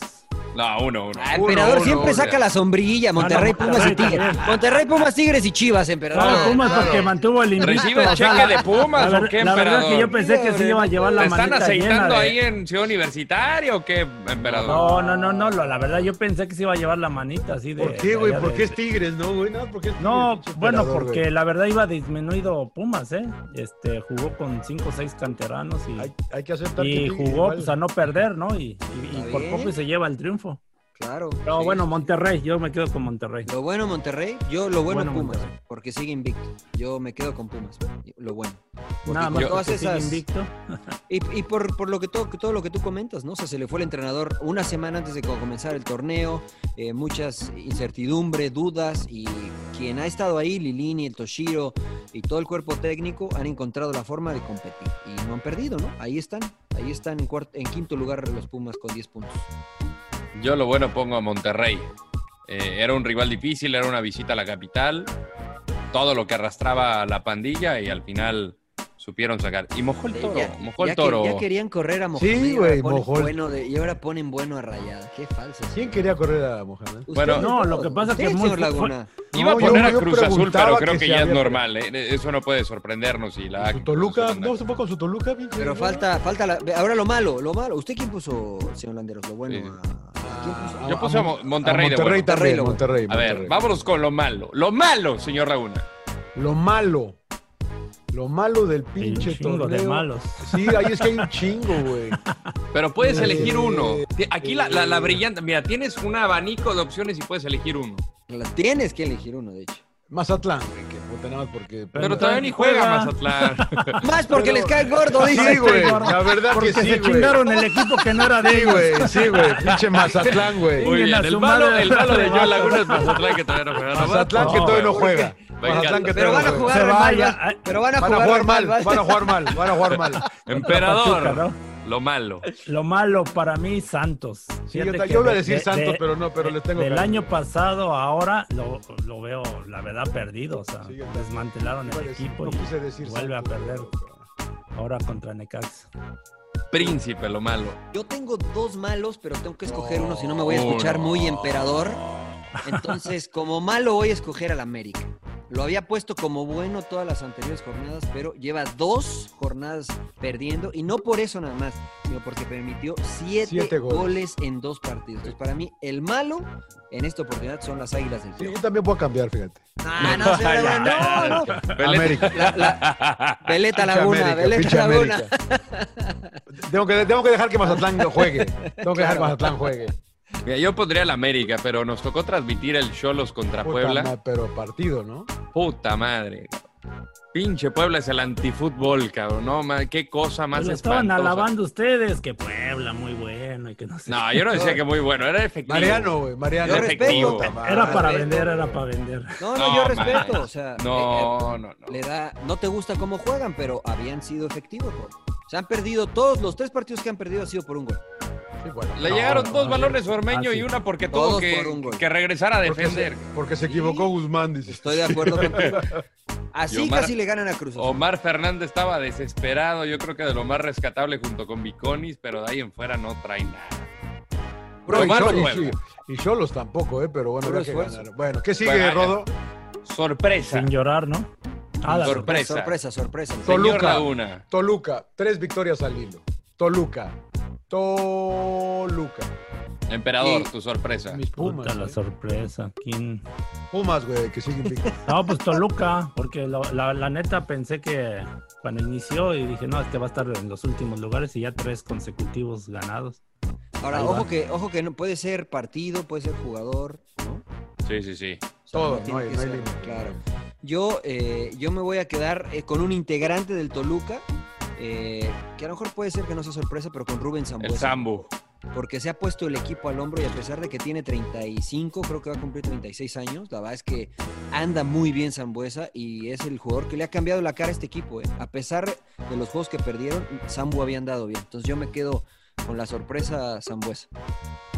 Speaker 3: No, uno, uno.
Speaker 2: Ah, emperador
Speaker 8: uno,
Speaker 2: siempre
Speaker 8: uno,
Speaker 2: saca la sombrilla. Monterrey,
Speaker 5: Ah, no,
Speaker 2: Pumas y
Speaker 5: Monterrey
Speaker 2: Tigres. Monterrey, Pumas, Tigres y Chivas, emperador.
Speaker 5: Claro, Pumas porque mantuvo el invicto.
Speaker 3: Recibe
Speaker 5: o sea,
Speaker 3: cheque de Pumas,
Speaker 5: la,
Speaker 3: ¿o qué,
Speaker 5: ver- la verdad es que
Speaker 3: emperador?
Speaker 5: yo pensé que se iba a llevar la
Speaker 3: ¿Te están
Speaker 5: maleta llena
Speaker 3: aceitando
Speaker 5: de...
Speaker 3: ahí en Ciudad Universitaria o qué, emperador?
Speaker 5: No, no, no, no, lo- la verdad yo pensé que se iba a llevar la manita así de...
Speaker 8: ¿Por qué, güey?
Speaker 5: de allá
Speaker 8: ¿Por
Speaker 5: de-
Speaker 8: qué es Tigres, no, güey? No, porque es
Speaker 5: No,
Speaker 8: Tigres, pinche
Speaker 5: bueno,
Speaker 8: emperador,
Speaker 5: porque
Speaker 8: güey.
Speaker 5: la verdad iba disminuido Pumas, ¿eh? Este, jugó con cinco o seis canteranos y,
Speaker 8: Hay, hay que aceptar que
Speaker 5: y
Speaker 8: Tigres
Speaker 5: jugó
Speaker 8: igual-
Speaker 5: pues, a no perder, ¿no? Y, y- y
Speaker 2: Está
Speaker 5: por
Speaker 2: bien.
Speaker 5: poco y se lleva el triunfo.
Speaker 2: Claro.
Speaker 5: Pero
Speaker 2: sí.
Speaker 5: bueno, Monterrey, yo me quedo con Monterrey.
Speaker 2: Lo bueno Monterrey, yo lo bueno,
Speaker 5: Bueno,
Speaker 2: Pumas,
Speaker 5: Monterrey.
Speaker 2: porque sigue invicto. Yo me quedo con Pumas, lo bueno. Porque
Speaker 5: Nada
Speaker 2: con
Speaker 5: más
Speaker 2: todas
Speaker 5: porque sigue
Speaker 2: esas-
Speaker 5: invicto.
Speaker 2: Y, y por, por lo que todo, todo lo que tú comentas, ¿no? O sea, se le fue el entrenador una semana antes de co- comenzar el torneo, eh, muchas incertidumbre, dudas, y quien ha estado ahí, Lilini, el Toshiro y todo el cuerpo técnico han encontrado la forma de competir y no han perdido, ¿no? Ahí están, ahí están en, cuart- en quinto lugar los Pumas con 10 puntos.
Speaker 3: Yo lo bueno pongo a Monterrey. Eh, era un rival difícil, era una visita a la capital. Todo lo que arrastraba la pandilla y al final supieron sacar. Y mojó el
Speaker 2: Eh,
Speaker 3: toro,
Speaker 2: ya-
Speaker 3: mojó
Speaker 2: ya
Speaker 3: el
Speaker 2: que-
Speaker 3: toro.
Speaker 2: ya querían correr a Mohamed.
Speaker 8: Sí,
Speaker 2: y ahora
Speaker 8: güey,
Speaker 2: ponen
Speaker 8: mojó el-
Speaker 2: bueno de- Y ahora ponen bueno a Rayada. Qué falso.
Speaker 8: ¿Quién quería correr a Mohamed?
Speaker 3: Bueno,
Speaker 5: No, lo que pasa es que muy-
Speaker 2: señor Laguna.
Speaker 3: Iba a
Speaker 8: No,
Speaker 3: poner
Speaker 8: yo-
Speaker 3: a
Speaker 8: yo
Speaker 3: Cruz Azul,
Speaker 8: preguntaba
Speaker 3: pero creo
Speaker 8: que
Speaker 3: que
Speaker 8: si
Speaker 3: ya es
Speaker 8: había-
Speaker 3: normal. eh. Eso no puede sorprendernos. Y la
Speaker 8: Su Toluca,
Speaker 3: Cruz Azul
Speaker 8: no, se fue con su Toluca, pinche.
Speaker 2: Pero falta, falta la- ahora lo malo, lo malo. ¿Usted quién puso, señor Landeros? Lo bueno.
Speaker 3: Sí.
Speaker 2: a- ¿Quién puso?
Speaker 3: Yo puse a Mo- Monterrey de
Speaker 8: Monterrey
Speaker 3: bueno.
Speaker 8: también,
Speaker 2: Monterrey,
Speaker 8: Monterrey.
Speaker 3: A ver,
Speaker 8: Monterrey.
Speaker 3: vámonos con lo malo. Lo malo, señor Laguna.
Speaker 8: Lo malo. Lo malo del pinche
Speaker 5: Un chingo de
Speaker 8: torneo.
Speaker 5: malos.
Speaker 8: Sí, ahí es que hay un chingo, güey.
Speaker 3: Pero puedes
Speaker 8: Eh,
Speaker 3: elegir uno. Ti- Aquí la, la- la
Speaker 8: eh.
Speaker 3: brillante. Mira, tienes un abanico de opciones y puedes elegir uno.
Speaker 2: La tienes que elegir uno, de hecho.
Speaker 8: Mazatlán, güey, que puta nada más porque...
Speaker 3: Pero todavía ni juega
Speaker 5: juega.
Speaker 3: Mazatlán.
Speaker 2: Más porque
Speaker 8: Pero-
Speaker 2: les cae gordo, dice.
Speaker 8: Sí, güey, la verdad
Speaker 5: Porque
Speaker 8: que sí,
Speaker 5: se
Speaker 8: güey.
Speaker 5: chingaron el equipo que no era de
Speaker 8: Sí,
Speaker 5: ellos.
Speaker 8: güey, sí, güey. Pinche Mazatlán, güey.
Speaker 5: Uy,
Speaker 3: Muy
Speaker 5: Chinguen a
Speaker 3: bien,
Speaker 5: su
Speaker 3: el malo,
Speaker 5: madre.
Speaker 3: el malo de Joan Laguna es Mazatlán que todavía no juega. ¿no?
Speaker 8: Mazatlán que
Speaker 5: No,
Speaker 8: todavía no
Speaker 3: güey.
Speaker 8: juega.
Speaker 3: Me
Speaker 8: Mazatlán que
Speaker 3: encanta.
Speaker 2: Pero
Speaker 8: todavía
Speaker 2: van a
Speaker 8: no
Speaker 2: jugar
Speaker 5: Se
Speaker 2: re mal.
Speaker 5: vaya.
Speaker 2: va- Pero van a
Speaker 8: Van a
Speaker 2: jugar,
Speaker 8: jugar
Speaker 2: re
Speaker 8: mal,
Speaker 2: va-
Speaker 8: van a jugar mal, van a jugar mal.
Speaker 3: Emperador,
Speaker 5: Pachuca,
Speaker 3: lo malo.
Speaker 5: Lo malo para mí, Santos.
Speaker 8: Sí,
Speaker 5: Fíjate
Speaker 8: yo ta-
Speaker 5: que
Speaker 8: yo iba a
Speaker 5: de-
Speaker 8: decir
Speaker 5: de-
Speaker 8: Santos,
Speaker 5: de-
Speaker 8: pero no, pero les tengo
Speaker 5: Del
Speaker 8: cariño.
Speaker 5: año pasado a ahora lo, lo veo, la verdad, perdido. O sea,
Speaker 8: Sí, yo ta-
Speaker 5: desmantelaron
Speaker 8: Iba a
Speaker 5: el
Speaker 8: decir-
Speaker 5: equipo
Speaker 8: Pues, no
Speaker 5: y
Speaker 8: quise decir
Speaker 5: vuelve a
Speaker 8: Santos,
Speaker 5: perder
Speaker 8: pero-
Speaker 5: ahora contra Necaxa.
Speaker 3: Príncipe, lo malo.
Speaker 2: Yo tengo dos malos, pero tengo que escoger uno, si no me voy a escuchar muy emperador. Entonces, como malo voy a escoger al América. Lo había puesto como bueno todas las anteriores jornadas, pero lleva dos jornadas perdiendo y no por eso nada más, sino porque permitió siete,
Speaker 8: Siete goles.
Speaker 2: goles. en dos partidos. Entonces, para mí, el malo en esta oportunidad son las Águilas del
Speaker 8: Sí,
Speaker 2: Feo.
Speaker 8: yo también puedo cambiar, fíjate.
Speaker 2: Ah, no, señora, no, no.
Speaker 8: América.
Speaker 2: La- la- Veleta Laguna,
Speaker 8: América, pinche
Speaker 2: Veleta Laguna.
Speaker 8: América. Tengo que, tengo que dejar que Mazatlán juegue. Tengo que dejar
Speaker 2: Claro.
Speaker 8: que Mazatlán juegue.
Speaker 3: Mira, yo pondría al América, pero nos tocó transmitir el Cholos contra
Speaker 8: Puta
Speaker 3: Puebla.
Speaker 8: ma- pero partido, ¿no?
Speaker 3: Puta madre. Pinche Puebla es el antifútbol, cabrón. No, ma- qué cosa más
Speaker 5: Pues lo estaban
Speaker 3: espantosa.
Speaker 5: alabando ustedes, que Puebla muy bueno y que no sé.
Speaker 3: No, yo no decía que muy bueno, era efectivo.
Speaker 8: Mariano, güey. Mariano.
Speaker 2: Yo
Speaker 3: Efectivo.
Speaker 2: respeto.
Speaker 8: Puta
Speaker 5: Era para
Speaker 2: Respeto.
Speaker 5: vender, era para vender.
Speaker 2: No, no,
Speaker 3: No,
Speaker 2: yo
Speaker 3: man.
Speaker 2: respeto. O sea, eh, eh,
Speaker 3: No, no, no.
Speaker 2: le da, no te gusta cómo juegan, pero habían sido efectivos. bro. Se han perdido todos, los tres partidos que han perdido han sido por un gol.
Speaker 8: Sí, bueno,
Speaker 3: Le
Speaker 8: no,
Speaker 3: llegaron
Speaker 8: no,
Speaker 3: dos
Speaker 8: no.
Speaker 3: balones a Ormeño
Speaker 5: Ah, sí.
Speaker 3: y una porque
Speaker 2: Todos
Speaker 3: tuvo que,
Speaker 2: por un gol.
Speaker 3: que regresar a
Speaker 8: Porque se,
Speaker 3: defender.
Speaker 8: porque se equivocó Guzmán, dice.
Speaker 2: Estoy de acuerdo contigo. Así
Speaker 3: Y Omar-
Speaker 2: casi le ganan a Cruz Azul.
Speaker 3: Omar Fernández estaba desesperado, yo creo que de lo más rescatable junto con Viconis, pero de ahí en fuera no trae nada.
Speaker 8: Bro, y,
Speaker 3: Omar
Speaker 8: Cholos,
Speaker 3: Puebla.
Speaker 8: y- y Cholos tampoco, ¿eh? Pero bueno,
Speaker 2: Puro
Speaker 8: habrá que
Speaker 2: esfuerzo.
Speaker 8: ganar. Bueno, ¿qué sigue,
Speaker 3: Bueno,
Speaker 8: Rodo?
Speaker 3: Sorpresa.
Speaker 5: Sin llorar, ¿no? Ah, la
Speaker 3: Oh, Sorpresa.
Speaker 2: Sorpresa, sorpresa.
Speaker 3: Señor
Speaker 8: Toluca.
Speaker 3: Laguna.
Speaker 8: Toluca, tres victorias al hilo. Toluca. Toluca.
Speaker 3: Emperador,
Speaker 8: Sí.
Speaker 3: tu sorpresa.
Speaker 8: Mis
Speaker 5: Puta
Speaker 8: Pumas.
Speaker 5: la
Speaker 8: ¿eh?
Speaker 5: sorpresa. ¿Quién?
Speaker 8: Pumas, güey, que sigue invicto.
Speaker 5: No, pues Toluca, porque lo- la, la neta pensé que cuando inició y dije, no, es que va a estar en los últimos lugares y ya tres consecutivos ganados.
Speaker 2: Ahora,
Speaker 5: Ahí
Speaker 2: ojo
Speaker 5: va.
Speaker 2: que, ojo que no, puede ser partido, puede ser jugador, ¿no?
Speaker 3: Sí, sí, sí.
Speaker 2: O sea,
Speaker 8: Todo,
Speaker 2: tiene
Speaker 8: no hay-
Speaker 2: que
Speaker 8: no hay
Speaker 2: ser-
Speaker 8: límite.
Speaker 2: Claro. Yo, eh, yo me voy a quedar eh, con un integrante del Toluca, eh, que a lo mejor puede ser que no sea sorpresa, pero con Rubén Zambuesa.
Speaker 3: El Zambu.
Speaker 2: Porque se ha puesto el equipo al hombro y a pesar de que tiene 35, creo que va a cumplir 36 años, la verdad es que anda muy bien Zambuesa y es el jugador que le ha cambiado la cara a este equipo. eh. A pesar de los juegos que perdieron, Zambu había andado bien. Entonces yo me quedo con la sorpresa Zambuesa.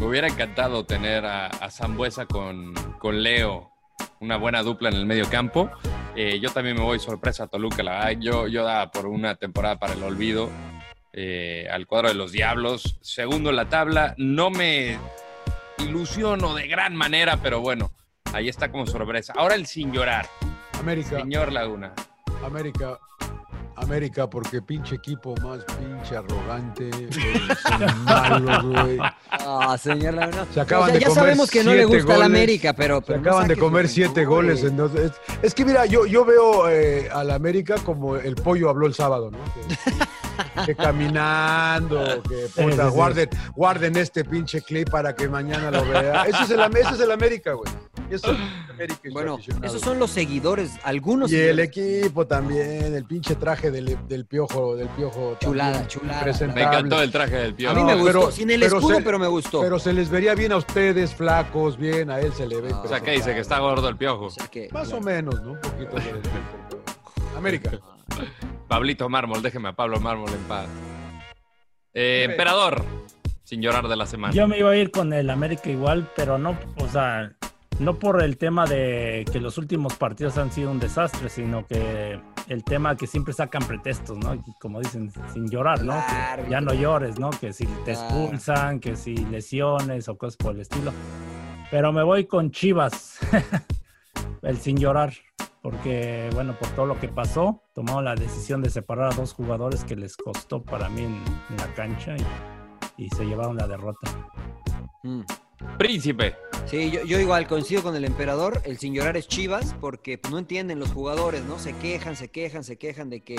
Speaker 3: Me hubiera encantado tener a, a Zambuesa con, con Leo, una buena dupla en el medio campo. Eh, yo también me voy sorpresa a Toluca, la verdad. Yo, yo daba por una temporada para el olvido eh, al cuadro de los Diablos. Segundo en la tabla, no me ilusiono de gran manera, pero bueno, ahí está como sorpresa. Ahora el sin llorar.
Speaker 8: América.
Speaker 3: Señor Laguna.
Speaker 8: América. América, porque pinche equipo más pinche arrogante. güey, son malos, güey.
Speaker 2: Ah, señor Laguna.
Speaker 8: Se acaban
Speaker 2: O sea,
Speaker 8: de
Speaker 2: ya
Speaker 8: comer
Speaker 2: sabemos que no le
Speaker 8: siete
Speaker 2: gusta la
Speaker 8: goles.
Speaker 2: América, pero. pues
Speaker 8: Se acaban de comer siete goles. entonces, es, es que mira, yo, yo veo eh, a la América como el pollo habló el sábado, ¿no? Que, que caminando, que
Speaker 4: Sí,
Speaker 8: puta,
Speaker 4: sí, sí.
Speaker 8: guarden, guarden este pinche clip para que mañana lo vea. Eso es el, Am- eso es el América, güey. Eso es el América y su
Speaker 2: Bueno,
Speaker 8: aficionado.
Speaker 2: esos son los seguidores, algunos.
Speaker 8: Y el
Speaker 2: seguidores.
Speaker 8: equipo también, el pinche traje del, del piojo, del piojo.
Speaker 2: Chulada,
Speaker 8: también
Speaker 2: chulada.
Speaker 8: impresentable.
Speaker 3: Me encantó el traje del
Speaker 2: A
Speaker 3: Piojo.
Speaker 2: mí me gustó, sin el escudo,
Speaker 8: se-
Speaker 2: pero me gustó.
Speaker 8: Pero se les vería bien a ustedes, flacos, bien, a él se le ve.
Speaker 3: O sea,
Speaker 8: impresentable.
Speaker 3: ¿qué dice? Que está gordo el Piojo.
Speaker 2: que-
Speaker 8: Más o menos, ¿no? Un poquito de respeto, pero- América.
Speaker 3: Pablito Mármol, déjeme a Pablo Mármol en paz. Eh,
Speaker 5: Dime.
Speaker 3: emperador, sin llorar de la semana.
Speaker 5: Yo me iba a ir con el América igual, pero no, o sea, no por el tema de que los últimos partidos han sido un desastre, sino que el tema que siempre sacan pretextos, ¿no? Como dicen, sin llorar, ¿no? Que
Speaker 2: Claro.
Speaker 5: ya no llores, ¿no? Que si te
Speaker 2: Claro.
Speaker 5: expulsan, que si lesiones o cosas por el estilo. Pero me voy con Chivas, el sin llorar, porque, bueno, por todo lo que pasó, tomaron la decisión de separar a dos jugadores que les costó para mí en, en la cancha y, y se llevaron la derrota.
Speaker 2: Mm.
Speaker 3: Príncipe.
Speaker 2: Sí, yo, yo igual coincido con el emperador, el sin llorar es Chivas, porque pues, no entienden los jugadores, ¿no? Se quejan, se quejan, se quejan de que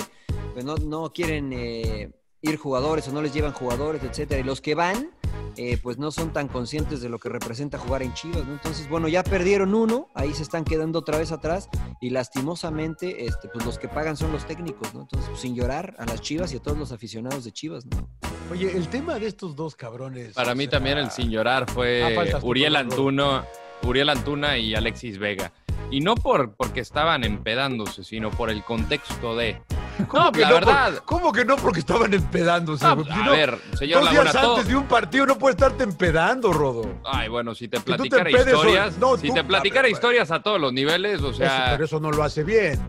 Speaker 2: pues, no, no quieren eh, ir jugadores o no les llevan jugadores, etcétera. Y los que van, eh, pues no son tan conscientes de lo que representa jugar en Chivas, ¿no? Entonces, bueno, ya perdieron uno, ahí se están quedando otra vez atrás, y lastimosamente, este, pues los que pagan son los técnicos, ¿no? Entonces, pues, sin llorar a las Chivas y a todos los aficionados de Chivas, ¿no?
Speaker 8: Oye, el tema de estos dos cabrones.
Speaker 3: Para
Speaker 8: o
Speaker 3: mí
Speaker 8: sea,
Speaker 3: también el sin llorar
Speaker 8: Ah,
Speaker 3: fue
Speaker 8: faltas tú,
Speaker 3: Uriel
Speaker 8: perdón,
Speaker 3: Antuna, Uriel Antuna y Alexis Vega. Y no por porque estaban empedándose, sino por el contexto de.
Speaker 8: ¿Cómo
Speaker 3: No,
Speaker 8: que
Speaker 3: la
Speaker 8: no?
Speaker 3: verdad.
Speaker 8: Por- ¿Cómo que no? Porque estaban empedándose.
Speaker 3: Ah,
Speaker 8: güey. Si
Speaker 3: a
Speaker 8: no,
Speaker 3: ver, señor
Speaker 8: dos
Speaker 3: Laguna,
Speaker 8: días
Speaker 3: todo-
Speaker 8: antes de un partido no puede estarte empedando, Rodo.
Speaker 3: Ay, bueno, si te
Speaker 8: tú te
Speaker 3: platicara
Speaker 8: empedes,
Speaker 3: historias,
Speaker 8: no,
Speaker 3: si
Speaker 8: tú-
Speaker 3: te
Speaker 8: a
Speaker 3: platicara
Speaker 8: ver,
Speaker 3: historias a todos los niveles, o
Speaker 8: Eso,
Speaker 3: sea,
Speaker 8: pero eso no lo hace bien.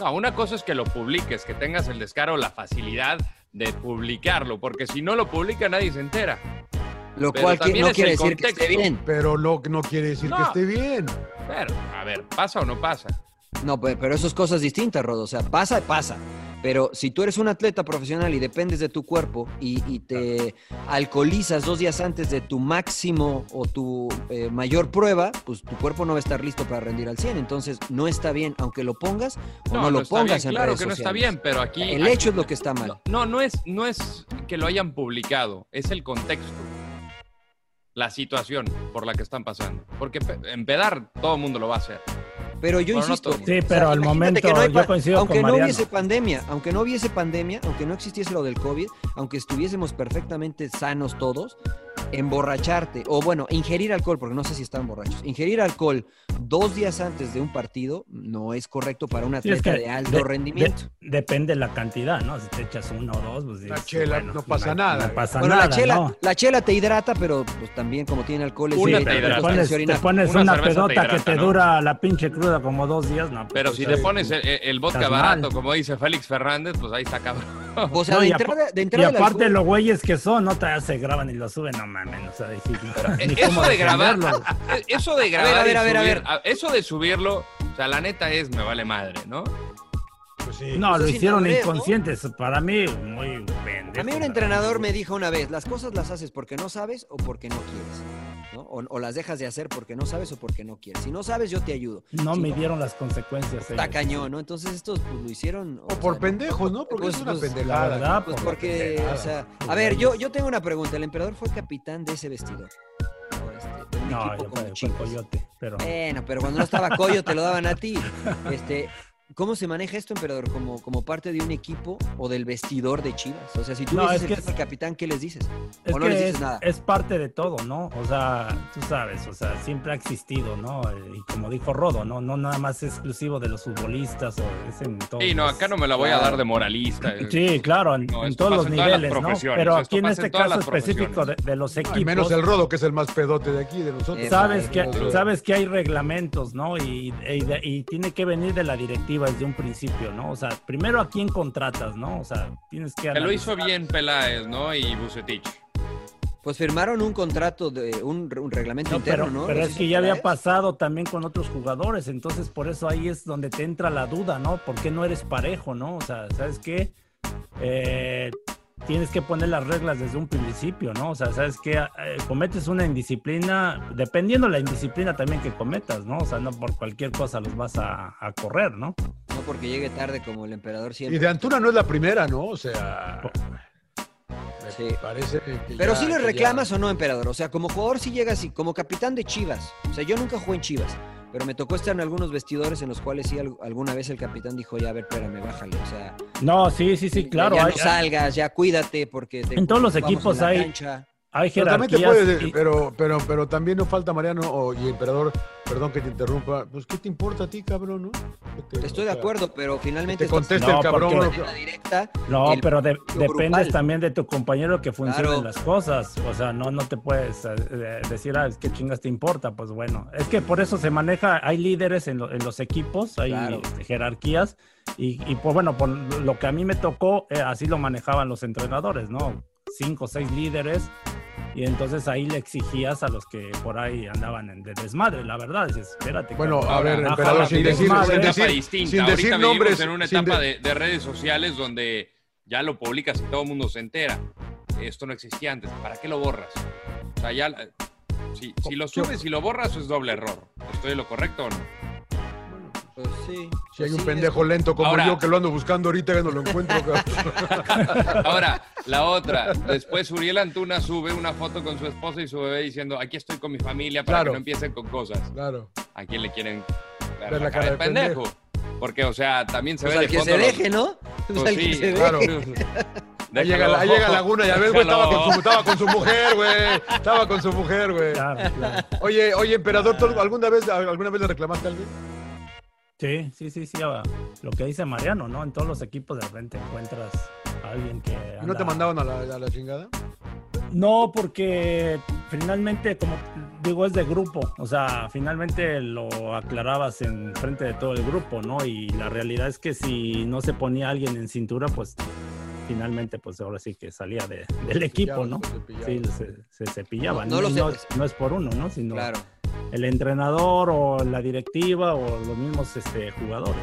Speaker 3: No, una cosa es que lo publiques, que tengas el descaro, la facilidad de publicarlo, porque si no lo publica nadie se entera.
Speaker 2: Lo
Speaker 3: Pero
Speaker 2: cual que-
Speaker 3: también
Speaker 2: no
Speaker 3: es
Speaker 2: quiere
Speaker 3: el
Speaker 2: decir que esté
Speaker 3: contexto.
Speaker 2: bien.
Speaker 8: Pero no, no quiere decir
Speaker 3: No.
Speaker 8: que esté bien.
Speaker 3: Pero, a ver, ¿pasa o no pasa?
Speaker 2: No, pe- pero eso es cosas distintas, Rodo. O sea, pasa, pasa. Pero si tú eres un atleta profesional y dependes de tu cuerpo y, y te alcoholizas dos días antes de tu máximo o tu eh, mayor prueba, pues tu cuerpo no va a estar listo para rendir al 100. Entonces, no está bien, aunque lo pongas o no, lo
Speaker 3: está
Speaker 2: pongas
Speaker 3: bien,
Speaker 2: en
Speaker 3: Claro
Speaker 2: redes
Speaker 3: que no está
Speaker 2: sociales.
Speaker 3: bien, pero aquí...
Speaker 2: El
Speaker 3: aquí-
Speaker 2: hecho es lo que está mal.
Speaker 3: No, no es, no es que lo hayan publicado, es el contexto, la situación por la que están pasando. Porque pe- empedar todo el mundo lo va a hacer.
Speaker 2: Pero yo
Speaker 3: Bueno, no
Speaker 2: insisto.
Speaker 3: todo el mundo.
Speaker 5: Sí, pero al
Speaker 2: Imagínate
Speaker 5: momento
Speaker 2: que no hay pa-
Speaker 5: yo coincido
Speaker 2: aunque
Speaker 5: con
Speaker 2: no
Speaker 5: Mariano.
Speaker 2: hubiese pandemia, aunque no hubiese pandemia, aunque no existiese lo del COVID, aunque estuviésemos perfectamente sanos todos, emborracharte o bueno, ingerir alcohol, porque no sé si están borrachos, ingerir alcohol dos días antes de un partido no es correcto para un
Speaker 5: Sí, es
Speaker 2: atleta
Speaker 5: que
Speaker 2: de alto
Speaker 5: de-
Speaker 2: rendimiento.
Speaker 5: de- depende la cantidad, ¿no? Si te echas uno o dos, pues dices,
Speaker 8: chela, no pasa
Speaker 5: no-
Speaker 8: nada.
Speaker 5: No pasa
Speaker 2: bueno,
Speaker 5: nada,
Speaker 2: la chela,
Speaker 5: ¿no?
Speaker 2: la chela te hidrata, pero pues, también como tiene alcohol es
Speaker 3: Una
Speaker 2: eh,
Speaker 3: te
Speaker 2: tantos
Speaker 3: hidrata.
Speaker 5: Te
Speaker 2: que
Speaker 5: pones,
Speaker 2: se
Speaker 5: te
Speaker 2: orinan.
Speaker 5: pones
Speaker 3: Una
Speaker 5: una,
Speaker 3: cerveza te
Speaker 5: pedota que
Speaker 3: hidrata,
Speaker 5: te
Speaker 3: ¿no?
Speaker 5: dura la pinche cruda como dos días, no. pues,
Speaker 3: Pero si
Speaker 5: sí.
Speaker 3: te pones el, el vodka
Speaker 5: Estás mal.
Speaker 3: barato, como dice Félix Fernández, pues ahí está cabrón.
Speaker 2: O sea,
Speaker 5: No,
Speaker 2: de
Speaker 5: y,
Speaker 2: entrada,
Speaker 5: apa-
Speaker 2: de
Speaker 5: y
Speaker 2: entrada el
Speaker 5: aparte
Speaker 2: alcohol-
Speaker 5: los güeyes que son, no te se graban y lo suben, no mames, o sea, decir, ni
Speaker 3: Eso
Speaker 5: cómo
Speaker 3: de grabar,
Speaker 5: defenderlo.
Speaker 3: eh, eso de
Speaker 2: A ver, a
Speaker 3: grabar, y
Speaker 2: ver, a ver, a
Speaker 3: subir-
Speaker 2: ver.
Speaker 3: a- eso de subirlo, o sea, la neta es me vale madre, ¿no?
Speaker 8: Pues sí.
Speaker 5: No,
Speaker 2: Eso
Speaker 5: lo
Speaker 2: es
Speaker 5: hicieron
Speaker 2: inmadurez, ¿no?
Speaker 5: inconscientes, para mí muy pendejo.
Speaker 2: A mí un
Speaker 5: la
Speaker 2: entrenador me
Speaker 5: verdad.
Speaker 2: dijo una vez, las cosas las haces porque no sabes o porque no quieres. ¿no? O, o las dejas de hacer porque no sabes o porque no quieres. Si no sabes, yo te ayudo.
Speaker 5: No
Speaker 2: Si
Speaker 5: midieron las consecuencias. eh.
Speaker 2: Está
Speaker 5: ellos.
Speaker 2: cañón, ¿no? Entonces estos pues, lo hicieron...
Speaker 8: O por pendejos, ¿no? Porque
Speaker 2: Pues-
Speaker 8: es una
Speaker 2: pues,
Speaker 8: pendejada.
Speaker 5: la verdad,
Speaker 2: Pues
Speaker 5: Ah, por la
Speaker 2: porque,
Speaker 5: pendejada.
Speaker 2: o sea...
Speaker 5: Pues
Speaker 2: A ver,
Speaker 5: ahí
Speaker 2: yo,
Speaker 5: es.
Speaker 2: yo tengo una pregunta. El emperador fue capitán de ese vestidor. ¿no? Este, un
Speaker 5: No,
Speaker 2: equipo
Speaker 5: yo
Speaker 2: como
Speaker 5: fue- fue
Speaker 2: Chivas.
Speaker 5: Coyote, pero-
Speaker 2: Bueno, pero cuando no estaba Coyo te lo daban a ti. Este, ¿Cómo se maneja esto, emperador? ¿Como, como parte de un equipo o del vestidor de Chivas? O sea, si tú
Speaker 5: No,
Speaker 2: dices
Speaker 5: es
Speaker 2: el
Speaker 5: que
Speaker 2: tema del capitán, ¿qué les dices?
Speaker 5: Es
Speaker 2: ¿O no
Speaker 5: que
Speaker 2: les dices
Speaker 5: es,
Speaker 2: nada?
Speaker 5: es parte de todo, ¿no? O sea, tú sabes, o sea, siempre ha existido, ¿no? Eh, Y como dijo Rodo, ¿no? No nada más exclusivo de los futbolistas o es en todos
Speaker 3: Sí, no,
Speaker 5: los-
Speaker 3: acá no me la voy a dar de moralista. eh.
Speaker 5: pues, Sí, claro, en,
Speaker 3: No,
Speaker 5: en
Speaker 3: esto
Speaker 5: todos
Speaker 3: pasa
Speaker 5: los
Speaker 3: en todas las
Speaker 5: niveles, ¿no?
Speaker 3: profesiones,
Speaker 5: Pero
Speaker 3: esto
Speaker 5: aquí en
Speaker 3: pasa en
Speaker 5: este
Speaker 3: todas
Speaker 5: caso
Speaker 3: las
Speaker 5: específico de, de los
Speaker 8: Al
Speaker 5: equipos.
Speaker 8: menos el Rodo, que es el más pedote de aquí, de nosotros.
Speaker 5: Sabes que, sabes que hay reglamentos, ¿no? Y, y de- y tiene que venir de la directiva desde un principio, ¿no? O sea, primero a quién contratas, ¿no? O sea, tienes que...
Speaker 3: Que lo
Speaker 5: analizar.
Speaker 3: hizo bien Peláez, ¿no? Y Bucetich.
Speaker 2: Pues firmaron un contrato, de un, un reglamento
Speaker 5: No,
Speaker 2: interno,
Speaker 5: pero,
Speaker 2: ¿no?
Speaker 5: pero
Speaker 2: ¿Los
Speaker 5: es
Speaker 2: hizo
Speaker 5: que ya
Speaker 2: Peláez?
Speaker 5: había pasado también con otros jugadores, entonces por eso ahí es donde te entra la duda, ¿no? ¿Por qué no eres parejo, no? O sea, ¿sabes qué? Eh, tienes que poner las reglas desde un principio, ¿no? O sea, ¿sabes qué? Eh, cometes una indisciplina, dependiendo la indisciplina también que cometas, ¿no? O sea, no por cualquier cosa los vas a, a correr, ¿no?
Speaker 2: No porque llegue tarde como el emperador siempre.
Speaker 8: Y de Antuna no es la primera, ¿no? O sea. Me parece que
Speaker 2: Pero
Speaker 8: ya-
Speaker 2: sí le
Speaker 8: que ya-
Speaker 2: reclamas o no, emperador. O sea, como jugador sí llegas y como capitán de Chivas. O sea, yo nunca jugué en Chivas, pero me tocó estar en algunos vestidores en los cuales sí al- alguna vez el capitán dijo, ya, a ver, espérame, bájale. O sea,
Speaker 5: No, sí, sí, sí, claro.
Speaker 2: ya
Speaker 5: hay-
Speaker 2: no salgas, ya cuídate porque te
Speaker 5: En todos los
Speaker 2: ocupamos
Speaker 5: equipos
Speaker 2: en la
Speaker 5: hay-
Speaker 2: cancha.
Speaker 5: hay
Speaker 8: Pero también te
Speaker 5: jerarquías
Speaker 8: puede-
Speaker 5: y-
Speaker 8: pero, pero, pero también no falta Mariano o- y Emperador, perdón que te interrumpa, pues ¿qué te importa a ti, cabrón? No? Que te-
Speaker 2: Estoy
Speaker 8: o
Speaker 2: de
Speaker 8: sea,
Speaker 2: acuerdo, pero finalmente...
Speaker 8: te conteste
Speaker 5: No,
Speaker 8: el cabrón.
Speaker 5: porque-
Speaker 8: o-
Speaker 2: directa.
Speaker 5: No,
Speaker 2: el
Speaker 5: pero de-
Speaker 2: propio
Speaker 5: dependes
Speaker 2: grupal.
Speaker 5: también de tu compañero que funcionen
Speaker 2: Claro.
Speaker 5: las cosas. O sea, no, no te puedes eh, eh, decir, ah, es que chingas te importa. Pues bueno, es que por eso se maneja, hay líderes en, lo- en los equipos, hay
Speaker 2: Claro.
Speaker 5: este, jerarquías. Y, y, pues bueno, por lo que a mí me tocó, eh, así lo manejaban los entrenadores, ¿no? Cinco o seis líderes. Y entonces ahí le exigías a los que por ahí andaban en- de desmadre, la verdad. Dices, espérate.
Speaker 8: Bueno,
Speaker 5: cabrón,
Speaker 8: a ver,
Speaker 5: baja
Speaker 8: emperador,
Speaker 5: la
Speaker 8: sin decir,
Speaker 5: desmadre".
Speaker 8: sin
Speaker 3: Una
Speaker 8: decir,
Speaker 3: etapa distinta.
Speaker 8: sin
Speaker 3: Ahorita
Speaker 8: decir
Speaker 3: vivimos
Speaker 8: nombres.
Speaker 3: en una
Speaker 8: sin
Speaker 3: etapa
Speaker 8: de-
Speaker 3: de, de redes sociales donde ya lo publicas y todo el mundo se entera. Esto no existía antes. ¿Para qué lo borras? O sea, ya... la- Si, si lo subes y lo borras, es doble error. ¿Estoy en lo correcto o no?
Speaker 2: Pues sí.
Speaker 8: Si hay
Speaker 2: pues
Speaker 8: un
Speaker 2: sí,
Speaker 8: pendejo
Speaker 2: es-
Speaker 8: lento como
Speaker 3: Ahora-
Speaker 8: yo que lo ando buscando ahorita, que no lo encuentro. cabrón.
Speaker 3: Ahora, la otra. Después Uriel Antuna sube una foto con su esposa y su bebé diciendo, aquí estoy con mi familia para
Speaker 8: Claro.
Speaker 3: que no empiecen con cosas.
Speaker 8: Claro.
Speaker 3: ¿A quién le quieren dar
Speaker 8: Ver
Speaker 3: la, cara de pendejo? Porque, o sea, también se
Speaker 2: Pues
Speaker 3: ve
Speaker 2: al
Speaker 3: de
Speaker 2: que
Speaker 3: fondo
Speaker 2: se
Speaker 3: los-
Speaker 2: deje, ¿no? Pues
Speaker 3: Pues
Speaker 2: al que
Speaker 3: sí,
Speaker 2: se
Speaker 8: claro.
Speaker 2: deje.
Speaker 8: Ahí llega,
Speaker 3: Déjalo.
Speaker 8: la- ahí llega Laguna, ya ves, güey, estaba con, su,
Speaker 3: Déjalo.
Speaker 8: estaba con su mujer, güey. Estaba con su mujer, güey.
Speaker 5: Claro, claro.
Speaker 8: Oye, oye, emperador, ¿tú alguna vez, alguna vez le reclamaste a alguien?
Speaker 5: Sí, sí, sí, sí. a- Lo que dice Mariano, ¿no? En todos los equipos de repente encuentras a alguien que.
Speaker 8: ¿Y no
Speaker 5: anda-
Speaker 8: te mandaban a la, a la chingada?
Speaker 5: No, porque finalmente, como digo, es de grupo. O sea, finalmente lo aclarabas en frente de todo el grupo, ¿no? Y la realidad es que si no se ponía alguien en cintura, pues finalmente, pues ahora sí que salía de- del equipo,
Speaker 8: pillaban,
Speaker 5: ¿no?
Speaker 8: pues, te
Speaker 5: Sí,
Speaker 8: pillaban.
Speaker 5: se, se cepillaba.
Speaker 2: No, no
Speaker 5: No,
Speaker 2: lo
Speaker 5: no-
Speaker 2: sé.
Speaker 5: no es por uno, ¿no? Sino
Speaker 2: Claro.
Speaker 5: el entrenador o la directiva o los mismos este, jugadores.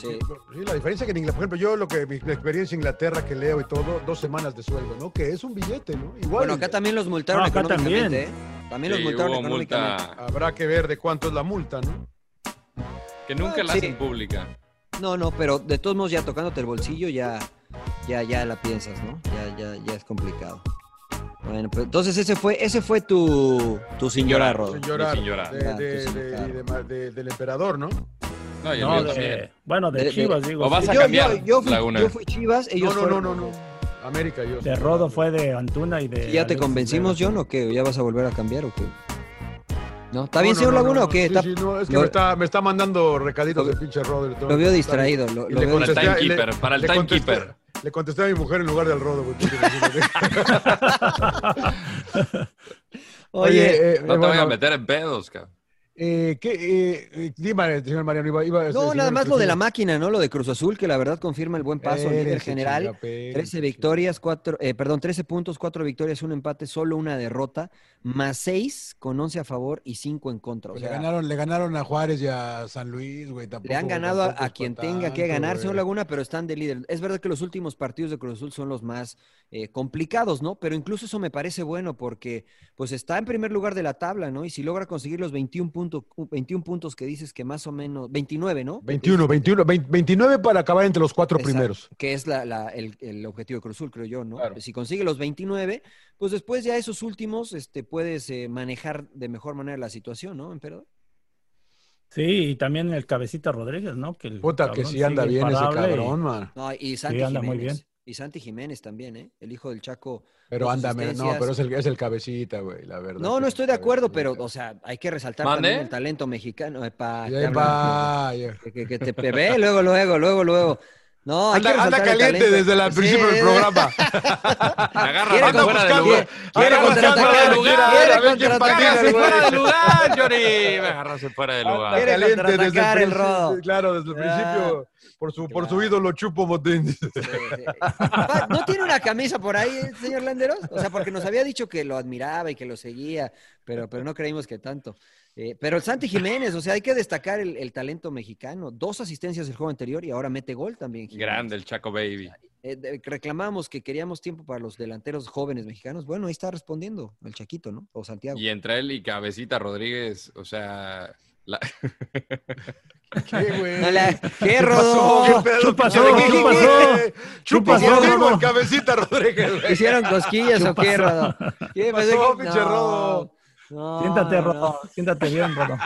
Speaker 2: Sí.
Speaker 8: Sí, la diferencia que en Inglaterra, por ejemplo, yo lo que mi mi experiencia en Inglaterra que leo y todo, dos semanas de sueldo, ¿no? Que es un billete, ¿no? Igual.
Speaker 2: Bueno, acá también los multaron
Speaker 5: No, Ah, acá
Speaker 2: económicamente, ¿eh? También los
Speaker 3: Sí,
Speaker 2: multaron
Speaker 3: hubo
Speaker 2: económicamente.
Speaker 3: multa
Speaker 8: Habrá que ver de cuánto es la multa, ¿no?
Speaker 3: que nunca
Speaker 2: Ah,
Speaker 3: la
Speaker 2: sí.
Speaker 3: hacen pública.
Speaker 2: No, no, pero de todos modos ya tocándote el bolsillo ya, ya, ya la piensas, ¿no? Ya, ya, ya es complicado. Bueno, pues entonces ese fue, ese fue tu, tu sin llorar, Rodo.
Speaker 8: Sin llorar.
Speaker 3: Sin llorar.
Speaker 8: de-
Speaker 2: Ah,
Speaker 8: de-
Speaker 2: sí,
Speaker 8: de-
Speaker 2: claro.
Speaker 8: y de ma- de- del emperador, ¿no?
Speaker 3: No, y el mío
Speaker 5: No, Eh, de-
Speaker 3: también.
Speaker 5: bueno, de,
Speaker 2: De- de-
Speaker 5: Chivas, digo.
Speaker 3: o vas
Speaker 5: sí.
Speaker 3: a
Speaker 2: Yo, yo,
Speaker 3: cambiar,
Speaker 2: yo, fui,
Speaker 3: Laguna.
Speaker 2: yo fui Chivas, ellos
Speaker 8: no, no,
Speaker 2: fueron-
Speaker 8: no, no, no. América, yo.
Speaker 5: De Rodo fue de Antuna y
Speaker 8: Eh,
Speaker 5: de.
Speaker 2: ¿Ya te
Speaker 5: Alexis
Speaker 2: convencimos,
Speaker 5: Vega.
Speaker 2: John, o qué? ¿Ya vas a volver a cambiar o qué? ¿No? ¿Está
Speaker 8: No,
Speaker 2: bien,
Speaker 8: no,
Speaker 2: señor
Speaker 8: no,
Speaker 2: Laguna,
Speaker 8: no,
Speaker 2: o qué?
Speaker 8: sí,
Speaker 2: Está-
Speaker 8: sí, no, es que
Speaker 2: lo-
Speaker 8: me, está, me está mandando recaditos
Speaker 2: lo-
Speaker 8: de pinche Rodo. y todo.
Speaker 2: lo veo distraído, lo-
Speaker 8: Y
Speaker 2: lo
Speaker 8: le
Speaker 2: veo
Speaker 8: contesté-
Speaker 3: distraído. Para el
Speaker 8: y le-
Speaker 3: timekeeper, para el
Speaker 8: le contesté-
Speaker 3: timekeeper.
Speaker 8: Le contesté a mi mujer en lugar del Rodo, güey.
Speaker 2: Oye,
Speaker 8: eh, eh,
Speaker 3: No te voy a
Speaker 8: bueno,
Speaker 3: meter en pedos, cabrón.
Speaker 8: Eh, ¿qué, eh, eh, dime, señor Mariano, iba, iba a
Speaker 2: no,
Speaker 8: decir-
Speaker 2: nada más lo de la máquina, ¿no? Lo de Cruz Azul, que la verdad confirma el buen paso, líder
Speaker 8: Espérese,
Speaker 2: general.
Speaker 8: chinga, espérese,
Speaker 2: 13
Speaker 8: chinga.
Speaker 2: victorias, 4, perdón, 13 puntos, 4 victorias, un empate, solo una derrota, más 6 con 11 a favor y 5 en contra. O
Speaker 8: Pues
Speaker 2: sea,
Speaker 8: le, ganaron, le ganaron a Juárez y a San Luis, güey. tampoco-
Speaker 2: le han ganado a,
Speaker 8: tampoco
Speaker 2: a
Speaker 8: es pa'
Speaker 2: quien tenga que
Speaker 8: tanto,
Speaker 2: ganar,
Speaker 8: güey.
Speaker 2: señor Laguna, pero están de líder. Es verdad que los últimos partidos de Cruz Azul son los más eh, complicados, ¿no? Pero incluso eso me parece bueno porque pues está en primer lugar de la tabla, ¿no? Y si logra conseguir los 21 puntos punto- 21 puntos que dices que más o menos, 29, ¿no?
Speaker 8: 21, 21, 20, 29 para acabar entre los cuatro
Speaker 2: Exacto,
Speaker 8: primeros.
Speaker 2: Que es la- la- el, el objetivo de Cruzul, creo yo, ¿no? Si consigue los 29, pues después ya esos últimos este, puedes eh, manejar de mejor manera la situación, ¿no, emperador?
Speaker 5: Sí, y también el Cabecita Rodríguez, ¿no? Que el
Speaker 8: Puta, que
Speaker 5: cabrón
Speaker 8: sí anda
Speaker 5: sigue
Speaker 8: bien ese
Speaker 5: imparable y-
Speaker 8: cabrón, man.
Speaker 2: No, y
Speaker 5: Sí,
Speaker 2: Santi
Speaker 5: anda muy
Speaker 2: Jiménez.
Speaker 5: bien.
Speaker 2: Y Santi Jiménez también, ¿eh? El hijo del Chaco.
Speaker 8: Pero
Speaker 2: dos
Speaker 8: anda, men- no,
Speaker 2: asistencias.
Speaker 8: pero es el, es el cabecita, güey, la verdad.
Speaker 2: No, no estoy de acuerdo, pero, o sea, hay que resaltar
Speaker 8: ¿Mande?
Speaker 2: también el talento mexicano. Epa,
Speaker 8: Ya,
Speaker 2: cabrón.
Speaker 8: va, ya.
Speaker 2: que, que- que te pe- ve, luego, luego, luego, luego. No, hay
Speaker 8: Anda-
Speaker 2: que
Speaker 8: anda
Speaker 2: resaltar el
Speaker 8: caliente
Speaker 2: talento.
Speaker 8: desde la- el principio del programa.
Speaker 3: Agarra banda fuera de lugar.
Speaker 2: Quiere
Speaker 3: Agarra
Speaker 2: contraatacar,
Speaker 3: fuera de
Speaker 2: quiere
Speaker 3: lugar. A ver quién
Speaker 2: contraatacar.
Speaker 3: patina, güey. fuera de lugar, Johnny. Me agarraste fuera de lugar.
Speaker 2: Quiere contraatacar el
Speaker 8: principio,
Speaker 2: rodo.
Speaker 8: Claro, desde el principio, por su, por su ídolo Chupo Motín.
Speaker 2: Pa- ¿No tiene una camisa por ahí, eh, señor Landeros? O sea, porque nos había dicho que lo admiraba y que lo seguía, pero, pero no creímos que tanto. Eh, pero el Santi Jiménez, o sea, hay que destacar el, el talento mexicano. Dos asistencias el juego anterior y ahora mete gol también. Jiménez.
Speaker 3: Grande el Chaco Baby.
Speaker 2: Eh, de- reclamamos que queríamos tiempo para los delanteros jóvenes mexicanos. Bueno, ahí está respondiendo el Chaquito, ¿no? O Santiago.
Speaker 3: Y entre él y Cabecita Rodríguez, o sea. la-
Speaker 8: ¿Qué, güey?
Speaker 2: No le- ¿Qué,
Speaker 8: pasó?
Speaker 2: Rodo?
Speaker 8: ¿Qué pedo?
Speaker 2: ¿Qué pasó?
Speaker 8: ¿Qué
Speaker 2: ¿Qué
Speaker 8: pasó?
Speaker 2: pasó?
Speaker 8: Chupo
Speaker 2: ¿Qué pasó,
Speaker 8: Motín
Speaker 2: Rodo?
Speaker 8: el cabecita Rodríguez. güey.
Speaker 2: ¿Hicieron cosquillas o qué, Rodo? ¿Qué
Speaker 8: ¿Qué pasó,
Speaker 2: No,
Speaker 8: pinche Rodo?
Speaker 2: no,
Speaker 5: Siéntate,
Speaker 2: no,
Speaker 5: Rodo, siéntate bien, Rodo.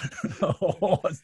Speaker 5: es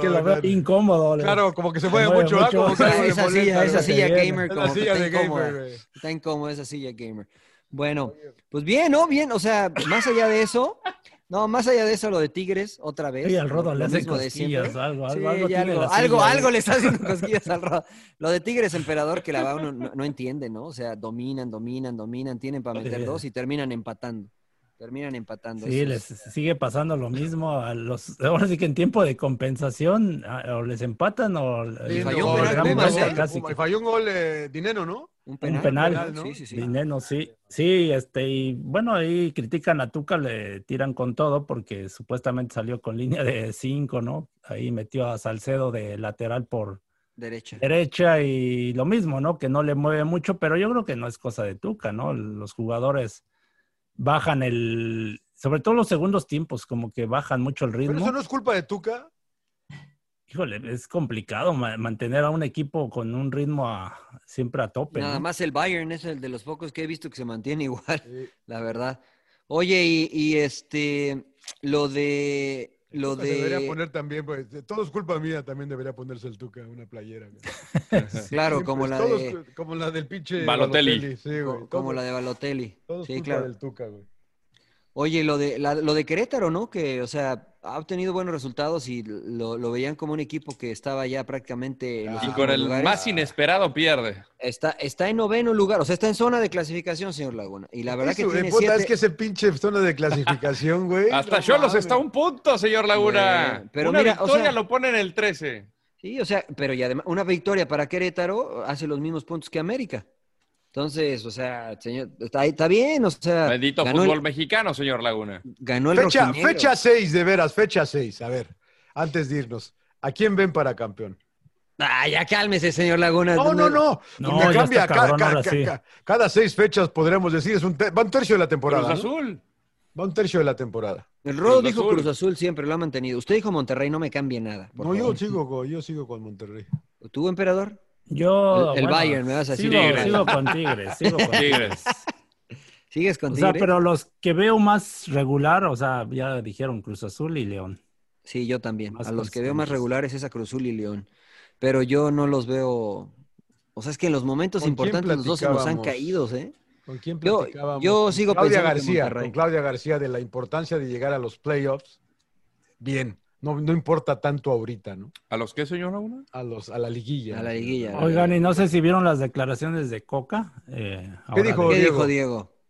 Speaker 5: que lo veo
Speaker 8: claro.
Speaker 5: incómodo. le-
Speaker 8: Oh, Claro, como que se
Speaker 5: se
Speaker 8: mueve
Speaker 5: mueve
Speaker 8: mucho, ¿ah?
Speaker 5: mucho.
Speaker 8: Como que
Speaker 5: Esa-
Speaker 8: algo le
Speaker 2: esa
Speaker 8: molesta,
Speaker 2: silla, esa
Speaker 8: güey.
Speaker 2: silla
Speaker 8: Bien.
Speaker 2: gamer,
Speaker 8: Es
Speaker 2: como
Speaker 8: la
Speaker 2: que
Speaker 8: silla
Speaker 2: está
Speaker 8: de gamer,
Speaker 2: incómoda.
Speaker 8: güey.
Speaker 2: Está incómoda esa silla gamer. Bueno, pues bien, ¿no? Bien, o sea, más allá de eso, no, más allá de eso, lo de Tigres, otra vez.
Speaker 5: Sí, al Rodo
Speaker 2: lo-
Speaker 5: le
Speaker 2: lo
Speaker 5: hace
Speaker 2: mismo de
Speaker 5: cosquillas,
Speaker 2: siempre.
Speaker 5: algo, algo,
Speaker 2: Sí,
Speaker 5: algo
Speaker 2: ya
Speaker 5: tiene la
Speaker 2: algo, algo,
Speaker 5: silla,
Speaker 2: algo
Speaker 5: güey.
Speaker 2: le está haciendo cosquillas al Rodo. Lo de Tigres, emperador, que la verdad uno no, no entiende, ¿no? O sea, dominan, dominan, dominan, tienen para meter
Speaker 5: Sí.
Speaker 2: dos y terminan empatando. Terminan empatando.
Speaker 5: Sí,
Speaker 2: Eso
Speaker 5: les
Speaker 2: es-
Speaker 5: sigue pasando lo mismo a los. Ahora sí que en tiempo de compensación, a- o les empatan o.
Speaker 8: Sí,
Speaker 5: les
Speaker 8: no,
Speaker 2: falló un penal
Speaker 8: no,
Speaker 2: Pumas,
Speaker 8: no,
Speaker 2: ¿eh?
Speaker 5: casi.
Speaker 8: Puma, y Falló un gol eh, Dineno, ¿no?
Speaker 2: Un
Speaker 5: Un
Speaker 2: penal.
Speaker 5: penal.
Speaker 8: ¿no?
Speaker 2: Sí, sí, sí.
Speaker 5: Dineno, sí. Sí, este, y bueno, ahí critican a Tuca, le tiran con todo porque supuestamente salió con línea de cinco, ¿no? Ahí metió a Salcedo de lateral por
Speaker 2: Derecha.
Speaker 5: derecha y lo mismo, ¿no? Que no le mueve mucho, pero yo creo que no es cosa de Tuca, ¿no? Los jugadores bajan el, sobre todo los segundos tiempos, como que bajan mucho el
Speaker 8: Pero
Speaker 5: ritmo.
Speaker 8: eso no es culpa de Tuca.
Speaker 5: Híjole, es complicado ma- mantener a un equipo con un ritmo a- siempre a tope.
Speaker 2: Nada
Speaker 5: ¿no?
Speaker 2: más el Bayern es el de los pocos que he visto que se mantiene igual, la verdad. Oye, y, y este, lo de, lo
Speaker 8: Tuca Se debería
Speaker 2: de,
Speaker 8: poner también, pues, todo es culpa mía, también debería ponerse el Tuca, una playera. güey.
Speaker 2: claro,
Speaker 8: Siempre
Speaker 2: como
Speaker 8: es-
Speaker 2: la
Speaker 8: todo es
Speaker 2: de,
Speaker 8: cu- como la del pinche
Speaker 3: Balotelli.
Speaker 8: sí, güey.
Speaker 2: co-
Speaker 8: Todo-
Speaker 2: como la de Balotelli.
Speaker 8: todo es
Speaker 2: Sí,
Speaker 8: culpa
Speaker 2: claro.
Speaker 8: del Tuca, güey.
Speaker 2: Oye, lo de, la- lo de Querétaro, ¿no? Que, o sea, ha obtenido buenos resultados y lo, lo veían como un equipo que estaba ya prácticamente en los
Speaker 3: Y
Speaker 2: últimos
Speaker 3: con el
Speaker 2: lugares.
Speaker 3: más inesperado pierde.
Speaker 2: Está, está en noveno lugar, o sea, está en zona de clasificación, señor Laguna. Y la verdad
Speaker 8: Eso,
Speaker 2: que
Speaker 8: güey,
Speaker 2: tiene
Speaker 8: puta,
Speaker 2: siete...
Speaker 8: Es que ese pinche zona de clasificación, güey.
Speaker 3: Hasta
Speaker 8: no
Speaker 3: Cholos
Speaker 8: mames.
Speaker 3: está a un punto, señor Laguna.
Speaker 2: Bueno, pero
Speaker 3: Una
Speaker 2: mira, o
Speaker 3: victoria
Speaker 2: sea-
Speaker 3: lo pone en el 13.
Speaker 2: Sí, o sea, pero y además, una victoria para Querétaro hace los mismos puntos que América. Entonces, o sea, señor, está, está bien, o sea.
Speaker 3: Bendito
Speaker 2: Ah, ganó
Speaker 3: fútbol
Speaker 2: el,
Speaker 3: mexicano, señor Laguna.
Speaker 2: ganó el
Speaker 8: Fecha,
Speaker 2: rojinegro.
Speaker 8: fecha 6, de veras, fecha 6. A ver, antes de irnos, ¿a quién ven para campeón?
Speaker 2: Ah, ya cálmese, señor Laguna.
Speaker 8: No, no, no.
Speaker 5: No,
Speaker 8: porque
Speaker 5: ya
Speaker 8: cambia.
Speaker 5: está
Speaker 8: ca-
Speaker 5: cabrón,
Speaker 8: ca-
Speaker 5: ahora
Speaker 8: ca-
Speaker 5: sí.
Speaker 8: ca- cada seis fechas, podremos decir, es un te- va un tercio de la
Speaker 3: Cruz
Speaker 8: temporada. ¿no?
Speaker 3: Azul.
Speaker 8: Va un tercio de la temporada.
Speaker 2: El Rodo
Speaker 3: Cruz
Speaker 2: dijo
Speaker 3: Azul.
Speaker 2: Cruz Azul siempre, lo ha mantenido. Usted dijo Monterrey, no me cambie nada. por
Speaker 8: No, yo
Speaker 2: favor.
Speaker 8: sigo, con- yo sigo con Monterrey.
Speaker 2: ¿Tú, emperador?
Speaker 5: Yo.
Speaker 2: El- el Bayern, me vas a decir.
Speaker 5: Sigo,
Speaker 3: Tigres.
Speaker 5: sigo con Tigres, sigo con
Speaker 3: Tigres.
Speaker 5: Tigres.
Speaker 2: ¿Sigues
Speaker 5: O
Speaker 2: con
Speaker 5: sea,
Speaker 2: Tigre?
Speaker 5: pero los que veo más regular, o sea, ya dijeron Cruz Azul y León.
Speaker 2: Sí, yo también.
Speaker 5: Más
Speaker 2: A los que veo más
Speaker 5: constantes.
Speaker 2: regulares es a Cruz Azul y León. Pero yo no los veo. O sea, es que en los momentos
Speaker 8: ¿Con quién
Speaker 2: importantes los dos se nos han
Speaker 8: platicábamos?
Speaker 2: caído, ¿eh?
Speaker 8: ¿Con quién
Speaker 2: Yo-
Speaker 8: platicábamos?
Speaker 2: yo
Speaker 8: Con
Speaker 2: sigo
Speaker 8: Claudia
Speaker 2: pensando que
Speaker 8: García,
Speaker 2: Monterrey.
Speaker 8: con Claudia García de la importancia de llegar a los playoffs. Bien, no, no importa tanto ahorita, ¿no?
Speaker 3: ¿A los qué, señor Laguna?
Speaker 8: A los a la liguilla.
Speaker 2: A la liguilla.
Speaker 5: Oigan, y no sé si vieron las declaraciones de Coca. eh, ahora
Speaker 8: dijo?
Speaker 5: de-
Speaker 2: ¿Qué dijo
Speaker 8: Diego.
Speaker 2: Diego?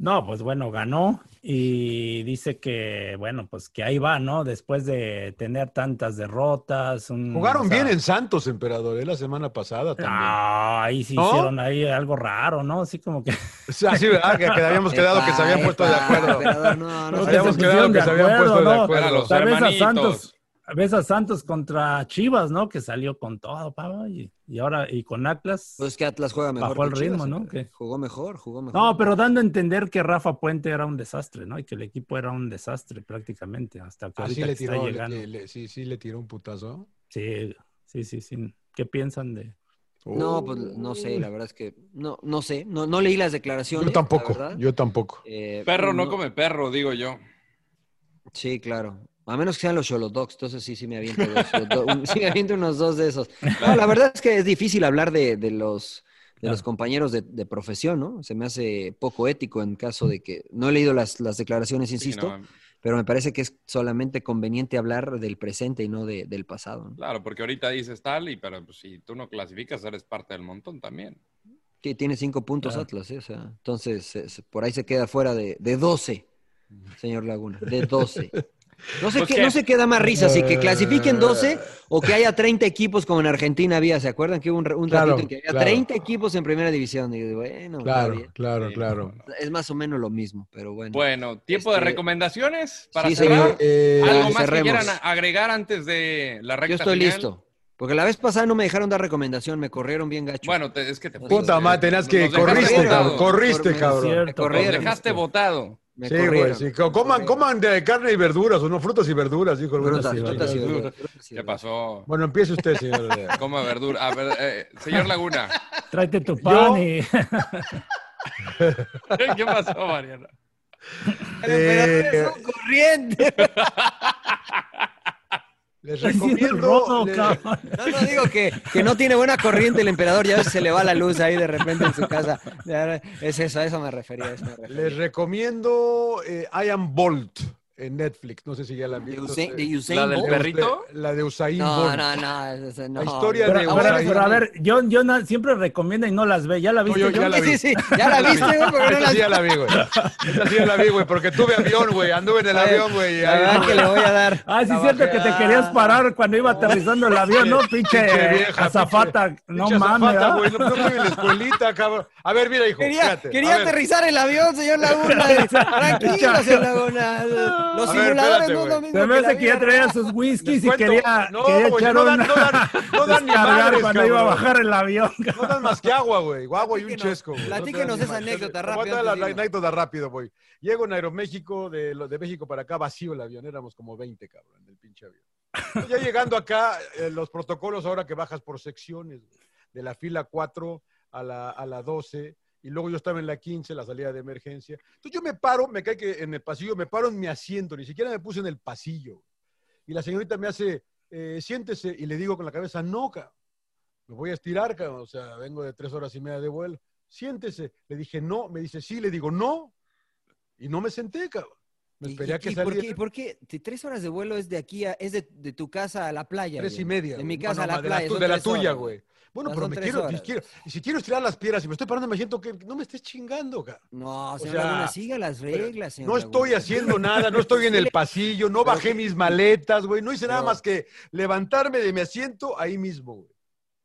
Speaker 5: No, pues bueno, ganó y dice que, bueno, pues que ahí va, ¿no? Después de tener tantas derrotas. un-
Speaker 8: Jugaron
Speaker 2: Mm,
Speaker 5: o sea,
Speaker 8: bien en Santos, emperador, ¿eh? la semana pasada también.
Speaker 5: Ah, ahí sí
Speaker 8: ¿No?
Speaker 5: hicieron ahí algo raro, ¿no? Así como que.
Speaker 8: O sea, sí, ¿verdad? Que, que habíamos quedado que se habían
Speaker 2: Epa,
Speaker 8: puesto de
Speaker 2: epa,
Speaker 8: acuerdo.
Speaker 2: emperador, no, no
Speaker 5: Creo
Speaker 2: se
Speaker 5: que se
Speaker 8: Habíamos
Speaker 2: preocupe.
Speaker 8: quedado
Speaker 5: pusieron
Speaker 8: que
Speaker 5: de
Speaker 8: se habían
Speaker 5: acuerdo,
Speaker 8: puesto de
Speaker 5: ¿no?
Speaker 8: acuerdo.
Speaker 3: Para Pues, los
Speaker 5: Tal vez a
Speaker 3: hermanitos.
Speaker 5: Santos, ves a Santos contra Chivas, ¿no? Que salió con todo, pavo, y, y ahora, y con Atlas.
Speaker 2: Pues que Atlas juega mejor.
Speaker 5: Bajó el
Speaker 2: que
Speaker 5: ritmo,
Speaker 2: Chivas,
Speaker 5: ¿no?
Speaker 2: hombre. Jugó mejor, jugó mejor.
Speaker 5: No, pero dando a entender que Rafa Puente era un desastre, ¿no? Y que el equipo era un desastre prácticamente, hasta que
Speaker 8: Ah, sí
Speaker 5: ahorita
Speaker 8: le
Speaker 5: que está
Speaker 8: tiró,
Speaker 5: llegando.
Speaker 8: le- le- sí, sí le tiró un putazo.
Speaker 5: Sí, sí, sí, sí. ¿Qué piensan de...?
Speaker 8: Oh.
Speaker 2: No, pues no sé, la verdad es que no, no sé, no, no leí las declaraciones.
Speaker 8: Yo
Speaker 2: la
Speaker 8: tampoco,
Speaker 2: verdad.
Speaker 8: yo tampoco.
Speaker 2: Eh,
Speaker 3: Perro no come perro, digo yo.
Speaker 2: Sí, claro. A menos que sean los Cholodogs, entonces sí, sí me aviento dos, los do- un- sí me aviento unos dos de esos. No, la verdad es que es difícil hablar de, de los de los compañeros de, de profesión, ¿no? Se me hace poco ético en caso de que no he leído las, las declaraciones, insisto,
Speaker 3: no.
Speaker 2: pero me parece que es solamente conveniente hablar del presente y no de- del pasado. ¿no?
Speaker 3: Claro, porque ahorita dices tal, y pero pues, si tú no clasificas, eres parte del montón también.
Speaker 2: Sí, tiene cinco puntos
Speaker 3: Claro.
Speaker 2: Atlas, ¿eh? O sea, entonces eh, se- por ahí se queda fuera de, de 12, señor Laguna, de 12. No sé,
Speaker 3: Pues,
Speaker 2: qué,
Speaker 3: ¿qué?
Speaker 2: no sé qué da más risa, si que clasifiquen 12 o que haya 30 equipos como en Argentina había, ¿se acuerdan? Que hubo un, re- un
Speaker 8: Claro,
Speaker 2: ratito en que había
Speaker 8: claro.
Speaker 2: 30 equipos en primera división. Y bueno, está
Speaker 8: Claro,
Speaker 2: bien.
Speaker 8: claro, claro.
Speaker 2: es más o menos lo mismo, pero bueno.
Speaker 3: Bueno, tiempo de
Speaker 2: Este,
Speaker 3: recomendaciones para
Speaker 2: sí,
Speaker 3: cerrar.
Speaker 2: señor. Eh,
Speaker 3: Algo más
Speaker 2: cerremos.
Speaker 3: que quieran a- agregar antes de la
Speaker 2: Yo
Speaker 3: recta
Speaker 2: estoy
Speaker 3: final?
Speaker 2: listo. Porque la vez pasada no me dejaron dar recomendación, me corrieron bien gacho.
Speaker 3: Bueno, te- es que te
Speaker 8: Puta madre, tenías que-
Speaker 3: nos Pues dejaste
Speaker 8: corriste,
Speaker 3: votado.
Speaker 8: cabrón, corriste,
Speaker 2: Me
Speaker 8: cabrón.
Speaker 2: corrieron, me
Speaker 3: Nos
Speaker 2: corrieron.
Speaker 3: dejaste votado.
Speaker 2: Me
Speaker 8: sí, güey,
Speaker 2: corrieron.
Speaker 8: sí. Co- Coman, coman de carne y verduras, o no, frutas y verduras, dijo el güey.
Speaker 2: Frutas, frutas y verduras.
Speaker 3: ¿Qué pasó?
Speaker 8: Bueno, empiece usted, señor.
Speaker 3: Coma verdura. A ver, eh, señor Laguna.
Speaker 5: Tráete tu pan y...
Speaker 3: ¿Qué pasó, Mariana?
Speaker 8: Eh,
Speaker 2: corriente.
Speaker 8: les
Speaker 5: el rodo,
Speaker 8: recomiendo. les-
Speaker 5: cabrón.
Speaker 2: No, no digo que, que no tiene buena corriente el emperador, ya ves, se le va la luz ahí de repente en su casa. Ya, Es eso, a eso me refería. a eso me refería.
Speaker 8: Les recomiendo eh, I Am Bolt en Netflix. No sé si ya la han
Speaker 2: ¿De
Speaker 8: visto.
Speaker 2: Usain- de Usain
Speaker 3: ¿La del
Speaker 2: Bolt?
Speaker 3: perrito?
Speaker 8: La de Usain
Speaker 2: No,
Speaker 8: Bolt.
Speaker 2: no, no. ese no.
Speaker 8: La historia
Speaker 5: Pero,
Speaker 8: de
Speaker 5: pero-
Speaker 8: Usain
Speaker 5: pero a
Speaker 8: Bolt.
Speaker 5: ver, John, John na- siempre recomienda y no las ve. ¿Ya la viste?
Speaker 8: yo ya
Speaker 5: John?
Speaker 8: la vi.
Speaker 2: Sí, sí, ya la viste, güey, porque no
Speaker 8: Esa
Speaker 2: la
Speaker 8: sí ya la vi, güey. Esa sí ya la vi, güey, porque tuve avión, güey. Anduve en el avión, güey. y
Speaker 2: La
Speaker 8: ahí
Speaker 2: verdad
Speaker 8: estuve.
Speaker 2: que le voy a dar.
Speaker 5: Ah, sí,
Speaker 2: La
Speaker 5: es cierto
Speaker 2: bajé.
Speaker 5: que te querías parar cuando iba aterrizando el avión, ¿no? Pinche
Speaker 8: Pinche vieja,
Speaker 5: azafata.
Speaker 8: pinche-
Speaker 5: No
Speaker 8: pinche azafata,
Speaker 5: mames, ¿ah? ¿verdad?
Speaker 8: güey. No, no tuve la escuelita, cabrón. A ver, mira, hijo.
Speaker 2: Quería,
Speaker 8: fíjate.
Speaker 2: quería
Speaker 8: A ver.
Speaker 2: aterrizar el avión, señor Laguna. Tranquilo, señor Laguna. Los
Speaker 8: A ver,
Speaker 2: simuladores
Speaker 8: espérate,
Speaker 2: no es lo
Speaker 8: güey.
Speaker 2: mismo.
Speaker 5: Se me
Speaker 2: que la
Speaker 5: hace que ya
Speaker 2: vida
Speaker 5: traía
Speaker 2: real.
Speaker 5: sus
Speaker 8: Les
Speaker 5: whiskies y
Speaker 8: cuento.
Speaker 5: quería,
Speaker 8: No,
Speaker 5: quería
Speaker 8: güey,
Speaker 5: echar
Speaker 8: no dan-
Speaker 5: una
Speaker 8: no dan- no dan ni
Speaker 5: descargar
Speaker 8: madres,
Speaker 5: cuando iba a
Speaker 8: cabrón.
Speaker 5: bajar el avión.
Speaker 8: No dan más que agua, güey. Agua y un
Speaker 2: Platíquenos-
Speaker 8: chesco. güey.
Speaker 2: platíquenos
Speaker 8: No te dan
Speaker 2: esa
Speaker 8: ni madre.
Speaker 2: aguanta
Speaker 8: Te voy
Speaker 2: rápido
Speaker 8: a dar
Speaker 2: antes
Speaker 8: la
Speaker 2: de irnos.
Speaker 8: anécdota rápido, güey. Llego en Aeroméxico, de, lo- de México para acá, vacío el avión. Éramos como 20, cabrón, en el pinche avión. Entonces, ya llegando acá, eh, los protocolos ahora que bajas por secciones, güey. de la fila 4 a la, a la 12, y luego yo estaba en la 15, la salida de emergencia. Entonces yo me paro, me cae que en el pasillo, me paro en mi asiento, ni siquiera me puse en el pasillo. Y la señorita me hace, eh, siéntese, y le digo con la cabeza, no, cabrón. Me voy a estirar, cabrón. O sea, vengo de tres horas y media de vuelo. Siéntese. Le dije, no. Me dice, sí. Le digo, no. Y no me senté, cabrón. Me
Speaker 2: ¿Y-
Speaker 8: esperé a
Speaker 2: y-
Speaker 8: que
Speaker 2: y por qué-
Speaker 8: saliera.
Speaker 2: ¿Y por qué? Te- Tres horas de vuelo es de aquí, a- es de, de tu casa a la playa.
Speaker 8: Tres y
Speaker 2: güey.
Speaker 8: media.
Speaker 2: De
Speaker 8: güey.
Speaker 2: mi
Speaker 8: No,
Speaker 2: casa
Speaker 8: no,
Speaker 2: a la
Speaker 8: ma, de
Speaker 2: playa.
Speaker 8: tu-
Speaker 2: son
Speaker 8: De la
Speaker 2: tres horas,
Speaker 8: tuya, güey. Bueno,
Speaker 2: Ya
Speaker 8: pero
Speaker 2: son
Speaker 8: me
Speaker 2: tres
Speaker 8: quiero,
Speaker 2: horas.
Speaker 8: quiero- y si quiero estirar las piernas y me estoy parando, me siento que no me estés chingando, cabrón.
Speaker 2: No, señor
Speaker 8: sea,
Speaker 2: Laguna, siga las reglas, señor
Speaker 8: No estoy
Speaker 2: Laguna.
Speaker 8: haciendo nada, no estoy en el pasillo, no
Speaker 2: Pero
Speaker 8: bajé
Speaker 2: que-
Speaker 8: mis maletas, güey. No hice nada
Speaker 2: Pero-
Speaker 8: más que levantarme de mi asiento ahí mismo, güey.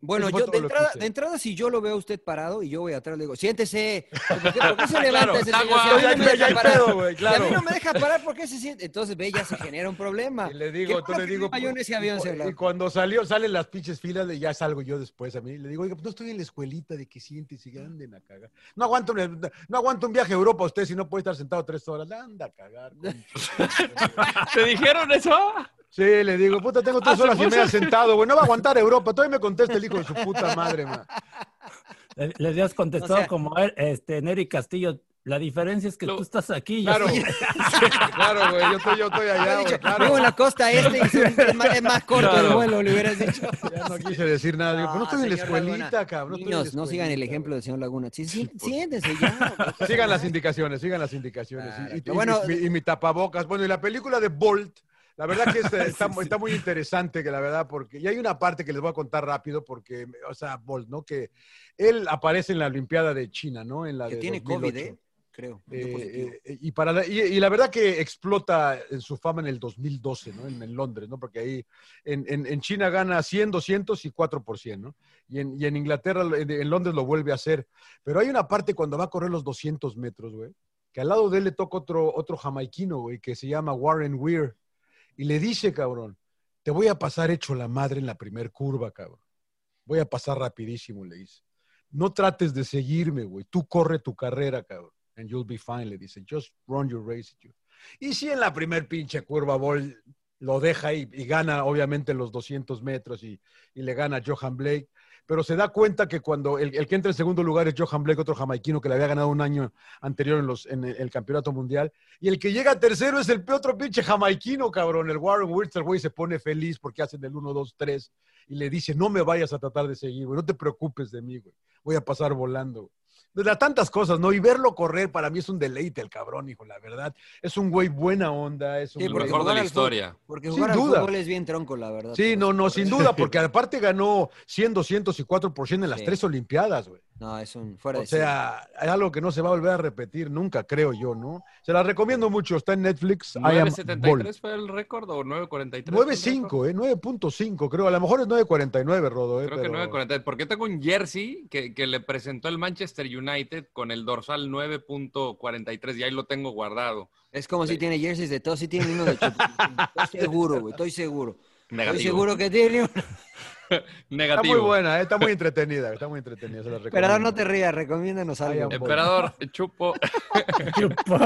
Speaker 2: Bueno,
Speaker 8: Eso fue
Speaker 2: yo
Speaker 8: todo
Speaker 2: de
Speaker 8: lo que
Speaker 2: entrada,
Speaker 8: hice.
Speaker 2: de entrada, si yo lo veo a usted parado y yo voy atrás, le digo, siéntese. ¿Por qué, por qué se levanta
Speaker 3: Claro,
Speaker 2: ese
Speaker 3: está
Speaker 2: señor?
Speaker 3: guapo,
Speaker 2: Si a mí
Speaker 8: Ah, ya
Speaker 2: no me
Speaker 8: hay-
Speaker 2: deja
Speaker 8: ya hay
Speaker 2: parar.
Speaker 8: pedo,
Speaker 2: Si
Speaker 8: güey,
Speaker 2: a
Speaker 8: claro.
Speaker 2: mí no me deja parar, ¿por qué se siente? Entonces, ve, ya se genera un problema.
Speaker 8: Y le
Speaker 2: Qué
Speaker 8: digo,
Speaker 2: bueno
Speaker 8: tú le
Speaker 2: que
Speaker 8: digo.
Speaker 2: no iba yo en ese
Speaker 8: y
Speaker 2: avión,
Speaker 8: cu-
Speaker 2: señor
Speaker 8: y,
Speaker 2: Laguna.
Speaker 8: cuando salió, salen las pinches filas, de, ya salgo yo después a mí. Le digo, oiga, pues no estoy en la escuelita de que sientes y anden a cagar. No aguanto, un- no aguanto un viaje a Europa usted si no puede estar sentado tres horas. Anda a cagar. concha.
Speaker 3: ¿Te dijeron eso?
Speaker 8: sí, le digo, puta, tengo
Speaker 3: Ah,
Speaker 8: tres
Speaker 3: ¿se
Speaker 8: horas y
Speaker 3: puso?
Speaker 8: media sentado, güey. No va a aguantar Europa. Todavía me contesta el hijo de su puta madre, ma.
Speaker 5: Le- Les habías contestado
Speaker 2: O sea-
Speaker 5: como él, este, Nery Castillo. La diferencia es que
Speaker 3: Lo-
Speaker 5: tú estás aquí. y yo
Speaker 8: Claro,
Speaker 5: estoy-
Speaker 8: güey. claro, güey. Yo estoy, yo estoy allá,
Speaker 2: Hubiera
Speaker 8: güey.
Speaker 2: Ah, dicho,
Speaker 8: Claro.
Speaker 2: vivo en la costa este y se- es más, es más corto el
Speaker 3: Claro.
Speaker 2: vuelo, le hubieras dicho.
Speaker 8: Ya no quise decir nada. Digo, pues no estoy en la
Speaker 2: señor Laguna.
Speaker 8: escuelita, cabrón. estoy en la
Speaker 2: Niños, no sigan el
Speaker 8: escuelita,
Speaker 2: ejemplo
Speaker 8: güey.
Speaker 2: del señor Laguna. Sí, sí, siéntese ya.
Speaker 8: Sigan las indicaciones, sigan las indicaciones.
Speaker 2: Claro,
Speaker 8: y, y-
Speaker 2: pero bueno,
Speaker 8: y mis- y mi tapabocas. Bueno, y la película de Bolt, la verdad que está, está mu- está muy interesante, que la verdad, porque. Y hay una parte que les voy a contar rápido, porque, o sea, Bolt, ¿no? Que él aparece en la Olimpiada de China, ¿no? En la
Speaker 2: Que
Speaker 8: de
Speaker 2: tiene
Speaker 8: 2008.
Speaker 2: COVID, ¿eh? Creo. dio positivo.
Speaker 8: Eh, eh, y, para la, y, y la verdad que explota en su fama en el 2012, ¿no? En, en Londres, ¿no? Porque ahí en, en- en China gana 100, 200 y 4%, ¿no? Y en, y en Inglaterra, en, en Londres lo vuelve a hacer. Pero hay una parte cuando va a correr los 200 metros, güey, que al lado de él le toca otro, otro jamaiquino, güey, que se llama Warren Weir. Y le dice, cabrón, te voy a pasar hecho la madre en la primer curva, cabrón. Voy a pasar rapidísimo, le dice. No trates de seguirme, güey. Tú corre tu carrera, cabrón. And you'll be fine, le dice. Just run your race. You. Y si en la primer pinche curva Ball lo deja y, y gana, obviamente, los 200 metros y, y le gana a Johan Blake, pero se da cuenta que cuando el, el, que entra en segundo lugar es Johan Blake, otro jamaiquino que le había ganado un año anterior en, los, en el, el, campeonato mundial, y el que llega tercero es el otro pinche jamaiquino, cabrón, el Warren Wirtz, el güey se pone feliz porque hacen el 1, 2, 3 y le dice, no me vayas a tratar de seguir, güey, no te preocupes de mí, güey, voy a pasar volando. Desde a tantas cosas, ¿no? Y verlo correr para mí es un deleite, el cabrón, hijo, la verdad. Es un güey buena onda, es un
Speaker 3: sí,
Speaker 8: güey.
Speaker 3: mejor de la historia.
Speaker 2: Fútbol, porque jugar sin al duda. fútbol es bien tronco, la verdad.
Speaker 8: Sí, no, no, sin duda, porque aparte ganó 100, 200 y 4% en las sí. tres Olimpiadas, güey.
Speaker 2: No, es un fuera
Speaker 8: O sea, es algo que no se va a volver a repetir nunca, creo yo, ¿no? Se la recomiendo mucho, está en Netflix.
Speaker 3: ¿9.73 fue el récord o 9.43?
Speaker 8: 9.5, ¿eh? 9.5, creo. A lo mejor es 9.49, Rodo.
Speaker 3: Eh, creo pero... que 9.49, porque tengo un jersey que, que le presentó el Manchester United con el dorsal 9.43 y ahí lo tengo guardado.
Speaker 2: Es como
Speaker 8: eh,
Speaker 2: sí. si tiene jerseys de todos, si tiene uno de Chupo. Estoy seguro, güey, estoy seguro.
Speaker 3: Negativo.
Speaker 2: Estoy seguro que tiene uno.
Speaker 3: Negativo.
Speaker 8: Está muy buena, ¿eh? está muy entretenida, está muy entretenida. Se la
Speaker 2: Emperador, no te rías, recomiéndanos algo.
Speaker 3: Emperador, chupo.
Speaker 5: chupo.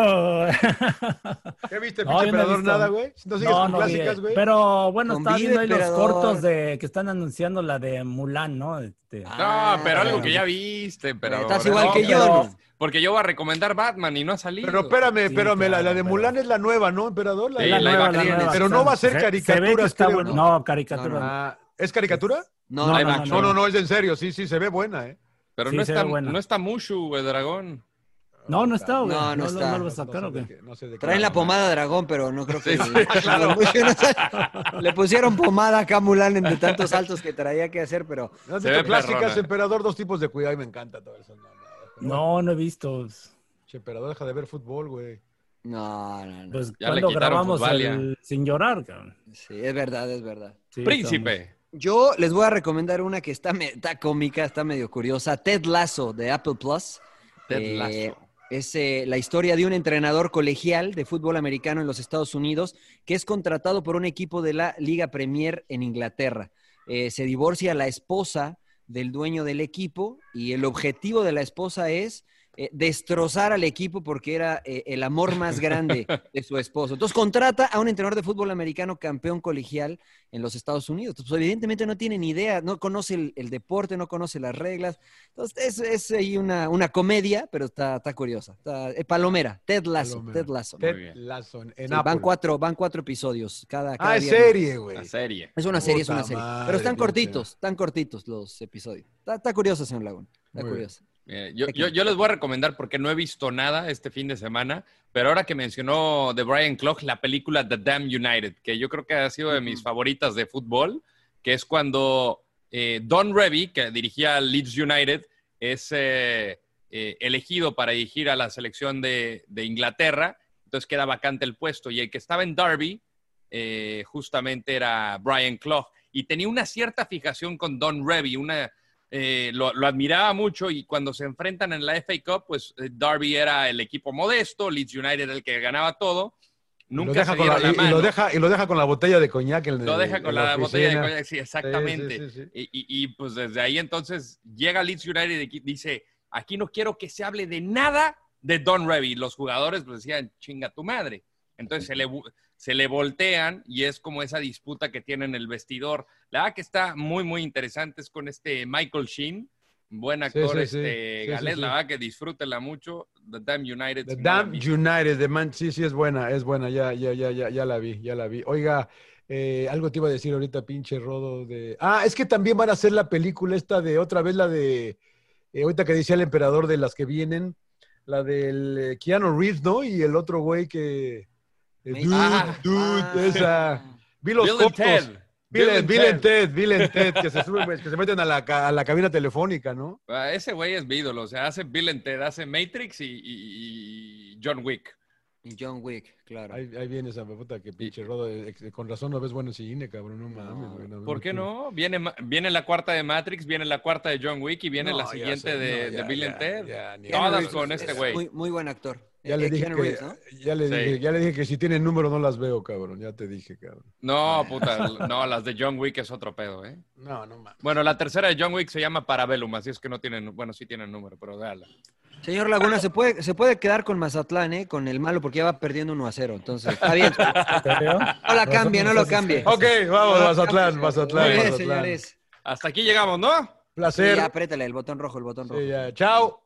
Speaker 8: ¿Qué viste, no, pinche emperador? No nada, güey. No sigues no, eh, con clásicas, güey.
Speaker 5: Pero bueno, Convide, está viendo ahí los cortos de que están anunciando la de Mulan, ¿no?
Speaker 3: Este...
Speaker 8: Ah,
Speaker 2: Ah,
Speaker 3: No, pero algo que ya viste, pero.
Speaker 2: Estás igual que yo.
Speaker 3: Porque yo voy a recomendar Batman y no ha salido.
Speaker 8: Pero espérame, sí, espérame, claro, la, la, de Mulan pero... es la nueva, ¿no, emperador?
Speaker 3: La, sí, la, la nueva, nueva,
Speaker 8: Pero no va a ser caricatura. Se
Speaker 5: bueno. No, caricatura.
Speaker 8: Ah, ¿Es caricatura?
Speaker 3: No no
Speaker 8: no, no no, no, es en serio. Sí, sí, se ve buena, ¿eh?
Speaker 3: Pero
Speaker 5: sí,
Speaker 3: no, está, no está Mushu, güey, dragón.
Speaker 5: No, no está, güey.
Speaker 2: No, no, está.
Speaker 5: No lo va a sacar, ¿o qué?
Speaker 2: Sé de Traen la pomada dragón, pero no creo que... Sí, sí, claro. Le pusieron pomada acá a Mulan de tantos saltos que traía que hacer, pero...
Speaker 8: No, se ve plásticas, emperador, dos tipos de cuidado y me encanta todo eso.
Speaker 5: No, no, he visto.
Speaker 8: Che, emperador, deja de ver fútbol, güey.
Speaker 2: No, no, no.
Speaker 5: Pues ya cuando grabamos el... Sin Llorar, cabrón.
Speaker 2: Sí, es verdad, es verdad.
Speaker 3: Príncipe.
Speaker 2: Yo les voy a recomendar una que está, está, cómica, está medio curiosa. Ted Lasso de Apple Plus.
Speaker 3: Ted eh, Lasso.
Speaker 2: Es eh, la historia de un entrenador colegial de fútbol americano en los Estados Unidos que es contratado por un equipo de la Liga Premier en Inglaterra. Eh, se divorcia la esposa del dueño del equipo y el objetivo de la esposa es eh, destrozar al equipo porque era eh, el amor más grande de su esposo. Entonces contrata a un entrenador de fútbol americano campeón colegial en los Estados Unidos. Entonces, pues, evidentemente no tiene ni idea, no conoce el, el deporte, no conoce las reglas. Entonces es, ahí una, una, comedia, pero está, está curiosa. Está, eh, Palomera, Ted Lasso. Palomera. Ted Lasso.
Speaker 8: Ted Lasso en
Speaker 2: sí, van, cuatro, van cuatro episodios cada, cada
Speaker 8: Ah, es serie, güey.
Speaker 3: serie.
Speaker 2: Es una serie, Puta es una serie. Madre, pero están cortitos, están cortitos los episodios. Está, está curiosa, señor Laguna. Está Muy curiosa. Bien.
Speaker 3: Eh, yo, yo, yo, les voy a recomendar porque no he visto nada este fin de semana, pero ahora que mencionó de Brian Clough la película The Damn United, que yo creo que ha sido de mis favoritas de fútbol, que es cuando eh, Don Revy, que dirigía Leeds United, es eh, elegido para dirigir a la selección de, de, Inglaterra, entonces queda vacante el puesto y el que estaba en Derby eh, justamente era Brian Clough y tenía una cierta fijación con Don Revy, una... Eh, lo, lo, admiraba mucho y cuando se enfrentan en la FA Cup, pues Darby era el equipo modesto, Leeds United era el que ganaba todo. Nunca
Speaker 8: lo deja
Speaker 3: se
Speaker 8: con la,
Speaker 3: la
Speaker 8: y,
Speaker 3: mano.
Speaker 8: Y lo, deja, y lo deja con la botella de coñac. En,
Speaker 3: lo deja
Speaker 8: en,
Speaker 3: con
Speaker 8: en
Speaker 3: la, la botella de coñac, sí, exactamente. Sí, sí, sí, y, y, pues desde ahí entonces llega Leeds United y dice, aquí no quiero que se hable de nada de Don Revy. Los jugadores pues, decían, chinga tu madre. Entonces se le, se le voltean y es como esa disputa que tienen el vestidor. La verdad que está muy, muy interesante es con este Michael Sheen, buen actor
Speaker 8: Sí, sí, sí.
Speaker 3: este
Speaker 8: Sí, sí,
Speaker 3: galés.
Speaker 8: sí.
Speaker 3: La verdad que disfrútela mucho. The Damn United.
Speaker 8: The
Speaker 3: es muy
Speaker 8: Damn
Speaker 3: bonita.
Speaker 8: United de Man, sí, sí, es buena, es buena, ya, ya, ya, ya, ya la vi, ya la vi. Oiga, eh, algo te iba a decir ahorita, pinche rodo de. Ah, es que también van a hacer la película esta de otra vez la de. eh, ahorita que decía el emperador de las que vienen, la del eh, Keanu Reeves, ¿no? Y el otro güey que. eh,
Speaker 2: Me-
Speaker 8: dude,
Speaker 3: Ah,
Speaker 8: dude, esa. Vi los
Speaker 3: Bill and
Speaker 8: cortos.
Speaker 3: Ted.
Speaker 8: Bill,
Speaker 3: Bill
Speaker 8: and,
Speaker 3: and
Speaker 8: Bill and Ted, Bill and Ted, que se, suben, güey, que se meten a la, ca- a la cabina telefónica, ¿no?
Speaker 3: Ah, Ese güey es mi ídolo, o sea, hace Bill and Ted, hace Matrix y, y- y John Wick.
Speaker 2: Y John Wick, claro.
Speaker 8: Ahí, ahí viene esa puta que pinche rodo. eh, eh, Con razón no ves bueno cine, cabrón. No mames, güey, no,
Speaker 3: ¿Por qué no? Viene, ma- viene la cuarta de Matrix, viene la cuarta de John Wick y viene
Speaker 8: No,
Speaker 3: la
Speaker 8: ya
Speaker 3: siguiente
Speaker 8: sé,
Speaker 3: de,
Speaker 8: no, ya,
Speaker 3: de Bill
Speaker 8: ya,
Speaker 3: and Ted.
Speaker 8: ya, ni-
Speaker 3: Todas
Speaker 8: Keanu
Speaker 3: con
Speaker 8: Reeves
Speaker 3: este
Speaker 8: es
Speaker 3: güey.
Speaker 2: Muy, muy buen actor.
Speaker 8: Ya
Speaker 2: Eh,
Speaker 8: le,
Speaker 2: eh,
Speaker 8: dije que,
Speaker 2: Keanu Reeves, ¿no?
Speaker 8: ya, le
Speaker 3: Sí.
Speaker 8: dije, ya le dije que si tienen número no las veo, cabrón. Ya te dije, cabrón.
Speaker 3: No, puta, no, las de John Wick es otro pedo, ¿eh?
Speaker 8: No, no mames.
Speaker 3: Bueno, la tercera de John Wick se llama Parabellum, así es que no tienen, bueno, sí tienen número, pero dala.
Speaker 2: Señor Laguna, se puede, se puede quedar con Mazatlán, ¿eh? Con el malo, porque ya va perdiendo 1 a 0. Entonces, está bien. No la cambie, no lo cambie.
Speaker 8: Ok, vamos,
Speaker 2: No,
Speaker 8: Mazatlán,
Speaker 2: cambies,
Speaker 8: Mazatlán,
Speaker 2: Muy bien,
Speaker 8: Mazatlán.
Speaker 2: señores.
Speaker 3: Hasta aquí llegamos, ¿no?
Speaker 2: Sí,
Speaker 8: Placer.
Speaker 2: ya, apriétale el botón rojo, el botón rojo.
Speaker 8: Sí, ya. Chao.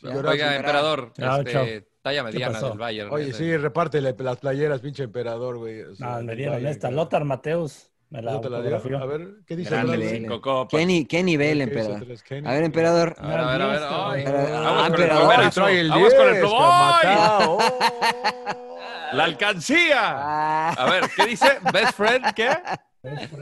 Speaker 2: Ya.
Speaker 8: Llorazo.
Speaker 3: Oiga, emperador,
Speaker 5: Chao,
Speaker 3: este, talla mediana
Speaker 5: pasó?
Speaker 3: del Bayern. ¿eh?
Speaker 8: Oye, sí, reparte la- las playeras, pinche emperador, güey. O sea,
Speaker 5: No, Ah, me dieron
Speaker 8: vaya,
Speaker 5: esta.
Speaker 8: cabrón.
Speaker 5: Lothar Mateus. Me la
Speaker 8: ¿No te la dio?
Speaker 5: autografió.
Speaker 8: A ver, ¿qué dice?
Speaker 3: Grande,
Speaker 2: Ándale.
Speaker 8: Lothar?
Speaker 3: cinco copas.
Speaker 2: ¿Qué, ni- qué nivel,
Speaker 8: ¿Qué hizo
Speaker 2: emperador?
Speaker 8: tres? ¿Qué
Speaker 2: A ver,
Speaker 8: nivel?
Speaker 2: emperador.
Speaker 3: A ver, a ver, a ver. ay.
Speaker 8: ah,
Speaker 2: Nervioso.
Speaker 3: Aguas con
Speaker 2: Emperador.
Speaker 8: Trae
Speaker 3: el plomerazo.
Speaker 8: el
Speaker 3: Aguas con el
Speaker 8: 10,
Speaker 3: plomo. ¡Ay!
Speaker 8: camatao.
Speaker 3: ¡La alcancía!
Speaker 2: Ah,
Speaker 3: A ver, ¿qué dice? ¿Best friend? ¿Qué?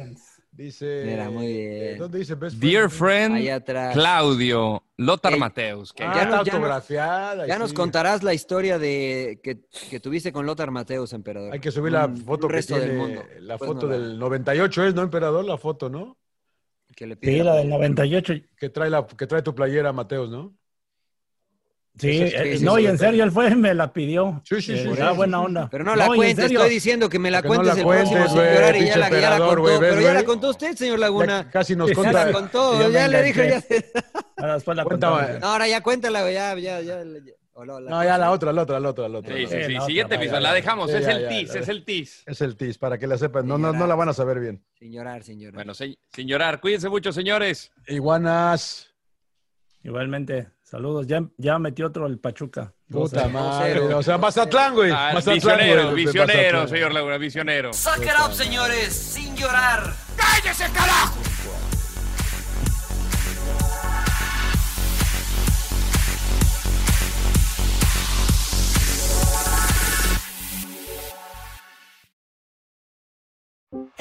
Speaker 8: Dice.
Speaker 2: Mira, muy bien.
Speaker 8: ¿Dónde dice Best
Speaker 3: Dear
Speaker 8: Friend?
Speaker 2: ahí
Speaker 3: friend
Speaker 2: atrás.
Speaker 3: Claudio Lothar
Speaker 2: Ey.
Speaker 3: Mateus. que
Speaker 8: Ah,
Speaker 2: Ya
Speaker 8: ya
Speaker 2: nos- ya nos-
Speaker 8: autografiada.
Speaker 2: Ya
Speaker 8: sí.
Speaker 2: nos contarás la historia de que, que tuviste con Lothar Mateus, emperador.
Speaker 8: Hay que subir la
Speaker 2: Un-
Speaker 8: foto
Speaker 2: un
Speaker 8: que
Speaker 2: resto
Speaker 8: tiene,
Speaker 2: del mundo.
Speaker 8: la
Speaker 2: Pues
Speaker 8: foto
Speaker 2: no la-
Speaker 8: del 98 es, ¿no, emperador? La foto, ¿no?
Speaker 2: que le pide
Speaker 5: Sí, la del 98.
Speaker 8: Que trae, la, que trae tu playera, Mateos, ¿no?
Speaker 5: Sí,
Speaker 2: Sí, sí,
Speaker 5: eh,
Speaker 2: sí,
Speaker 5: no,
Speaker 2: sí,
Speaker 5: y en
Speaker 2: sí.
Speaker 5: serio, él fue y me la pidió.
Speaker 8: Sí, sí, sí,
Speaker 5: Eh,
Speaker 8: sí,
Speaker 5: era
Speaker 8: sí,
Speaker 5: buena
Speaker 8: sí, sí.
Speaker 5: onda.
Speaker 2: Pero no la
Speaker 5: y en
Speaker 2: cuentes,
Speaker 5: serio.
Speaker 2: estoy diciendo que me la
Speaker 8: Que no
Speaker 2: cuentes
Speaker 8: la
Speaker 2: el
Speaker 8: cuentes,
Speaker 2: próximo sin
Speaker 8: güey,
Speaker 2: llorar y ya
Speaker 8: pinche
Speaker 2: la, ya la
Speaker 8: emperador,
Speaker 2: contó.
Speaker 8: güey, ves,
Speaker 2: pero ya la
Speaker 8: güey.
Speaker 2: contó usted, señor
Speaker 8: Ya
Speaker 2: Laguna.
Speaker 8: casi nos
Speaker 5: Ya
Speaker 2: Ya la
Speaker 8: conta.
Speaker 2: contó,
Speaker 5: Ya
Speaker 2: ya,
Speaker 5: me
Speaker 2: le dijo. Ya,
Speaker 5: enganché. Ahora después la
Speaker 8: Cuéntame.
Speaker 5: contamos.
Speaker 2: no, ahora ya cuéntala, güey, ya, ya, ya. ya. Hola, hola.
Speaker 8: No, ya la otra, la otra, la otra, la otra.
Speaker 3: Sí,
Speaker 8: la
Speaker 3: sí,
Speaker 8: otra.
Speaker 3: sí.
Speaker 5: no,
Speaker 3: Siguiente
Speaker 5: ya,
Speaker 3: episodio.
Speaker 5: ya,
Speaker 3: La
Speaker 5: ya.
Speaker 3: dejamos.
Speaker 8: Sí,
Speaker 3: es
Speaker 8: ya,
Speaker 3: el
Speaker 8: ya,
Speaker 3: tis,
Speaker 8: ya.
Speaker 3: es el tis.
Speaker 8: Es el tis, para que la sepan. No, no, no la van a saber bien.
Speaker 2: Sin llorar, sin llorar.
Speaker 3: Bueno, sí, sin llorar. Cuídense mucho, señores.
Speaker 8: Iguanas.
Speaker 5: Igualmente, saludos. Ya, ya metió otro el Pachuca. Dos a
Speaker 8: Puta
Speaker 5: uno.
Speaker 8: madre. O sea, Mazatlán, güey.
Speaker 3: Ah,
Speaker 8: Mazatlán,
Speaker 3: visionero,
Speaker 8: güey,
Speaker 3: visionero,
Speaker 8: Mazatlán.
Speaker 3: señor Laguna, visionero.
Speaker 9: Suck it up, señores, sin llorar.